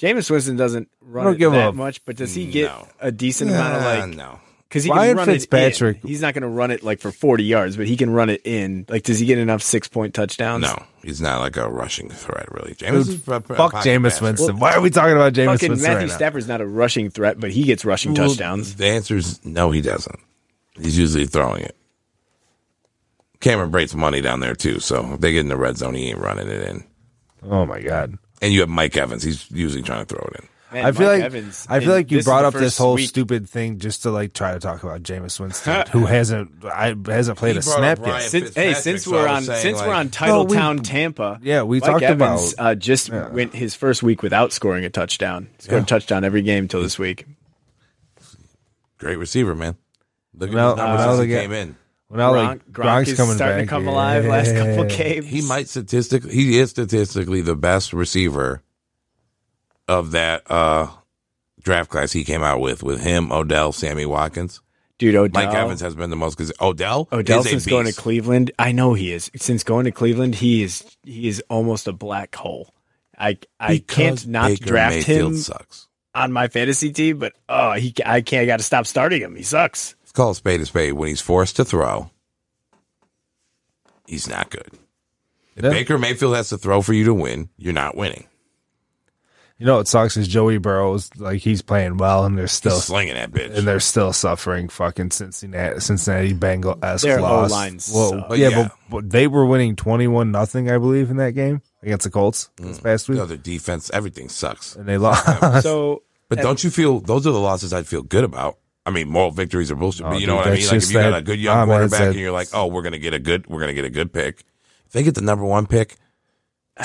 D: Jameis Winston doesn't run
A: don't
D: it
A: give
D: that
A: up.
D: much, but does he get
E: No.
D: a decent amount of
E: Ah,
D: like?
E: no.
D: Because he
A: Ryan
D: can run Fitzpatrick.
A: Fitzpatrick-
D: It in. He's not going to run it like for 40 yards, but he can run it in. Like, does he get enough six point touchdowns?
E: No. He's not like a rushing threat, really. James
A: Dude, fuck Jameis Winston. Why are we talking about Jameis
D: Fucking
A: Winston?
D: Matthew
A: right now?
D: Stafford's not a rushing threat, but he gets rushing
E: Well,
D: touchdowns.
E: The answer is no, he doesn't. He's usually throwing it. Cameron Brate's money down there too, so if they get in the red zone, he ain't running it in.
A: Oh my god.
E: And you have Mike Evans; he's usually trying to throw it in.
D: Man,
A: I feel
D: Mike
A: like
D: Evans,
A: I feel
D: and
A: like you
D: is
A: brought
D: the
A: up this
D: first
A: whole
D: week-
A: stupid thing just to like try to talk about Jameis
D: <laughs>
A: Winston, who hasn't I hasn't played a
E: brought up
A: snap
E: Ryan
A: yet.
D: Since,
E: Fitzpatrick,
D: hey, since
E: so I
D: we're
E: was
D: on
E: saying,
D: since we're
E: like-
D: on Title
A: No, we-
D: Town Tampa,
A: Yeah, we
D: Mike
A: talked
D: Evans,
A: about-
D: uh, just went his first week without scoring a touchdown. Scored a touchdown every game till this week.
E: Great receiver, man. Look at
A: Well,
E: his numbers
A: well,
E: since he
A: again-
E: came in.
A: Well, now
D: Gronk,
A: like
D: Gronk
A: Gronk's
D: is
A: coming
D: starting
A: back.
D: to come alive. Last couple games,
E: He might statistically, he is statistically the best receiver of that uh, draft class he came out with. With him, Odell, Sammy Watkins,
D: dude. Odell,
E: Mike Evans has been the most. Cause Odell,
D: Odell
E: is a
D: since going to
E: beast.
D: Cleveland, I know he is. Since going to Cleveland, he is he is almost a black hole. I I
E: Because
D: can't not
E: Baker
D: draft
E: Mayfield
D: him
E: Sucks.
D: on my fantasy team, but oh, he I can't. I got to stop starting him. He sucks.
E: It's called spade a spade. When he's forced to throw, he's not good. If
A: Yeah.
E: Baker Mayfield has to throw for you to win, you're not winning.
A: You know what sucks is Joey Burrow's like he's playing well and they're
E: He's
A: still
E: slinging that bitch.
A: and they're still suffering fucking Cincinnati Cincinnati Bengal esque
D: Their
A: loss.
D: O-line sucks.
A: Well, yeah,
E: Yeah.
A: But, but they were winning twenty one nothing, I believe, in that game against the Colts
E: Mm.
A: this past week,
E: the other defense, everything sucks.
A: and they lost.
D: So
E: But don't you feel those are the losses I'd feel good about? I mean, moral victories are bullshit, but
A: Oh,
E: you know
A: dude,
E: what I
A: that's
E: mean. Like if
A: just
E: you got
A: that-
E: a good young
A: nah, man, it's
E: quarterback and
A: that-
E: you're like, oh, we're gonna get a good, we're gonna get a good pick. If they get the number one pick,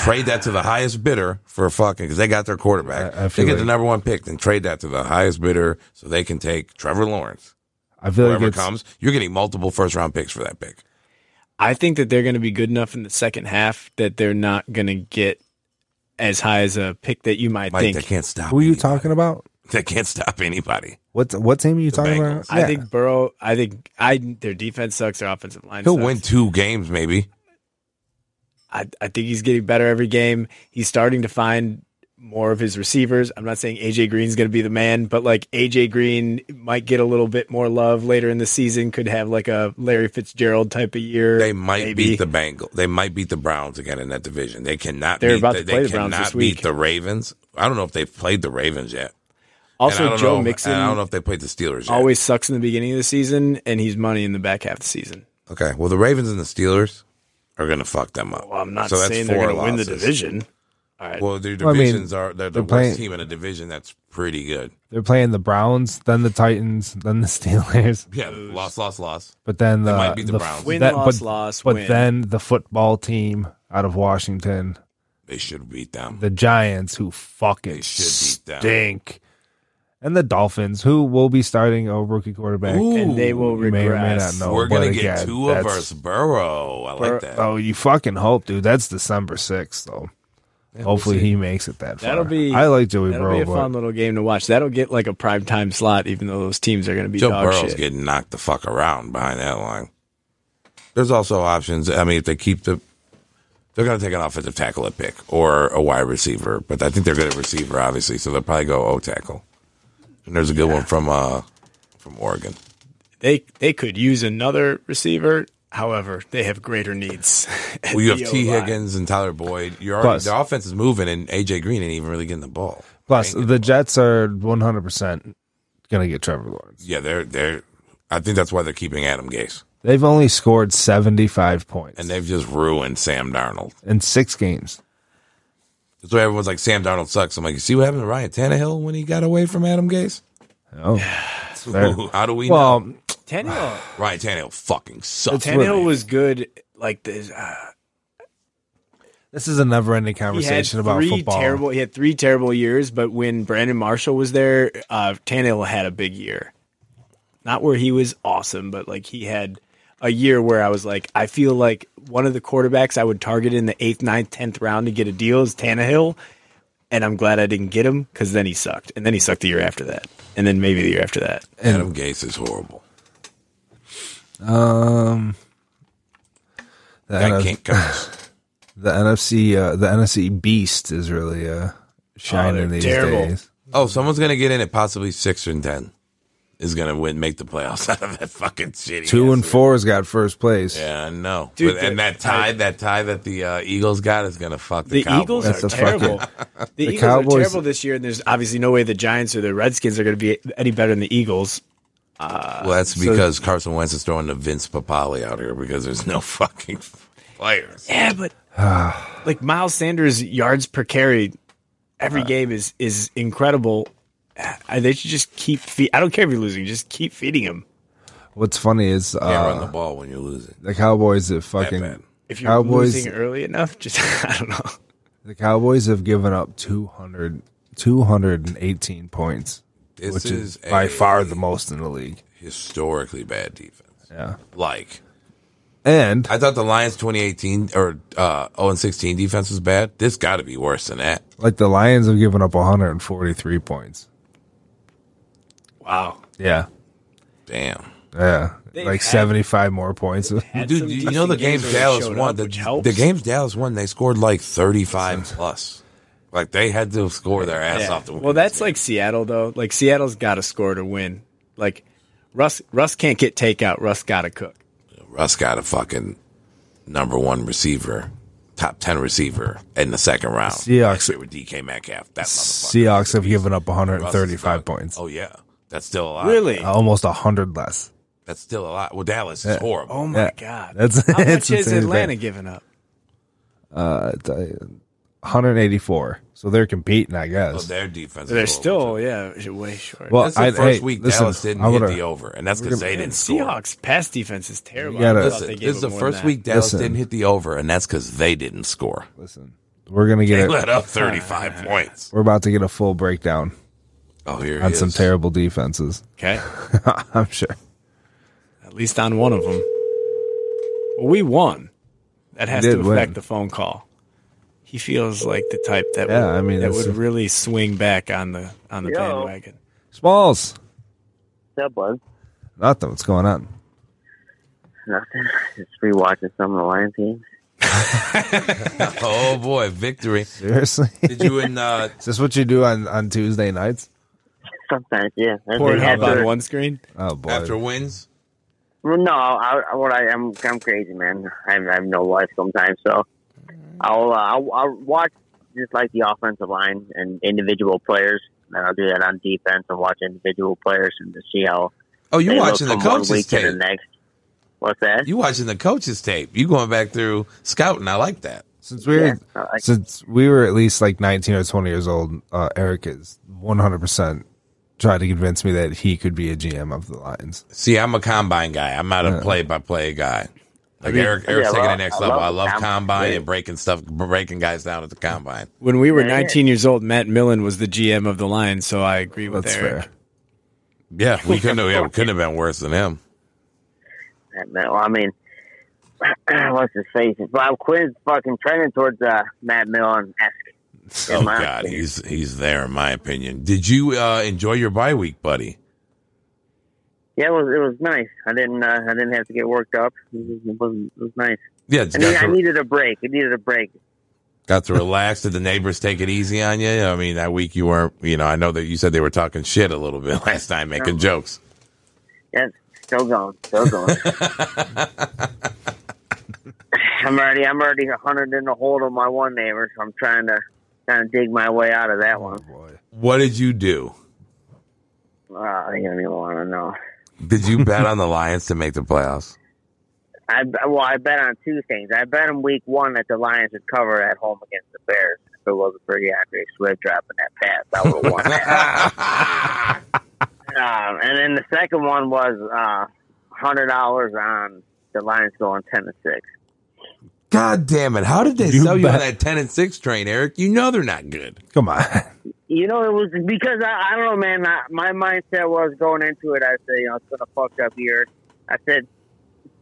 E: trade that to the highest bidder for a fucking because they got their quarterback.
A: I- I
E: if they
A: feel
E: get the
A: like-
E: number one pick, then trade that to the highest bidder so they can take Trevor Lawrence.
A: <laughs> I feel like
E: whoever
A: it's,
E: comes, you're getting multiple first round picks for that pick.
D: I think that they're going to be good enough in the second half that they're not going to get as high as a pick that you might
E: Mike,
D: think.
E: they can't stop.
A: Who are you
E: anybody.
A: talking about?
E: They can't stop anybody.
A: What what team are you talking
E: Bengals.
A: about?
D: I
A: Yeah.
D: think Burrow. I think I their defense sucks. Their offensive line.
E: He'll
D: sucks.
E: win two games, maybe.
D: I, I think he's getting better every game. He's starting to find more of his receivers. I'm not saying AJ Green's going to be the man, but like AJ Green might get a little bit more love later in the season. Could have like a Larry Fitzgerald type of year.
E: They might
D: maybe.
E: beat the Bengals. They might beat the Browns again in that division. They cannot.
D: They're
E: beat
D: about
E: the,
D: to play
E: they
D: the Browns
E: cannot
D: this week.
E: Beat the Ravens. I don't know if they've played the Ravens yet. And I
D: Also,
E: don't
D: Joe
E: know,
D: Mixon
E: and I don't know if they played the Steelers. Yet.
D: always sucks in the beginning of the season, and he's money in the back half of the season.
E: okay. Well, the Ravens and the Steelers are going to fuck them up.
D: Well, I'm not
E: So that's
D: saying they're
E: four
D: going to win the
E: losses.
D: division. All right.
E: Well, their
A: Well, I mean,
E: divisions are they're the
A: they're
E: worst
A: playing-
E: team in a division that's pretty good.
A: They're playing the Browns, then the Titans, then the <laughs> Steelers,
E: Yeah, loss, loss, loss.
A: but then the
E: might be the
A: the
E: Browns.
D: Win,
A: that-
D: loss,
A: but,
D: loss,
A: But
D: win.
A: then the football team out of Washington,
E: They should beat them.
A: the Giants, who fucking
E: They should beat them.
A: stink, and the Dolphins, who will be starting a rookie quarterback.
D: and they will
A: You may or may
D: regress.
A: not know.
E: We're
A: but
E: gonna get
A: again,
E: two of
A: that's-
E: us Burrow. I like that.
A: Oh, you fucking hope, dude. That's December sixth, though. Hopefully he makes it that far.
D: That'll be-
A: I like Joey
D: That'll be
A: Burrow,
D: a
A: but
D: fun little game to watch. That'll get like a prime time slot, even though those teams are going to be
E: Joe
D: dog
E: Burrow's
D: shit.
E: getting knocked the fuck around behind that line. There's also options. I mean, if they keep the, they're going to take an offensive tackle at pick or a wide receiver, but I think they're good at receiver, obviously, so they'll probably go O tackle. And there's a good one from uh from Oregon.
D: They they could use another receiver. However, they have greater needs. <laughs> at
E: Well, you have
D: the
E: T
D: O-line.
E: Higgins and Tyler Boyd. You're already,
A: Plus-
E: the offense is moving, and AJ Green ain't even really getting the ball.
A: plus the Jets are one hundred percent gonna get Trevor Lawrence.
E: Yeah, they're they're. I think that's why they're keeping Adam Gase,
A: They've only scored 75 points
E: and they've just ruined Sam Darnold.
A: in six games.
E: That's why everyone's like, Sam Darnold sucks. I'm like, you see what happened to Ryan Tannehill when he got away from Adam Gase?
A: Oh, it's fair.
E: How do we know?
A: well, um,
D: <sighs> Tannehill,
E: Ryan Tannehill fucking sucks.
D: Tannehill was good. Like this, uh,
A: this is a never-ending
D: he had
A: conversation about
D: three
A: football.
D: terrible. He had three terrible years, but when Brandon Marshall was there, uh, Tannehill had a big year. Not where he was awesome, but like he had a year where I was like, I feel like one of the quarterbacks I would target in the eighth, ninth, tenth round to get a deal is Tannehill, and I'm glad I didn't get him because then he sucked, and then he sucked the year after that, and then maybe the year after that.
E: Adam Gase is horrible.
A: Um, the,
E: That
A: NF <laughs>
E: can't coach.
A: the NFC, uh, the NFC beast is really uh, shining
D: they're
A: these
D: terrible.
A: days.
E: Oh, someone's gonna get in at possibly six and ten. Is gonna win, make the playoffs <laughs> out of that fucking shitty.
A: Two
E: ass
A: and
E: league.
A: four's got first place.
E: Yeah, I know.
D: Dude,
E: But- and
D: the-
E: that tie, that tie that the uh, Eagles got is gonna fuck the,
D: The
E: Cowboys.
A: That's
D: Eagles are
A: a fucking- <laughs>
D: terrible. the Eagles
A: Cowboys-
D: are terrible this year, and there's obviously no way the Giants or the Redskins are going to be any better than the Eagles.
E: well, that's because Carson Wentz is throwing the Vince Papali out here because there's no <laughs> fucking players.
D: Yeah, but like Miles Sanders' yards per carry every game is is incredible. Uh, They should just keep. Feed, I don't care if you're losing, just keep feeding him.
A: What's funny is
E: Can't
A: uh,
E: run the ball when you lose it.
A: the Cowboys have
E: bad.
A: fucking
D: If you're
A: Cowboys-
D: losing early enough, just <laughs> I don't know.
A: the Cowboys have given up 200, 218 points,
E: This
A: which is,
E: is
A: by
E: a-
A: far the most in the league.
E: Historically bad defense.
A: Yeah,
E: Like
A: and
E: I thought the Lions 2018 or uh, 0 and 16 defense was bad. This got to be worse than that.
A: like the Lions have given up 143 points.
D: Wow,
A: Yeah.
E: Damn.
A: Yeah.
D: They've
A: like
D: had-
A: 75 more points.
D: Had some
E: Dude, you know
D: decent
E: the games,
D: where they
E: Dallas
D: showed up,
E: won. The,
D: which helps.
E: the games Dallas won, they scored like 35 plus. Like they had to score their ass
D: Yeah.
E: off to win.
D: Well, that's
E: this game.
D: like Seattle though. Like Seattle's got to score to win. Like Russ, Russ can't get takeout. Russ got to cook.
E: Russ got a fucking number one receiver, top 10 receiver in the second round.
A: Seahawks-
E: With DK Metcalf. That
A: <laughs>
E: motherfucker.
A: Seahawks have given up
E: Russ is
A: 135
E: fucking-
A: points.
E: Oh, yeah. That's still a lot.
D: Really?
A: Almost 100 less.
E: That's still a lot. Well, Dallas is horrible.
D: oh my
A: yeah.
D: god!
A: That's-
E: <laughs>
D: how
A: it's
D: much is
A: insanely
D: Atlanta
A: bad.
D: giving up?
A: Uh, it's, uh, 184. So they're competing, I
E: Well,
A: guess.
E: their defense. is horrible,
D: They're
E: too.
D: still yeah way short.
A: Well,
E: That's the
A: I-
E: first
A: hey,
E: week
A: listen,
E: Dallas didn't
A: I'm
E: hit
A: gonna-
E: the over, and that's because they
D: And
E: didn't score.
D: Seahawks pass defense is terrible.
A: You gotta-
D: I thought
E: Listen,
D: they gave
E: this is
D: them
E: the
D: more
E: first
D: than that.
E: week Dallas
A: Listen.
E: didn't hit the over, and that's because they didn't score.
A: Listen, we're going to
E: They
A: get
E: let
A: a,
D: <laughs>
E: up 35 points.
A: we're about to get a full breakdown
E: Oh, here
A: on
E: he
A: some
E: is.
A: terrible defenses. <laughs>
D: Okay,
A: I'm sure.
D: at least on one of them. Well, we won. That has
A: We
D: to
A: did win.
D: affect the phone call. He feels like the type that
A: Yeah,
D: would,
A: I mean,
D: that
A: it's
D: would
A: a-
D: really swing back on the on the
G: Yo.
D: bandwagon.
A: Smalls,
G: That was
A: nothing. What's going on?
G: nothing. <laughs> Just rewatching some of the Lion King.
E: <laughs> Oh boy, victory! <laughs>
A: Seriously,
E: Did you and <laughs> uh,
A: is this what you do on on Tuesday nights?
G: Sometimes, yeah. I
D: Or
G: think
D: hop
G: after-
D: on one screen.
A: Oh boy,
E: after wins?
G: Well, No, I, I- what I, I'm I'm crazy, man. I'm, I have no life sometimes, so I'll, uh, I'll I'll watch just like the offensive line and individual players, and I'll do that on defense and watch individual players and to see how
E: Oh, you
G: they look
E: watching the
G: from one
E: coaches
G: week to the
E: tape?
G: next. What's that?
E: You watching the coaches tape? You going back through scouting? I like that.
A: since we were
G: Yeah, I-
A: since we were at least like nineteen or twenty years old, uh, Eric is one hundred percent tried to convince me that he could be a GM of the Lions.
E: See, I'm a combine guy. I'm not a play by play guy. Like Eric, Eric's
G: Yeah,
E: taking the
G: well,
E: next
G: I
E: level.
G: love
E: I love
G: combine.
E: combine and breaking stuff, breaking guys down at the combine.
D: When we were
G: Yeah, yeah.
D: 19 years old, Matt Millen was the GM of the Lions, so I agree with
A: That's
D: Eric.
A: fair.
E: Yeah, we couldn't have, yeah,
G: <laughs>
E: we couldn't have been worse than him.
G: Well, I mean, <clears throat> let's just face it. Bob Quinn's fucking trending towards uh, Matt Millen esque.
E: Oh God, he's he's there in my opinion. Did you uh, enjoy your bye week, buddy?
G: Yeah, it was it was nice. I didn't uh, I didn't have to get worked up. It was, it was nice.
E: Yeah, just
G: I mean,
E: got,
G: I
E: to,
G: needed a break. I needed a break.
E: got to relax. Did the neighbors take it easy on you? I mean, that week you weren't. You know, I know that you said they were talking shit a little bit <laughs> last time, making jokes.
G: Yes, still going, still going. <laughs> I'm already I'm already a hundred in the hole on my one neighbor, so I'm trying to trying to dig my way out of that
A: Oh,
G: one.
E: What did you do?
G: Uh, you don't even want to know.
E: Did you bet on the Lions to make the
G: <laughs>
E: playoffs?
G: I well, I bet on two things. I bet on week one that the Lions would cover at home against the Bears. If it wasn't for DeAndre Swift dropping that pass, I would have won that. um, and then the second one was uh, hundred dollars on the Lions going ten to six.
E: <laughs> God damn it! How did they
A: You
E: sell you on
A: bet.
E: that ten and six train, Eric? You know they're not good.
A: Come on,
G: You know, it was because I, I don't know, man. I, my mindset was going into it. I said, you know, it's gonna fuck up year. I said,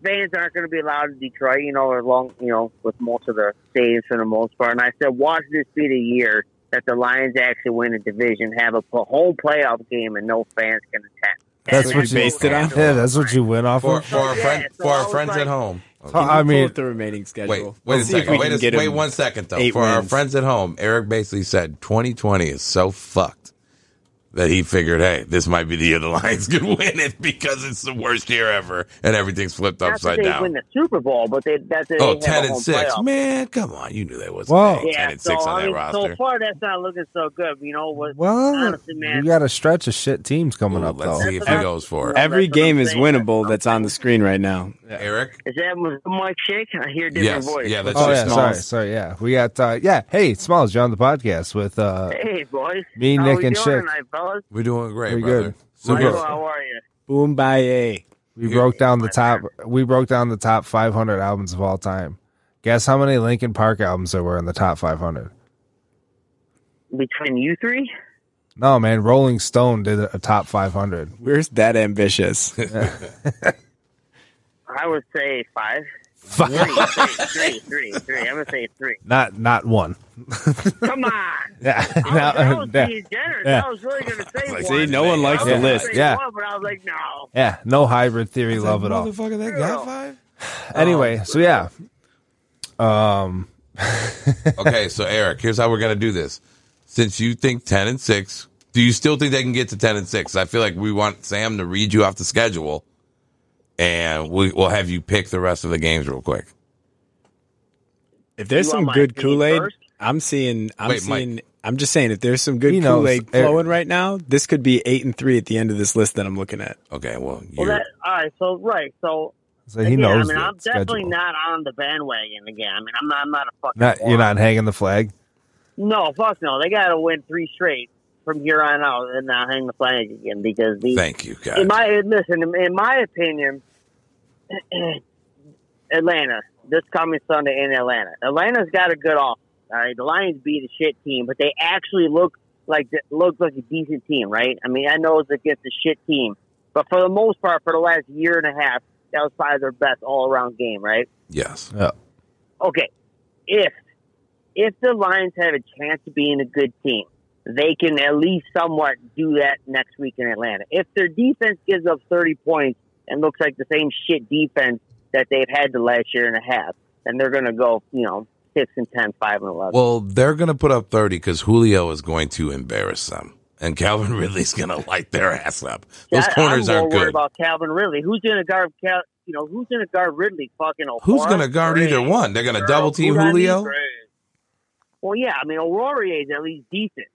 G: fans aren't gonna be allowed in Detroit. You know, as long you know, with most of the stadiums for the most part. And I said, watch this be the year that the Lions actually win a division, have a pl- home playoff game, and no fans can attend.
A: that's
D: what you based it on?
A: Yeah, that's what you went off
E: For
A: of.
E: for our
G: Yeah,
E: friend,
G: so
E: for
G: I
E: our
G: was
E: friends
G: like-
E: at home.
A: I
D: Pull
A: mean,
D: up the remaining schedule.
E: Wait, wait
D: Let's
E: a
D: see if
E: second.
D: we
E: Wait,
D: can
E: a,
D: get
E: wait
D: him
E: one second though.
D: eight
E: For our
D: wins.
E: friends at home, Eric basically said 2020 is so fucked that he figured, hey, this might be the year the Lions <laughs> could win it because it's the worst year ever and everything's flipped
G: Not that
E: upside
G: they
E: down.
G: win the Super Bowl, but they that's they
E: oh,
G: have
E: 10
G: a home
E: and six,
G: playoff.
E: man! Come on, you knew that was
A: Whoa.
E: ten
G: Yeah,
E: and
G: so,
E: six on
G: I
E: that
G: mean, so
E: roster.
G: far that's not looking so good. You know what?
A: well,
G: honestly, man,
A: you got a stretch of shit teams coming
E: Ooh,
A: up though.
E: let's see if he
G: That's
E: goes for it.
G: what
D: Every
G: That's what I'm
D: game is
G: saying.
D: winnable that's on the screen right now.
E: Eric,
G: Is that was Mike Shake? I hear a different
E: yes,
G: voice.
E: yeah, that's
A: Oh
E: your
A: yeah,
E: small-
A: sorry, sorry, yeah. We got uh yeah, hey, Smalls, you're on the podcast with uh
G: Hey, boys.
A: Me,
G: How
A: Nick,
G: we
A: and
G: doing
A: Chick.
G: tonight, fellas?
E: We're doing great,
A: We're
E: brother.
A: good.
E: So
G: Michael,
E: good.
G: how are you?
D: Boom by a.
A: we broke down the top we broke down the top five hundred albums of all time. Guess how many Linkin Park albums there were in the top five hundred?
G: Between you three?
A: No man, Rolling Stone did a top five hundred.
D: We're that ambitious.
G: I would say five.
A: Five.
G: Three, three, three, three, three. I'm going to say three.
A: Not not one. <laughs>
G: Come
E: Oh,
G: on.
A: Yeah.
G: I was, I was
A: <laughs> yeah.
G: being generous.
A: Yeah.
G: I was really going to say
E: Like,
G: one.
D: See, no one likes
G: I was
D: the
G: gonna
D: list.
G: say
A: Yeah.
G: One, but I was like, no.
A: Yeah, no hybrid theory love at all.
E: Motherfucker, that
G: Girl.
E: got five.
A: Anyway, so yeah.
E: Okay, so Eric, here's how we're gonna do this. Since you think ten and six, do you still think they can get to ten and six? I feel like we want Sam to read you off the schedule, and we, we'll have you pick the rest of the games real quick.
D: If there's
G: You
D: some
G: want my
D: good
G: team
D: Kool Aid,
G: first?
D: I'm seeing. I'm
E: Wait, Mike.
D: seeing. I'm just saying, if there's some good
A: He knows.
D: Kool Aid
A: Eric.
D: flowing right now, this could be eight and three at the end of this list that I'm looking at.
E: Okay, well,
G: Well,
E: you're,
G: that, all right. So, right. So,
A: So he
G: again,
A: knows.
G: I mean,
A: the
G: I'm definitely
A: schedule.
G: not on the bandwagon again. I mean, I'm not, I'm not a fucking.
A: Not- you're not
G: moron.
A: hanging the flag.
G: No, fuck no. They got to win three straight from here on out and not hang the flag again because these.
E: thank you, guys.
G: in my listen, in my opinion, <clears throat> Atlanta this coming Sunday in Atlanta. Atlanta's got a good offense. All right, the Lions beat a shit team, but they actually look like look like a decent team, right? I mean, I know it's against a shit team, but for the most part, for the last year and a half, that was probably their best all around game, right?
E: yes,
A: Yeah.
G: Okay, if if the Lions have a chance of being a good team, they can at least somewhat do that next week in Atlanta. If their defense gives up 30 points and looks like the same shit defense that they've had the last year and a half, then they're going to go, you know, 6 and 10, 5 and 11.
E: Well, they're going to put up 30 because Julio is going to embarrass them. And Calvin <laughs> Ridley's going to light their ass up. Those
G: Yeah, I-
E: corners
G: I'm more
E: aren't
G: worried
E: good.
G: about Calvin Ridley. Who's going to guard Cal? You know, who's going to guard Ridley? Fucking O'Hara?
E: Who's going to guard either one? They're going to double team Julio?
G: Well, yeah, I mean, Aurora is at least decent.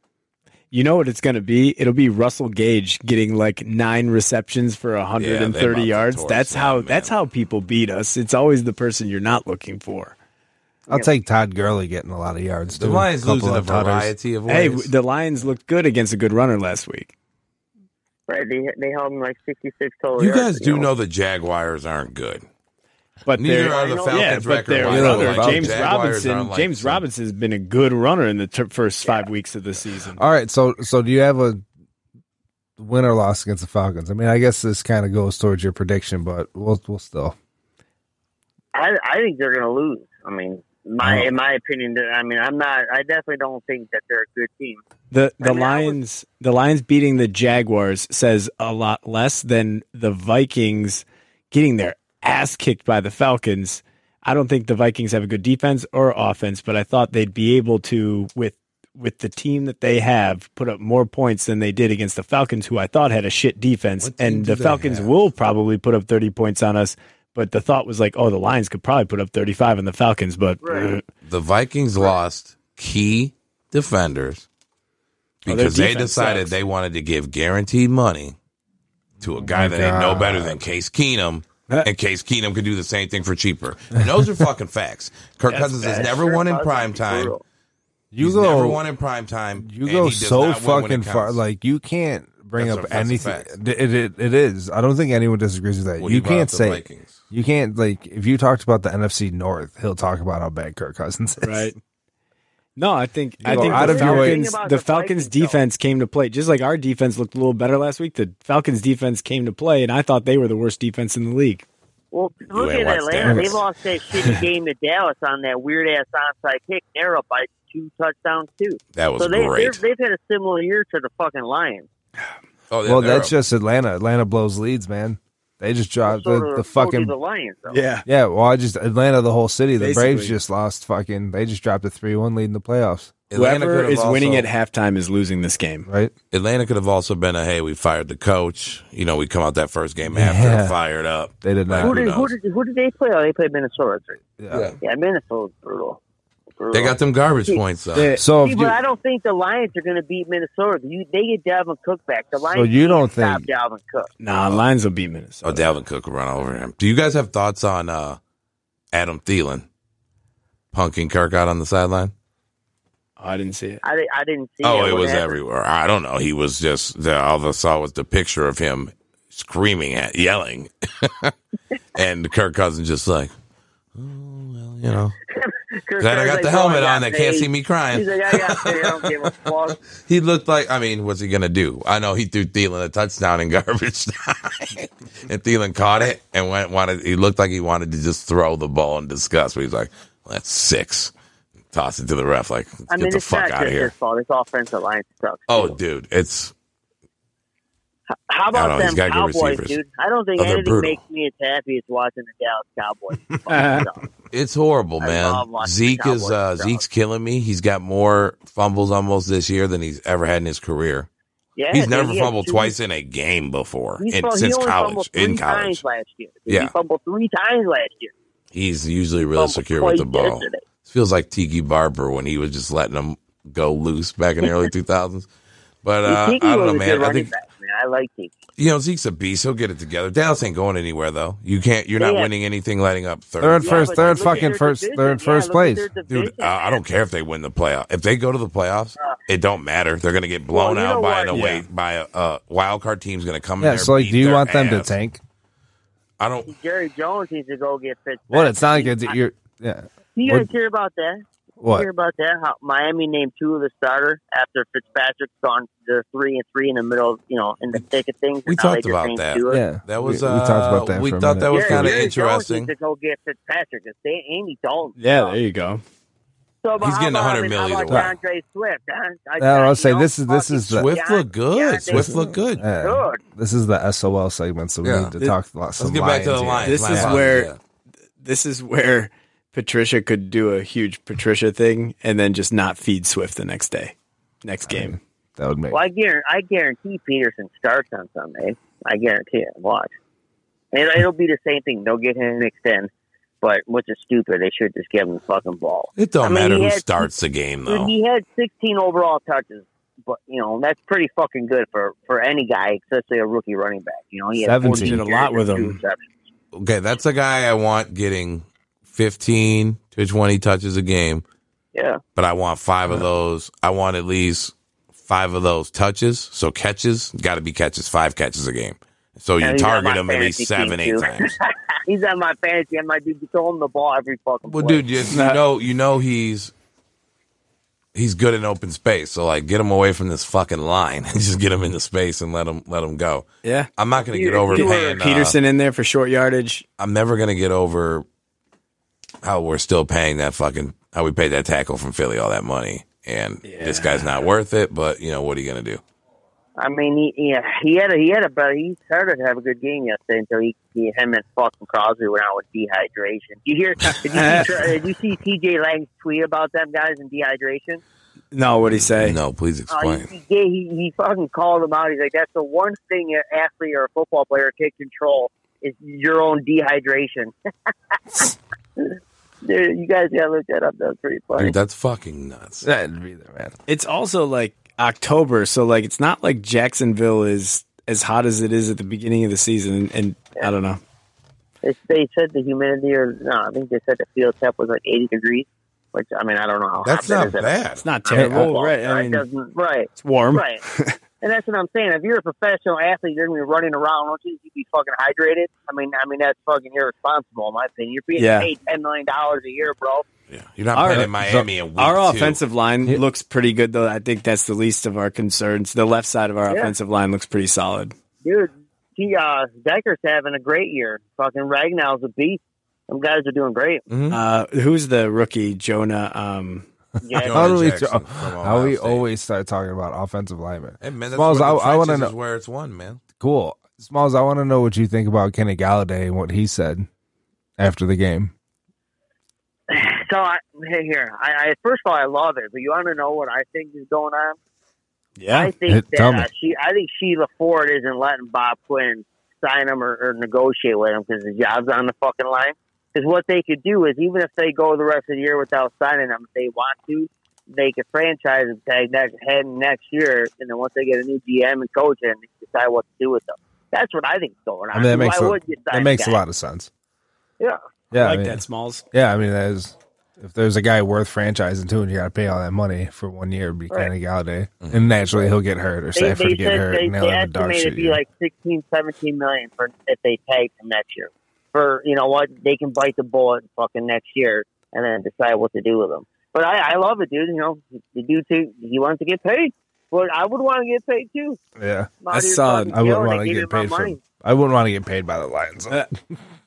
D: You know what it's going to be? It'll be Russell Gage getting like nine receptions for
E: Yeah, they
D: 130
E: about
D: yards.
E: to
D: That's
E: torch
D: how
E: them,
D: that's
E: man.
D: how people beat us. It's always the person you're not looking for.
A: I'll take Todd Gurley getting a lot of yards.
E: The
A: too.
E: Lions lose
A: Couple
E: in a
A: of tutters.
E: variety of ways.
D: Hey, w- the Lions looked good against a good runner last week.
G: Right? They, they held him like 66 total.
E: you
G: yards,
E: guys do know the Jaguars aren't good.
D: But
E: Neither
D: they're
E: are the Falcons
D: yeah, but
E: record.
D: they're
E: wise.
A: they're
E: Like,
A: about-
E: the
D: James
E: Jaguars
D: Robinson.
E: aren't like
D: James
E: some-
D: Robinson has been a good runner in the ter- first five weeks of the season.
A: All right, so so do you have a win or loss against the Falcons? I mean, I guess this kind of goes towards your prediction, but we'll we'll still.
G: I, I think they're going to lose. I mean, my in my opinion, that- I mean, I'm not. I definitely don't think that they're a good team.
D: The the
G: I mean, I was-
D: Lions the Lions beating the Jaguars says a lot less than the Vikings getting their ass kicked by the Falcons. I don't think the Vikings have a good defense or offense, but I thought they'd be able to with with the team that they have put up more points than they did against the Falcons, who I thought had a shit defense.
E: What team
D: And
E: do
D: the
E: they
D: Falcons
E: have?
D: will probably put up thirty points on us. But the thought was like, oh, the Lions could probably put up thirty five on the Falcons, but uh,
G: Right.
E: The Vikings lost key defenders
D: Oh, their
E: because they
D: defense
E: decided
D: sucks.
E: they wanted to give guaranteed money to a guy that ain't no
A: God.
E: better than Case Keenum.
D: Huh.
E: And Case Keenum could do the same thing for cheaper. And those are fucking facts. Kirk Cousins has never won in prime time.
A: You
E: He's
A: go.
E: never won in prime time.
A: you
E: and
A: go
E: he does
A: so
E: not win when it
A: fucking far.
E: counts.
A: Like you can't bring
E: That's a-
A: up
E: that's a
A: anything.
E: fact.
A: It, it it is. I don't think anyone disagrees with that.
E: When
A: you
E: brought
A: can't
E: up the
A: say
E: Vikings.
A: you can't like if you talked about the NFC North, he'll talk about how bad Kirk Cousins is.
D: right? <laughs> No, I think I
A: go
D: think
A: out
D: the
A: of your way-
D: Falcons,
G: Thinking
D: the,
G: about the
D: Falcons
G: Vikings, though.
D: defense came to play. Just like our defense looked a little better last week, the Falcons defense came to play, and I thought they were the worst defense in the league.
G: Well, look
E: ain't
G: at
E: watched
G: Atlanta.
E: Dallas.
G: They lost that
E: <laughs>
G: shitty game to Dallas on that weird ass onside kick. and They're up by two touchdowns too.
E: That was
G: so they, they're-
E: great.
G: they've had a similar year to the fucking Lions.
E: oh, yeah,
A: Well,
E: they're
A: that's
E: up.
A: just Atlanta. Atlanta blows leads, man. They just
E: Uh,
A: dropped the,
G: So do-
A: the
G: so do
A: fucking
G: the Lions. Though.
D: Yeah,
A: Yeah, well, I just Atlanta, the whole city. The Braves
D: Basically.
A: just lost. Fucking, they just dropped a three-one lead in the playoffs,
E: Atlanta could
D: whoever
E: have
D: is winning
E: also-
D: at halftime is losing this game.
A: right?
E: Atlanta could have also been a hey, we fired the coach. You know, we come out that first game
A: Yeah.
E: after fired up.
A: They did
E: Like,
A: not.
G: Who did, who,
E: knows?
G: did, who did they play? Oh, they played Minnesota. Three.
A: Yeah.
G: Yeah, Minnesota's brutal. brutal.
E: They got them garbage points up.
D: They-
A: So,
G: See,
A: if
G: but
A: you,
G: I don't think the Lions are going to beat Minnesota. You, they get Dalvin Cook back. The Lions
A: you
G: can't
A: don't
G: stop
A: think-
G: Dalvin Cook.
D: Nah, Lions will beat
E: Oh,
D: Minnesota.
E: Dalvin Cook will run over him. Do you guys have thoughts on uh, Adam Thielen punking Kirk out on the sideline?
D: Oh, I didn't see it.
G: I, di- I didn't see.
E: oh,
G: it,
E: it
G: What
E: was
G: happened?
E: everywhere. I don't know. He was just the, all I saw was the picture of him screaming at, yelling, <laughs> and Kirk Cousins just like, oh, well, you know,
G: <laughs> Kirk
E: glad I
G: Cousins
E: got the
G: like, "Oh, I
E: helmet
G: got
E: on. They can't
G: paid."
E: see me crying.
G: He's like, I got paid. I don't
E: <laughs>
G: give a fuck.
E: He looked like, I mean, what's he going to do? I know he threw Thielen a touchdown in <laughs> garbage time. and Thielen caught it and went, wanted, he looked like he wanted to just throw the ball in disgust. But he's like, well, that's six. Toss it to the ref, like,
G: I mean,
E: get the
G: it's not
E: fuck out
G: just
E: of
G: his
E: here.
G: fault. This offensive line sucks.
E: Oh, dude, it's,
G: How
E: I don't know.
G: about
E: He's
G: them
E: got good
G: Cowboys,
E: receivers.
G: dude? I don't think
E: Oh, they're
G: anything
E: brutal.
G: makes me as happy as watching the Dallas Cowboys.
A: <laughs>
G: fucking suck.
E: it's horrible,
G: I
E: man.
G: love watching
E: Zeke
G: the
E: is,
G: Cowboys
E: uh,
G: suck.
E: Zeke's killing me. He's got more fumbles almost this year than he's ever had in his career.
G: Yeah,
E: He's
G: dude,
E: never
G: he had
E: fumbled
G: two-
E: twice in a game before,
G: He
E: and
G: fumbled- he
E: since
G: only
E: college,
G: fumbled
E: in
G: three
E: college.
G: times last year.
E: Yeah.
G: He fumbled three times last year.
E: He's usually really
G: Fumbled
E: secure with the
G: twice
E: ball.
G: yesterday.
E: This feels like Tiki Barber when he was just letting them go loose back in the
G: <laughs>
E: early 2000s. But uh,
G: Tiki
E: I don't
G: was
E: know,
G: a good
E: man. I
G: running
E: think
G: back, man. I like Tiki.
E: you know Zeke's a beast. He'll get it together. Dallas ain't going anywhere though. You can't. You're not
G: Yeah.
E: winning anything. Letting up
A: They're in
E: third.
A: Yeah, first-
G: but
A: they're in
G: look at
A: fucking
G: their
A: first-
G: division.
A: they're in
G: Yeah,
A: first
G: look at
A: place.
G: their
E: Dude,
G: division.
E: uh, I don't care if they win the playoff. If they go to the playoffs, it don't matter. They're going to get blown
G: Uh. Well, you
E: out
G: know
E: by an
G: what?
E: away by a uh, wild card team's going to come in.
A: yeah.
E: there
A: So, like,
E: beat
A: do you
E: their
A: want them to
E: ass.
A: tank?
E: I don't.
G: Jerry Jones needs to go get Fitzpatrick.
A: Well, it's not like it's, you're. Yeah.
G: uh, You guys
A: what-
G: hear about that?
A: What?
G: Hear about that? How Miami named two of the starter after Fitzpatrick's gone to three and three in the middle, of, you know, in the thick of things.
E: we
G: and now
E: talked
G: they just
E: about
G: named
E: that.
G: two of-
A: Yeah.
E: That was.
A: We,
E: uh,
A: we talked about that.
E: We
A: for a
E: thought
A: minute.
E: that was
G: Jerry-
E: kind of
G: Jerry Jones
E: interesting.
G: needs to go get Fitzpatrick. It's Andy Dalton.
D: Yeah, there you go.
G: So, but
E: He's
G: how
E: getting
G: about,
E: 100
G: I mean, how
E: million
G: about
A: either way.
G: DeAndre Swift? huh? I,
A: No, I'll say
G: you know,
A: this is- this
G: fucking
A: is the-
E: Swift
G: DeAndre-
E: looked good.
G: DeAndre
E: Swift looked good.
A: Yeah.
G: Good.
A: This is the SOL segment, so we
E: Yeah.
A: need to talk about some
E: Let's get back to the
A: Lions
E: Lions.
A: here.
D: This is
E: Lions,
D: where-
E: yeah.
D: This is where Patricia could do a huge Patricia thing and then just not feed Swift the next day, next game.
A: That would make
G: Well, I guarantee, I guarantee Peterson starts on Sunday. I guarantee it. Watch. It, it'll be the same thing. They'll get him an extend, but which is stupid. They should just give him the fucking ball.
E: It don't
G: I mean,
E: matter
G: he
E: who
G: had-
E: starts the game
G: Dude,
E: though.
G: he had 16 overall touches, but you know that's pretty fucking good for for any guy, especially a rookie running back. You know, he had
A: 17.
G: 14
D: Did a lot with
G: carries and
D: him.
G: two receptions.
E: Okay, that's a guy I want getting 15 to 20 touches a game,
G: Yeah,
E: but I want five of those. I want at least five of those touches. So catches, got to be catches, five catches a game. So you
G: And he's on
E: target
G: my
E: him at least
G: fantasy
E: seven, eight
G: team, too. <laughs>
E: times.
G: he's on my fantasy. and my dude, you throw him the ball every fucking.
E: Well,
G: play.
E: dude, you, you know, you know he's he's good in open space. So like, get him away from this fucking line. <laughs> Just get him into space and let him let him go.
D: Yeah.
E: I'm not gonna get
G: Dude,
E: over
G: you were
E: paying uh,
D: Peterson in there for short yardage.
E: I'm never gonna get over how we're still paying that fucking how we paid that tackle from Philly all that money, and this guy's not worth it. But you know what are you gonna do?
G: I mean, he yeah, he had a he had a but he started to have a good game yesterday until he, he him and fucking Crosby went out with dehydration. Did you hear? Did you see, uh, did you see T.J. Lang's tweet about them guys and dehydration?
D: No, what'd he say?
E: No, please
G: Uh,
E: explain.
G: he, he, gave- he he fucking called him out. He's like, that's the one thing an athlete or a football player can control is your own dehydration. <laughs> Dude, you guys gotta look that up. That's pretty funny.
E: Dude, that's fucking nuts.
A: That'd be the man.
D: It's also like October, so like it's not like Jacksonville is as hot as it is at the beginning of the season. And I don't know.
G: They, they said the humidity, or no, I think they said the field temp was like 80 degrees. Which I mean, I don't know how
E: That's
G: hot that
E: not
G: is at
E: bad.
D: It's not terrible,
G: football,
D: right? I
G: right?
D: mean,
G: Doesn't- right,
D: it's warm.
G: right. and that's what I'm saying. If you're a professional athlete, you're gonna be running around. Don't you think you'd be fucking hydrated? I mean, I mean that's fucking irresponsible, in my opinion. You're being
D: Yeah.
G: paid ten million dollars a year, bro.
E: Yeah, you're not
D: Our-
E: playing in Miami in week
D: Our
E: two.
D: offensive line looks pretty good, though. I think that's the least of our concerns. The left side of our
G: Yeah.
D: offensive line looks pretty solid.
G: Dude, he, uh, Decker's having a great year. Fucking Ragnall's a beast. Them guys are
D: <laughs>
G: doing great.
D: Uh, who's the rookie, Jonah? Um,
G: Yeah,
A: How do we,
E: Jackson
A: oh,
E: from
A: how
E: Ohio
A: we
E: State.
A: always start talking about offensive linemen?
E: Hey man, that's
A: Smalls,
E: where the
A: I- I wanna
E: trenches is
A: know-
E: where it's won, man.
A: Cool, Smalls. I want to know what you think about Kenny Galladay and what he said after the game.
G: so I, hey, here, I, I first of all, I love it. But you want to know what I think is going on?
D: yeah,
G: I think
A: Hit- tell
G: that
A: me.
G: uh, she, I think Sheila Ford isn't letting Bob Quinn sign him or, or negotiate with him because his job's on the fucking line. Because what they could do is, even if they go the rest of the year without signing him, if they want to, they could franchise him tag next head next year, and then once they get a new GM and coach, and decide what to do with them. That's what I think's going on.
A: I mean, that
G: Why
A: makes a,
G: would you sign
A: that makes
G: guy?
A: a lot of sense.
G: Yeah.
A: Yeah,
D: I like
A: mean,
D: that, Smalls.
A: Yeah, I mean, that is, if there's a guy worth franchising to, and you got to pay all that money for one year, it'd be
G: Right.
A: Kenny Galladay,
D: Mm-hmm.
A: and naturally he'll get hurt or
G: They,
A: Stafford
G: they
A: get
G: said
A: hurt,
G: they,
A: and
G: they
A: they'll have a dark
G: estimate it'd
A: shit
G: be
A: year.
G: like 16, 17 million for if they tag him next year. For you know what, they can bite the bullet fucking next year and then decide what to do with him. But I, I love it, dude. You know, the dude too. He wants to get paid, but I would want to get paid too.
A: yeah,
G: I'm out
D: I
G: here
D: saw it.
G: fucking
A: I wouldn't
G: killing it,
A: want to
G: giving
A: get
G: my
A: paid for.
G: money.
A: I wouldn't want to get paid by the Lions.
D: Uh,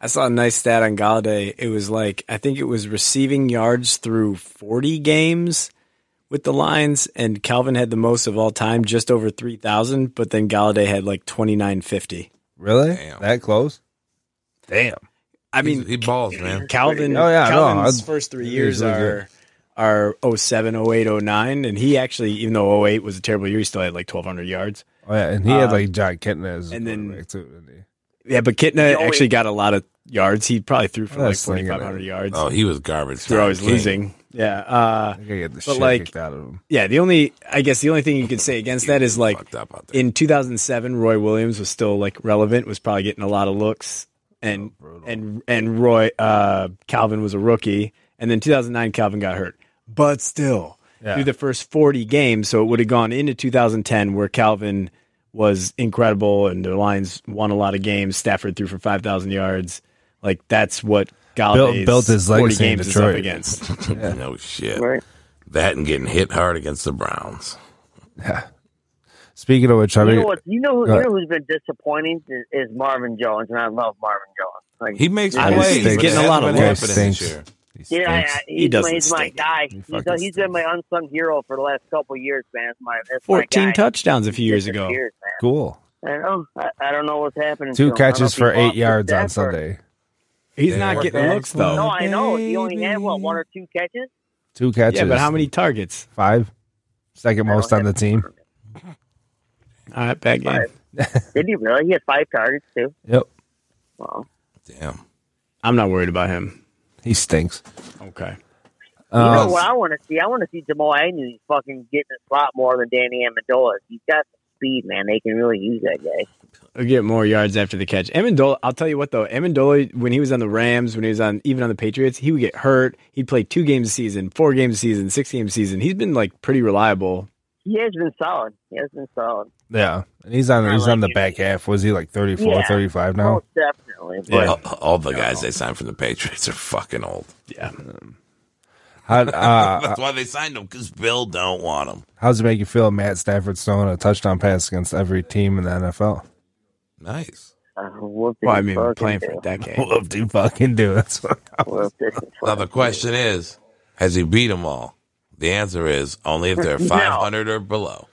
D: I saw a nice stat on Galladay. It was like I think it was receiving yards through 40 games with the Lions, and Calvin had the most of all time, just over 3,000. But then Galladay had like 2950.
A: Really?
E: Damn.
A: That close? Damn.
D: I
E: He's-
D: mean,
E: he balls, man.
D: Calvin.
A: Oh, yeah, no,
D: Calvin's
A: I'd-
D: first three
A: he's
D: years
A: really
D: are are 07, 08, 09, and he actually, even though 08 was a terrible year, he still had like 1,200 yards.
A: Oh yeah, and he had
D: Uh,
A: like John Kitna as and
D: and then-
A: then too. Didn't he?
D: Yeah, but Kitna
E: oh
G: Joey-
D: actually got a lot of yards. He probably threw for like
A: That's thinking
D: 4,500 yards.
E: Oh, he was garbage.
D: They're always
E: King.
D: losing. Yeah. Uh,
A: I think I get the
D: But,
A: shit
D: like-
A: kicked out of him.
D: yeah. The only, I guess, the only thing you could say against that is like
E: Fucked up out there.
D: in 2007, Roy Williams was still like relevant, was probably getting a lot of looks, and and and Roy uh, Calvin was a rookie, and then 2009 Calvin got hurt, but still
A: Yeah.
D: through the first 40 games, so it would have gone into 2010 where Calvin was incredible and the Lions won a lot of games. Stafford threw for 5,000 yards, like that's what. Galladay's
A: built his
D: 40
A: legacy in
D: games is up
A: Detroit.
D: against.
E: no shit.
G: Right.
E: That and getting hit hard against the Browns.
A: Speaking of which, I
G: You
A: mean,
G: know what? You know, who,
A: Go
G: you
A: ahead.
G: know who's been disappointing is, is Marvin Jones, and I love Marvin Jones. Like
E: He makes
D: I
E: plays.
D: think he's
E: but
D: getting
E: it
D: a lot
E: hasn't
D: of
E: been
A: looks.
E: happening this
A: Stinks.
E: year.
A: He
G: Yeah, yeah,
A: stinks.
G: he's,
D: He doesn't
G: my, he's my
D: stink.
G: guy.
A: He
G: He's,
A: fucking
G: he's been my unsung hero for the last couple years, man. It's my, it's my
D: 14
G: guy.
D: touchdowns a few years ago.
G: Disappears, man.
A: Cool.
G: I know. I, I don't know what's happening. to
A: Two
G: him. I don't know
A: catches
G: if he
A: for
G: lost
A: eight
G: his
A: yards on
G: step or-
A: Sunday.
D: He's
E: Yeah,
D: not
E: we're
D: getting
E: back.
D: looks though.
G: No, I know. He only had what one or two catches.
A: Two catches.
D: yeah, but how many targets?
A: Five. Second most on the team.
D: All right, back in.
G: Did he really? He had five targets too.
A: Yep.
G: Wow.
E: Damn.
D: I'm not worried about him.
A: He stinks.
D: Okay.
G: You know
A: Um,
G: what I want to see? I want to see Jamal Agnew fucking getting a slot more than Danny Amendola. He's got some speed, man. They can really use that guy.
D: He'll get more yards after the catch. Amendola, I'll tell you what though, Amendola when he was on the Rams, when he was on even on the Patriots, he would get hurt. He'd play two games a season, four games a season, six games a season. He's been like pretty reliable.
G: He has been solid. He has been solid.
A: yeah. And he's on
G: I
A: he's
G: like
A: on the
G: him.
A: back half. Was he like 34,
G: Yeah.
A: 35 now?
G: Most definitely. But
E: All, all the guys they signed from the Patriots are fucking old.
D: Yeah.
G: <laughs>
A: How,
E: <laughs>
A: uh,
E: That's why they signed them because Bill don't want them.
A: how's it make you feel Matt Stafford throwing a touchdown pass against every team in the <laughs> NFL?
E: Nice.
G: uh, what did
D: Well, I
G: he
D: mean,
G: fucking
D: playing for a
G: do?
D: decade.
A: Well, if you fucking do <laughs> it. So,
G: What
D: <laughs>
G: did he
E: Now the
G: fucking
E: question is, has he beat them all? The answer is only if they're
G: No.
E: 500 or below.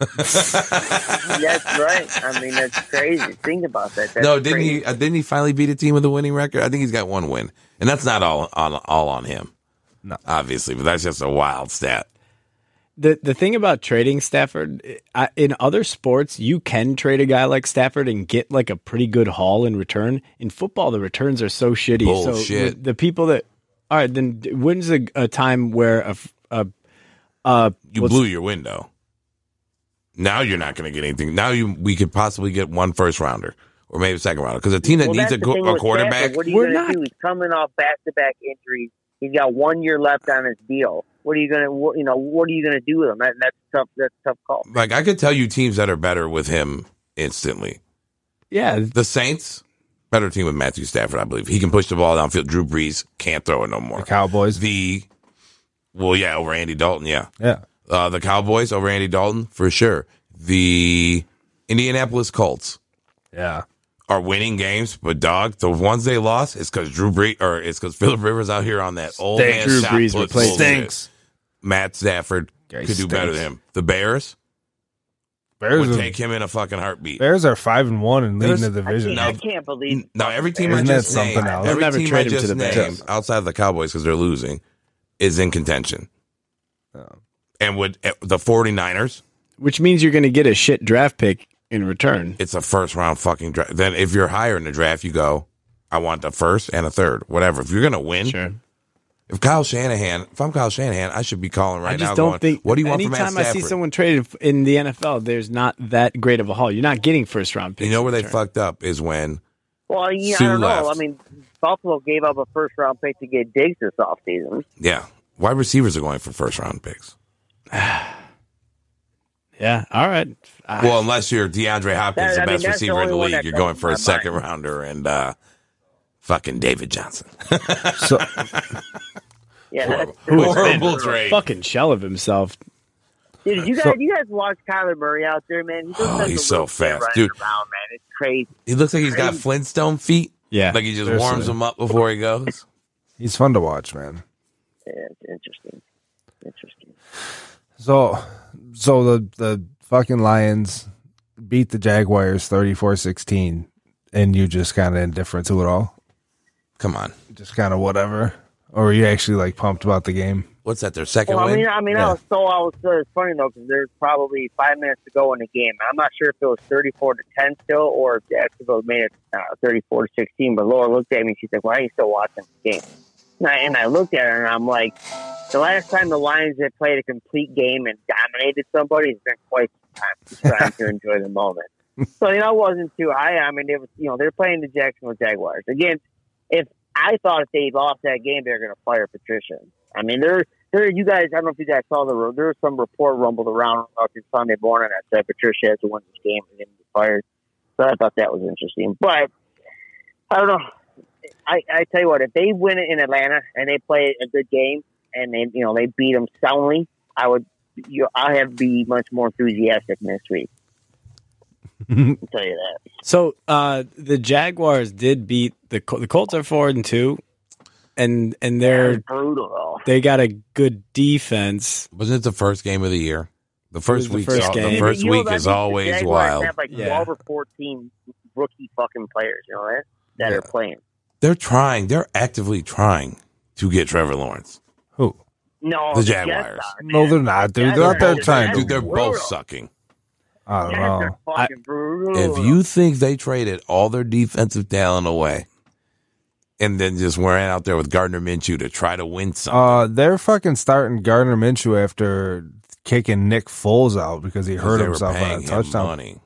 G: do? That's right. I mean, that's crazy. Think about that. That's
E: no, didn't
G: crazy.
E: he? Uh, didn't he finally beat a team with a winning record? I think he's got one win, and that's not all on all on him.
A: No.
E: obviously, but that's just a wild stat.
D: The the thing about trading Stafford I, in other sports, you can trade a guy like Stafford and get like a pretty good haul in return. In football, the returns are so shitty. So
E: Bullshit.
D: the people that all right, then when's a, a time where a f- a, a
E: You
D: what's-
E: blew your window. Now you're not going to get anything. Now you we could possibly get one first rounder or maybe a second rounder because a team that
G: Well,
E: needs
G: that's
E: a,
G: the
E: qu-
G: thing
E: a
G: with
E: quarterback.
G: Stafford. What are you
D: We're
G: going
D: not-
G: to do? He's coming off back-to-back injuries. He's got one year left on his deal. What are you going to, you know, what are you going to do with him? That, that's a tough. That's a tough call.
E: Like I could tell you teams that are better with him instantly.
D: yeah,
E: The Saints, better team with Matthew Stafford, I believe. He can push the ball downfield. Drew Brees can't throw it no more.
A: the Cowboys.
E: The well, yeah, over Andy Dalton, yeah.
A: <laughs> yeah.
E: Uh, the Cowboys over Andy Dalton for sure. The Indianapolis Colts
A: Yeah.
E: are winning games, but dog, the ones they lost is because Drew Brees or it's because Philip Rivers out here on that old
A: Stinks.
E: man
A: Drew
E: shot
D: Brees
E: put
D: replaced-
E: bullshit.
A: Stinks.
E: Matt Stafford
A: Guy
E: could do better
A: stinks.
E: than him. The Bears
A: Bears
E: would
A: are,
E: take him in a fucking heartbeat.
A: Bears are 5 and 1 and leading
E: There's-
A: the
G: I
A: division.
G: can't, I
E: Now-
G: can't believe.
E: Now every team I
A: Isn't that
E: just
A: something
E: named,
A: else?
E: every
D: They'll never
E: team I
D: trade him to
E: just
D: the Bears.
E: named outside of the Cowboys because they're losing is in contention. And would eh, the 49ers
D: which means you're going to get a shit draft pick in return.
E: it's a first round fucking draft. Then if you're higher in the draft, you go, I want the first and a third, whatever. If you're gonna win,
D: Sure.
E: if Kyle Shanahan, if I'm Kyle Shanahan, I should be calling right
D: I just
E: now.
D: don't
E: going,
D: think.
E: What do you want from Matt
D: Anytime
E: Stafford?
D: I see someone traded in the NFL, there's not that great of a haul. You're not getting first round picks.
E: you know where
D: in
E: they
D: return.
E: fucked up is when
G: Well, yeah,
E: Sue
G: I don't know.
E: left.
G: I mean, Buffalo gave up a first-round pick to get Diggs this offseason.
E: yeah, wide receivers are going for first round picks.
D: Yeah. All right. I-
E: Well, unless you're DeAndre Hopkins,
G: That-
E: the
G: I mean,
E: best
G: that's the
E: receiver in
G: only
E: the
G: one
E: league,
G: that
E: you're going
G: comes
E: for a
G: to my
E: second
G: mind.
E: rounder and uh, fucking David Johnson.
A: <laughs> So,
E: <laughs>
G: Yeah, <laughs> that's-
E: Horrible,
D: Who is
E: horrible trade.
D: fucking shell of himself.
G: dude. You guys,
A: So-
G: you guys watch Kyler Murray out there, man. He just
E: Oh,
G: has
E: he's
G: a
E: so
G: little kid
E: fast,
G: running
E: dude.
G: Around, man, it's crazy.
E: He looks like he's got Flintstone feet.
D: Yeah.
E: Like he just
A: Seriously.
E: warms them up before he goes.
A: he's fun to watch, man.
G: Yeah, it's interesting. Interesting.
A: So, so the the fucking Lions beat the Jaguars 34-16 and you just kind of indifferent to it all.
E: Come on.
A: Just kind of whatever. Or were you actually like pumped about the game?
E: What's that? Their second
G: Well, I
E: win?
G: mean, I mean, I was so I was so it's funny though because there's probably five minutes to go in the game. I'm not sure if it was 34 to 10 still, or if Jacksonville made it uh, 34 to 16. But Laura looked at me and she's like, "Why are you still watching the game?" And I, and I looked at her and I'm like, "The last time the Lions had played a complete game and dominated somebody has been quite some time. Just trying
E: <laughs>
G: to enjoy the moment." So you know, I wasn't too high. I mean, it was you know they're playing the Jacksonville Jaguars again. If I thought if they lost that game, they're going to fire Patricia. I mean, they're there you guys, I don't know if you guys saw the there was some report rumbled around up in Sunday morning that said Patricia has to win this game and then be fired. So I thought that was interesting. But I don't know. I, I tell you what, if they win it in Atlanta and they play a good game and they you know they beat them soundly, I would you I have be much more enthusiastic next
E: <laughs>
G: week. I'll tell you that.
D: So uh, the Jaguars did beat the Col- the Colts are four and two. and and they're
G: brutal.
D: they got a good defense.
E: Wasn't it the first game of the year? The first
D: was the
E: week.
D: first
E: the
D: game.
E: first
G: You know,
E: week
G: that means
E: is
G: the
E: always
G: Jaguars
E: wild.
G: Have like
D: Yeah.
G: twelve or fourteen rookie fucking players, you know that that
E: Yeah.
G: are playing.
E: They're trying. They're actively trying to get Trevor Lawrence.
A: Who?
G: No,
E: The
G: Jets
E: Jaguars.
G: are,
A: No,
G: man.
A: they're not, dude.
G: Jets
A: They're
G: are
A: out there
G: brutal.
A: trying to.
E: Dude, they're both
G: brutal.
E: sucking.
A: Oh. I
G: Jets
A: don't know.
G: are fucking brutal.
E: If you think they traded all their defensive talent away and then just went out there with Gardner Minshew to try to win something,
A: Uh, they're fucking starting Gardner Minshew after kicking Nick Foles out because he hurt
E: they were
A: himself on
E: paying
A: a
E: him
A: touchdown.
E: money.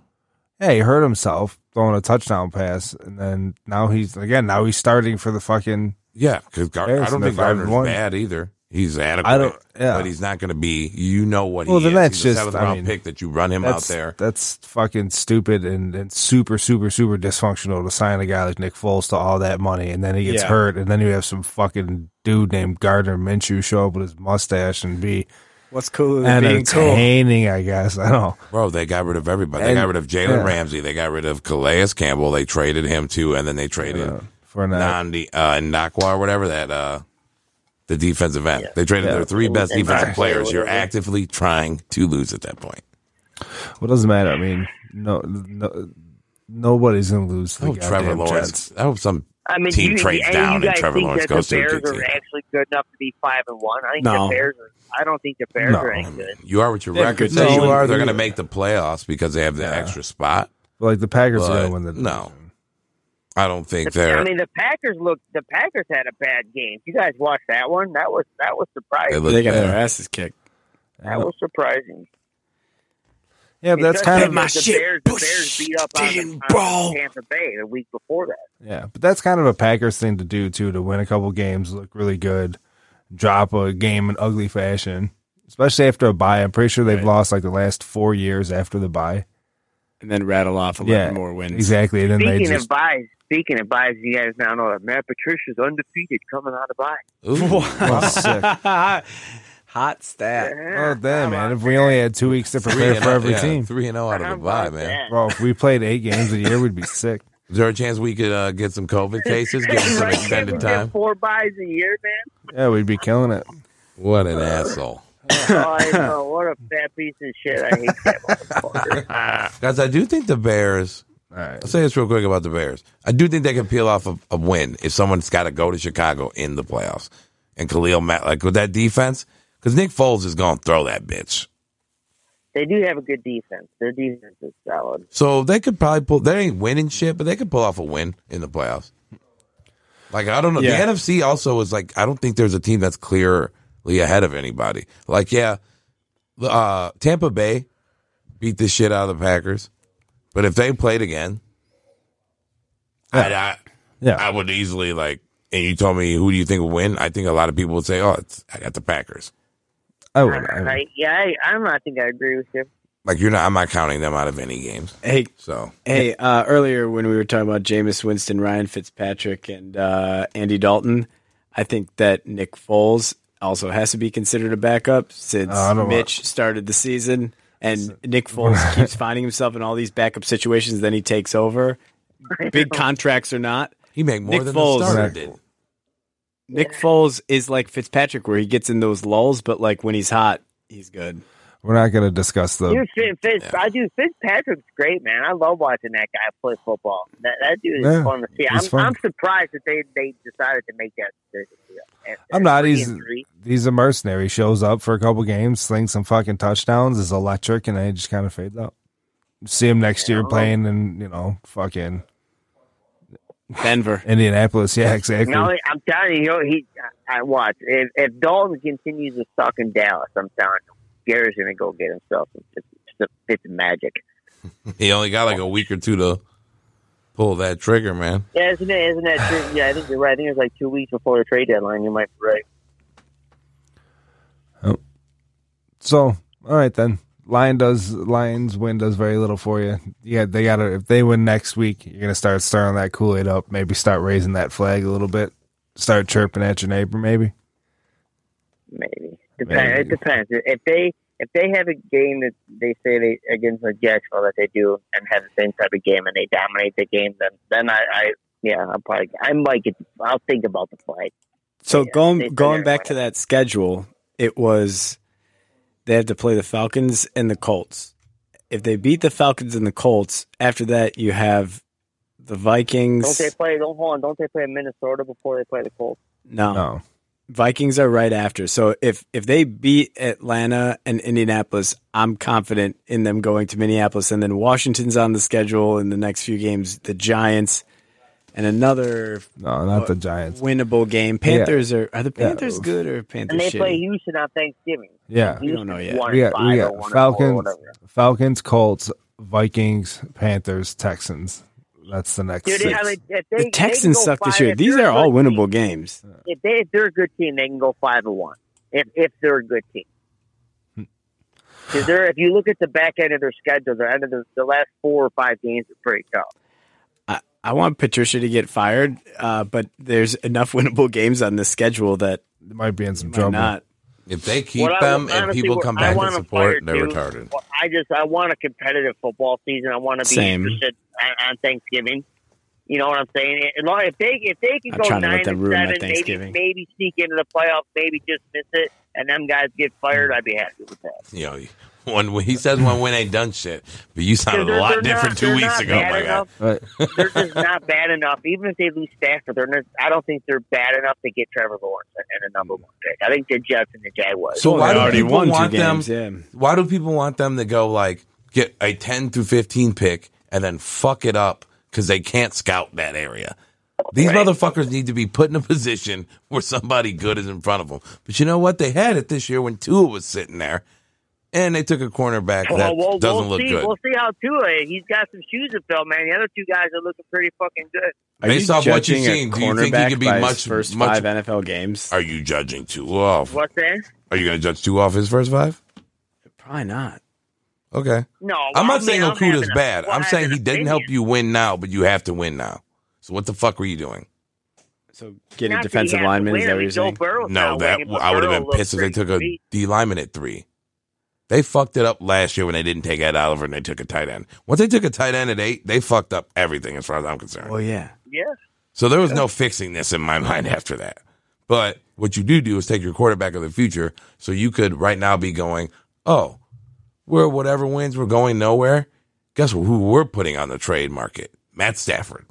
A: Yeah, he hurt himself throwing a touchdown pass, and then now he's again now he's starting for the fucking.
E: Yeah, because Gar-
A: Harrison,
E: I don't think
A: if I've
E: Gardner's
A: won-
E: bad either. He's adequate.
A: I don't- yeah.
E: But he's not going to be. You know what
A: Well,
E: he
A: then
E: is.
A: that's
E: he's
A: just-
E: a seventh
A: I
E: round
A: mean,
E: pick that you run him out
A: That's
E: there.
A: That's fucking stupid and, and super super super dysfunctional to sign a guy like Nick Foles to all that money, and then he gets
D: Yeah.
A: hurt, and then you have some fucking dude named Gardner Minshew show up with his mustache and be
D: What's cooler than being cool?
A: entertaining. I guess I don't. know.
E: Bro, they got rid of everybody. They
A: And-
E: got rid of Jalen
A: yeah.
E: Ramsey. They got rid of Calais Campbell. They traded him too, and then they traded
A: Uh, for now.
E: Nandi uh, Nakwa or whatever that uh, the defensive end. They traded their three best defensive players. You're actively trying to lose at that point.
A: Well, it doesn't matter. I mean, no, no nobody's gonna lose. to
E: I
A: The
E: hope Oh, Trevor
A: Oh, goddamn
E: Lawrence.
A: Jets.
E: I hope some
G: I mean,
E: team
G: do you,
E: trades
G: any of
E: down
G: you
E: and
G: guys
E: Trevor
G: think
E: Lawrence
G: that
E: goes
G: the
E: to a
G: Bears
E: good
G: are
E: team.
G: actually good enough to be five and one. I think
D: No.
G: the Bears. Are, I don't think the Bears
A: No.
G: are any good.
E: You are what your
D: They have
E: record
D: good
E: says you
D: talent.
E: are. They're going to make the playoffs because they have the
A: Yeah.
E: extra spot.
A: But, like the Packers are
E: But,
A: gonna win the
E: no.
A: division.
E: I don't think
G: The- I
E: they're.
G: mean, the Packers looked. The Packers had a bad game. You guys watched that one? That was that was
E: They
G: surprising.
E: look
D: They got
E: bad.
D: their asses kicked.
A: Yeah.
G: That was surprising.
A: Yeah, but that's
G: Because
A: kind
G: the-
A: of
D: my
G: the
D: shit
G: Bears, the Bears beat up on, the-
D: pushed in,
G: on
D: bro.
G: Tampa Bay the week before that.
A: yeah, but that's kind of a Packers thing to do too to win a couple games, look really good, drop a game in ugly fashion, especially after a bye. I'm pretty sure they've
D: Right.
A: lost like the last four years after the bye.
D: And then rattle off eleven
A: Yeah,
D: more wins.
A: Exactly, and then
G: Speaking
A: they just
G: of buys, speaking of buys, you guys now know that Matt Patricia's undefeated coming out of buy.
E: Ooh.
A: Well,
G: <laughs>
A: sick.
D: Hot stat.
A: oh damn man, if we only had two weeks to prepare for every
E: yeah,
A: team,
E: Three and zero out of the bye, man.
A: bro, if we played eight games a year, we'd be sick.
E: Is there a chance we could uh, get some
G: <laughs>
E: COVID cases, get some
G: Right, we
E: extended
G: did
E: time?
G: Four buys a year, man.
A: Yeah, we'd be killing it.
E: What an asshole,
G: oh,
E: <laughs>
G: I know. What a fat piece of shit. I hate that motherfucker.
E: guys! I do think the Bears.
A: All right.
E: I'll say this real quick about the Bears. I do think they can peel off a, a win if someone's got to go to Chicago in the playoffs. And Khalil Mack, like with that defense, because Nick Foles is going to throw that bitch.
G: they do have a good defense. Their defense is solid.
E: So they could probably pull. They ain't winning shit, but they could pull off a win in the playoffs. Like I don't know.
D: Yeah.
E: The NFC also is like I don't think there's a team that's clearly ahead of anybody. Like yeah, uh, Tampa Bay beat the shit out of the Packers, but if they played again, I'd- I,
A: Yeah.
E: I would easily like. And you told me who do you think will win? I think a lot of people would say, "Oh, it's, I got the Packers."
A: I would. I would.
G: I, yeah, I, I'm not, I think I agree with you.
E: Like you're not. I'm not counting them out of any games.
D: Hey,
E: So
D: hey. Uh, earlier when we were talking about Jameis Winston, Ryan Fitzpatrick, and uh, Andy Dalton, I think that Nick Foles also has to be considered a backup since
A: Uh, I don't
D: Mitch started the season, and
A: <laughs>
D: Nick Foles keeps finding himself in all these backup situations. Then he takes over, big contracts or not.
E: he made more
D: Nick
E: than
D: Foles.
E: the starter
A: Exactly.
E: did.
D: Nick Foles is like Fitzpatrick, where he gets in those lulls, but like when he's hot, he's good.
A: We're not going to discuss the.
G: Dude, Fitz, Fitz, I do. Fitzpatrick's great, man. I love watching that guy play football. That, that dude is
A: Yeah,
G: fun to see.
A: he's
G: I'm,
A: fun.
G: I'm surprised that they, they decided to make that decision. you know, at-
A: I'm not.
G: at three
A: He's
G: and three.
A: he's a mercenary. Shows up for a couple games, slings some fucking touchdowns, is electric, and then he just kind of fades out. See him next year playing in you know fucking
D: Denver.
A: Indianapolis. <laughs> Yeah, exactly.
G: No, I'm telling you, you know, he. I, I watch if, if Dalton continues to suck in Dallas. I'm telling you, Gary's gonna go get himself some Fitz, Fitz magic.
E: He only got like a week or two to pull that trigger, man.
G: Yeah, isn't it? Isn't that true? Yeah, I think you're right. I think it was like two weeks before the trade deadline. You might be right.
A: So all right then. Lion does Lions win does very little for you. Yeah, they gotta if they win next week, you're gonna start stirring that Kool Aid up. Maybe start raising that flag a little bit. Start chirping at your neighbor, maybe.
G: Maybe. Depend,
A: Maybe.
G: It depends. If they if they have a game that they say they against the Jets or that they do and have the same type of game and they dominate the game, then then I, I yeah, I'll probably I might get. I'll think about the flag.
D: So
G: they
D: going
G: said
D: going
G: it
D: back
G: was-
D: to that schedule, it was they had to play the Falcons and the Colts. If they beat the Falcons and the Colts, after that you have the
G: Don't they
D: Vikings.
G: play? Don't hold on. Don't they play Minnesota before they play the Colts?
D: No,
A: Oh,
D: Vikings are right after. So if if they beat Atlanta and Indianapolis, I'm confident in them going to Minneapolis. And then Washington's on the schedule in the next few games. The Giants and another
A: no, not the Giants.
D: winnable game. Panthers are are the
A: Yeah.
D: Panthers good or Panthers?
G: And they
D: shitty?
G: play Houston on Thanksgiving.
A: Yeah.
D: We don't know yet.
G: Houston's one
A: We
G: and
A: got, we got
G: five or one and four or
A: Falcons,
G: whatever.
A: Falcons, Colts, Vikings, Panthers, Texans. That's the next
G: Dude, they have a,
A: six.
G: if they, they
D: The
G: can
D: Texans
G: go
D: suck this
G: five-
D: year.
G: if
D: These
G: they're
D: are
G: a
D: all
G: good team-
D: winnable games.
G: If, they, if they're a good team, they can go five and one. If if they're a good team,
D: Hmm.
G: because they're if you look at the back end of their schedule, the end of the, the last four or five games are pretty tough.
D: I, I want Patricia to get fired, uh, but there's enough <laughs> winnable games on this schedule that
A: They might be in some
D: might
A: trouble.
D: not.
E: If they keep
G: What I-
E: them and
G: honestly,
E: people
G: what
E: come
G: I
E: back and
G: want 'em
E: support,
G: fired,
E: they're
G: dude.
E: retarded.
G: Well, I just I want a competitive football season. I want to be
D: Same.
G: interested on, on Thanksgiving. You know what I'm saying? As long- If they if they can
D: I'm
G: go
D: trying to let
G: nine
D: them
G: and
D: ruin my
G: seven, maybe
D: Thanksgiving.
G: maybe sneak into the playoffs, maybe just miss it, and them guys get fired, I'd be happy with that.
E: You know, <laughs> one he says one win ain't done shit, but you sounded
G: They're-
E: a lot
G: they're
E: different
G: not-
E: two
G: they're
E: weeks
G: not
E: ago.
G: bad
E: My God,
G: enough.
E: <laughs>
A: Right.
G: They're just not bad enough. Even if they lose Stafford, they're not, I don't think they're bad enough to get Trevor Lawrence and a
E: Hmm.
G: number one pick. I think the Jets and the Jaguars.
E: So
D: Well,
E: why
D: they
E: do
D: already
E: people
D: won two
E: want them-
D: games. Yeah.
E: why do people want them to go like get a ten through fifteen pick and then fuck it up because they can't scout that area? These
G: Right.
E: motherfuckers need to be put in a <laughs> position where somebody good is in front of them. But you know what? They had it this year when Tua was sitting there, and they took a cornerback that
G: Well, we'll-
E: doesn't
G: we'll
E: look
G: see.
E: good.
G: We'll see how Tua. He's got some shoes to fill, man. The other two guys are looking pretty fucking good.
D: Are
E: Based
D: you
E: off what you've
D: judging a
E: seen, do you think he
D: cornerback
E: could be
D: by his
E: much-
D: first
E: much-
D: five NFL games?
E: Are you judging Tua off?
G: What's that?
E: Are you going to judge Tua off his first five?
D: Probably not.
E: Okay.
G: No,
E: I'm
G: well,
E: not saying
G: I mean, I'm having
E: Okuda's
G: a-
E: bad.
G: well,
E: I'm
G: I have
E: saying
G: an
E: he didn't
G: opinion.
E: help you win now, but you have to win now. So what the fuck were you doing?
D: So get a
G: Not that he
D: defensive
G: has to
D: lineman. Is
G: win.
D: that
G: I
D: what
G: mean,
D: you're
G: Joe
D: saying?
G: Burrow's
E: No,
G: not
E: that
G: winning, but
E: I would have
G: Burrow
E: been
G: looked
E: pissed if they
G: pretty
E: took a
G: sweet.
E: D lineman at three. They fucked it up last year when they didn't take Ed Oliver and they took a tight end. Once they took a tight end at eight, they fucked up everything as far as I'm concerned.
D: Well, yeah.
G: Yeah,
E: So there was no fixing this in my <laughs> mind after that. But what you do do is take your quarterback of the future. So you could right now be going, oh, we're whatever wins, we're going nowhere. Guess who we're putting on the trade market? Matt Stafford.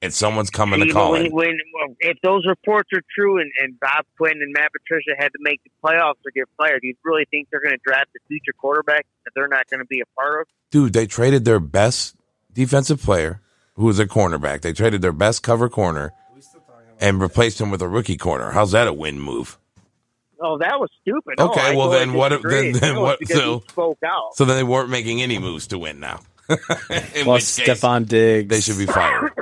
E: And someone's coming to
G: You know,
E: call
G: when,
E: in.
G: when if those reports are true, and, and Bob Quinn and Matt Patricia had to make the playoffs or get fired, do you really think they're going to draft the future quarterback that they're not going to be a part of?
E: Dude, they traded their best defensive player, who was a cornerback. They traded their best cover corner and replaced him with a rookie corner. How's that a win move?
G: Oh, that was
E: Okay,
G: stupid. oh, I
E: well,
G: totally
E: then what-
G: disagree.
E: then- then
G: No, it's
E: what-
G: because
E: so-
G: he spoke out.
E: So then they weren't making any moves to win now. <laughs> In
D: Plus
E: which case,
D: Stefan Diggs.
E: they should be fired.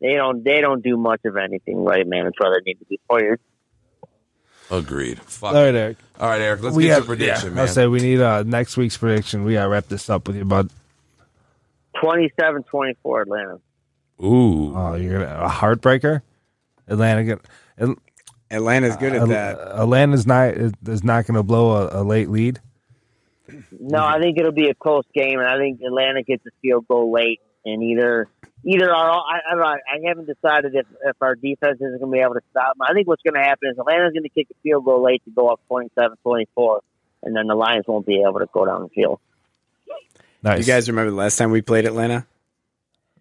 G: They don't. They don't do much of anything right, man. That's why they need to be fired.
E: <laughs> Agreed. Fuck.
A: All right, Eric.
E: All right, Eric, let's
A: we
E: get
A: have
E: your prediction,
A: yeah,
E: man.
A: I say we need uh, next week's prediction. We gotta wrap this up with you, bud.
G: 27-24 Atlanta.
E: Ooh.
A: Oh, you're gonna a heartbreaker. Atlanta, get- Al-
D: Atlanta's good
E: Uh,
D: at that.
A: Atlanta's not is- is not gonna blow a, a late lead.
G: No, I think it'll be a close game, and I think Atlanta gets a field goal late, and either either our I, I don't know, I haven't decided if, if our defense isn't going to be able to stop them. I think what's going to happen is Atlanta's going to kick a field goal late to go up 27-24, and then the Lions won't be able to go down the field.
A: Nice.
D: You guys remember the last time we played Atlanta?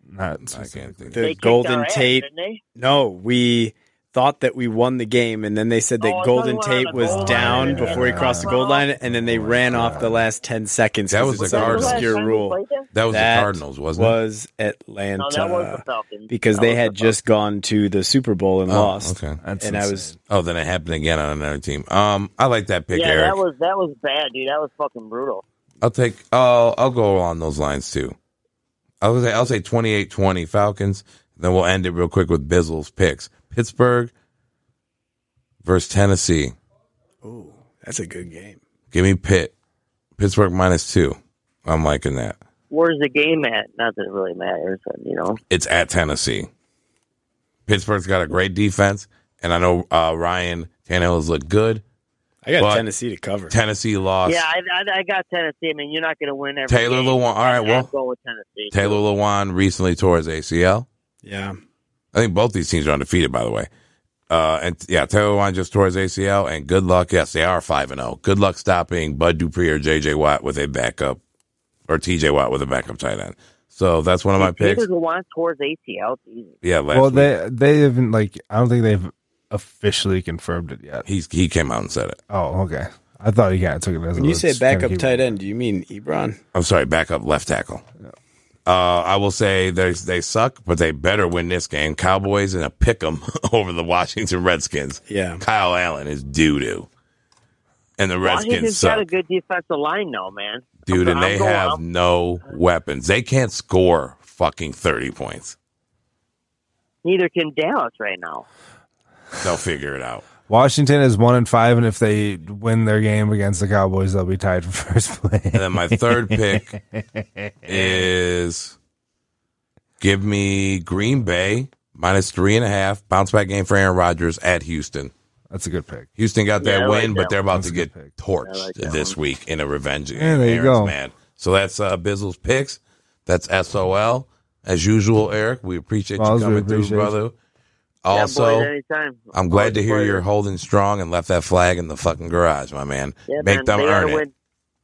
A: not
E: I can't think.
D: The
G: They kicked our
D: Golden
G: ass,
D: Tate.
G: didn't they?
D: No, we thought that we won the game, and then they said that
G: Oh, I thought we
D: Golden
G: won on
D: Tate
G: the
D: was
G: goal line
D: down
A: and
D: before he
A: then-
D: crossed the goal line, and then they ran off the last ten seconds.
E: That
D: 'cause
E: was
D: it's
E: the
D: some
E: Cardinals.
D: obscure rule.
E: That was
D: That
E: the Cardinals, wasn't it?
D: Was
G: No, that was the
D: Atlanta
G: Falcons
D: uh, because
G: That
D: they
G: was
D: had
G: the
D: just gone to the Super Bowl and
E: Oh,
D: lost,
E: okay.
A: That's
D: and I
A: insane.
D: was
E: Oh, then it happened again on another team. Um, I like that pick,
G: Falcons. Yeah,
E: Eric.
G: that was that was bad, dude. That was fucking brutal.
E: I'll take. Oh, I'll go along those lines too. I'll say I'll say 28-20 Falcons. Then we'll end it real quick with Bizzle's picks. Pittsburgh versus Tennessee.
D: ooh, that's a good game.
E: Give me Pitt. Pittsburgh minus two. I'm liking that.
G: Where's the game at? Not that it really matters, but, you know.
E: It's at Tennessee. Pittsburgh's got a great defense, and I know uh, Ryan Tannehill has looked good.
D: I got
E: But-
D: Tennessee to cover.
E: Tennessee lost.
G: Yeah, I, I, I got Tennessee. I mean, you're not going to win every
E: Taylor
G: game.
E: Lewan. All right,
G: I'll
E: well,
G: go with Tennessee.
E: Taylor Lewan recently tore his ACL.
D: yeah,
E: I think both these teams are undefeated, by the way. Uh, and yeah, Taylor Lewan just tore his ACL, and good luck. Yes, they are five and zero. Good luck stopping Bud Dupree or J.J. Watt with a backup, or T.J. Watt with a backup tight end. So that's one of my picks.
G: Peter Lewan towards ACL. Jesus.
E: Yeah, last
A: well,
E: week.
A: they they haven't like I don't think they've officially confirmed it yet.
E: he's he came out and said it.
A: Oh, okay. I thought he kind of took it as
D: When you say backup tight end, do you mean Ebron?
E: I'm sorry, backup left tackle. Uh, I will say they they suck, but they better win this game. Cowboys and a pick 'em <laughs> over the Washington Redskins.
D: Yeah. <laughs>
E: Kyle Allen is doo doo, and the Redskins
G: Washington's got a
E: suck,
G: good defensive line now, man.
E: dude.
G: I'm-
E: And they
G: I'm going-
E: have
G: I'm-
E: no weapons. They can't score fucking thirty points.
G: neither can Dallas right now.
E: They'll figure it out.
A: Washington is one and five, and if they win their game against the Cowboys, they'll be tied for <laughs> first place.
E: And then my third
G: <laughs>
E: pick is give me Green Bay minus three and a half bounce back game for Aaron Rodgers at Houston.
A: That's a good pick.
E: Houston got
G: Yeah,
E: that
G: I like
E: win, but
G: that
E: they're about
A: That's
E: to
A: a good
E: get
A: pick.
E: torched
G: I like that
E: this week in a revenge.
A: Yeah, there you
E: Aaron's
A: go.
E: mad. So that's uh, Bizzle's picks. That's SOL. As usual, Eric, we appreciate
A: Miles,
E: you
A: we
E: coming
A: appreciate
E: through,
A: you.
E: brother.
G: Yeah,
E: Also,
G: boys, anytime.
E: I'm glad to hear
G: Boys.
E: you're holding strong and left that flag in the fucking garage, my man. Make
G: man,
E: them
G: they
E: earn
G: gotta
E: it.
G: Win.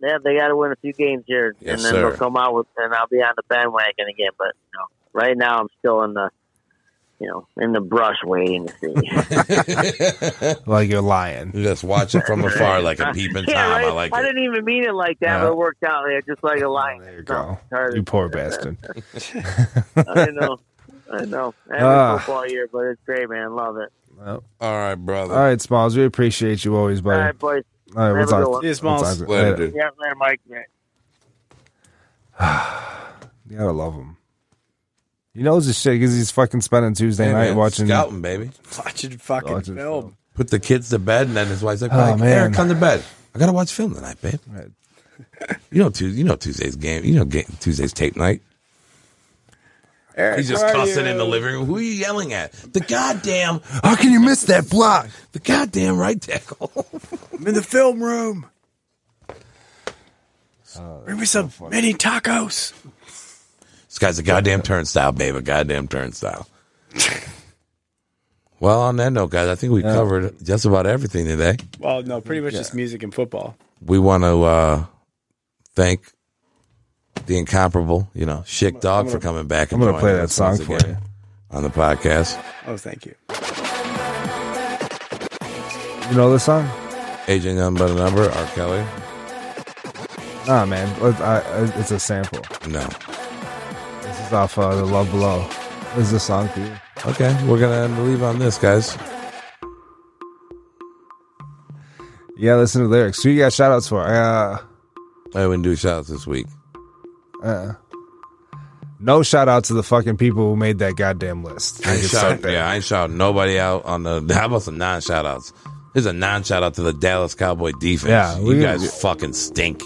G: Yeah, they got to win a few games here,
E: Yes,
G: and then
E: sir.
G: they'll come out with, and I'll be on the bandwagon again. But you know, right now, I'm still in the, you know, in the brush waiting
E: <laughs>
G: to see.
A: Like you're lying.
E: Just watch it from
G: <laughs>
E: afar like a peeping Tom.
G: yeah, right?
E: I like it.
G: didn't even mean it like that,
A: No.
G: but it worked out. Yeah, just like a line.
A: Oh, There you
G: No,
A: go.
G: Oh, tired
A: You
G: of-
A: poor bastard.
G: I
A: <laughs>
G: know. I know. Every
A: Ah.
G: football year, but it's great, man. Love it.
A: Well,
E: All right, brother.
A: all right, Smalls. We appreciate you always,
G: All
A: buddy.
G: right, boys.
A: All right,
G: Have a
A: we'll
G: good
A: talk.
G: one.
D: See you,
A: We'll
D: Smalls.
A: talk
E: Later, dude.
G: Yeah, later, Mike. Man.
A: You gotta love him. He knows his shit because he's fucking spending Tuesday
E: Hey,
A: night
E: man,
A: watching.
E: Scouting, baby.
D: Watching fucking
A: Watching
D: film.
A: film.
E: Put the kids to bed, and then his wife's like,
A: Oh,
E: Mike,
A: man.
E: Eric, come to bed. I gotta watch film tonight, babe.
A: Right.
E: You know, Tuesday, you know Tuesday's game. You know ga- Tuesday's tape night.
D: Eric,
E: He's just
D: where are
E: cussing in the
D: you?
E: living room. Who are you yelling at? The goddamn,
A: How can you miss that block?
E: the goddamn right tackle. <laughs>
D: I'm in the film room. Bring me some mini tacos.
E: This guy's a goddamn turnstile, babe. A
A: <laughs>
E: goddamn turnstile. well, on that note, guys, I think we covered just about everything today.
D: Well, no, pretty much just music and football.
E: we want to uh, thank the incomparable, you know, Chick Dog for coming back. And
A: I'm gonna
E: joining
A: play that
E: us
A: song
E: once
A: for
E: again
A: you.
E: on the podcast.
D: Oh, thank you.
A: You know this song?
E: AJ Number but a Number, R. Kelly.
A: Nah, man. Let- I- I- It's a sample.
E: No.
A: This is off uh, the Love Below. This is a song for you.
E: Okay, we're gonna leave on this, guys.
A: Yeah, listen to lyrics. Who you got shout outs for? Uh,
E: I wouldn't do shoutouts this week.
A: no shout out to the fucking people who made that goddamn list.
E: I ain't
A: Just like
E: shout,
A: that.
E: yeah, I ain't shouting nobody out on the. <laughs> How about some non shoutouts? Here's a non shout out to the Dallas Cowboy defense.
A: Yeah,
E: you
A: we-
E: guys fucking stink.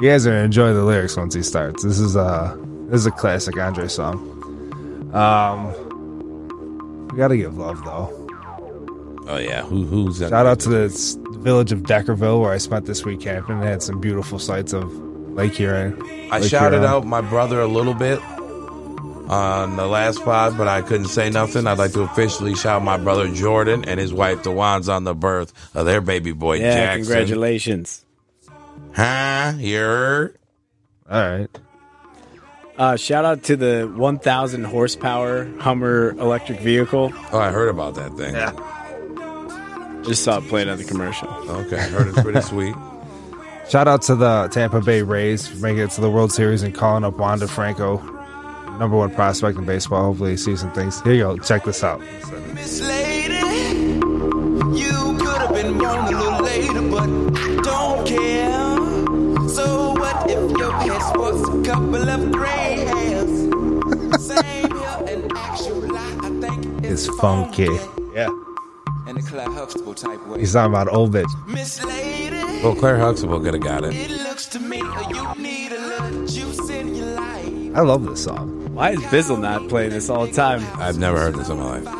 A: You guys are gonna enjoy the lyrics once he starts. This is a this is a classic Andre song. Um, we gotta give love though.
E: Oh yeah, who who's
A: Shout out to the s- village of Deckerville where I spent this week camping and had some beautiful sights of Lake Huron.
E: I
A: Like
E: shouted
A: your, uh,
E: out my brother a little bit on the last pod, but I couldn't say nothing. I'd like to officially shout my brother Jordan and his wife Dewan's on the birth of their baby boy
D: Yeah,
E: Jackson.
D: congratulations.
E: Huh? You heard?
A: All right,
D: Uh, shout out to the 1,000 horsepower Hummer electric vehicle.
E: Oh, I heard about that thing.
D: Just saw it played on the commercial.
E: Okay, I heard it's pretty sweet.
A: shout out to the Tampa Bay Rays for making it to the World Series and calling up Wanda Franco, number one prospect in baseball. Hopefully, he sees some things. Here you go. Check this out.
C: Miss Lady, you could have been born a little later, but I don't care. So what if your head sports a couple of gray hairs? Same here, and actually, I think
A: It's
C: it's,
A: funky. Yeah,
C: And the Claire Huxtable type way.
A: he's talking about old bitch.
C: Miss Lady,
E: Well, Claire Huxtable could have got it.
C: it looks to me like you need a little juice in your life.
A: I love this song.
D: Why is Bizzle not playing this all the time?
E: I've never heard this in my life.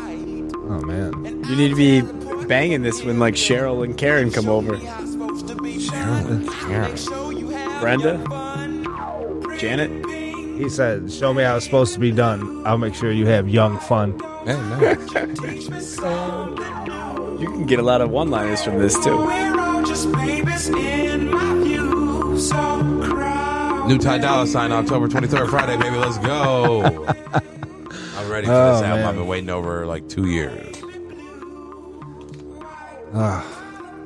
A: Oh man.
D: You need to be banging this when like Cheryl and Karen come over.
C: Cheryl,
E: Karen.
C: Show you have
D: Brenda?
C: your fun.
D: Janet?
A: He said, "Show me how it's supposed to be done. I'll make sure you have young fun."
E: Hey, nice.
D: You can get a lot of one liners from this too.
C: We're all just babies in my view, so cry.
E: New Ty Dolla Sign, October 23rd, Friday, baby.
A: <laughs>
E: Let's go. I'm ready for
A: Oh,
E: this album.
A: man.
E: I've been waiting over like two years.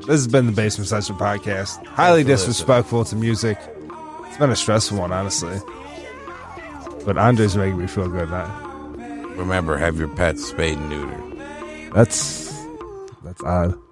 A: This has been the Basement Session podcast. Highly
E: Thanks for
A: disrespectful to music. It's been a stressful one, honestly. But Andre's making me feel good now.
E: Remember, have your pets spayed and neutered.
A: That's that's odd.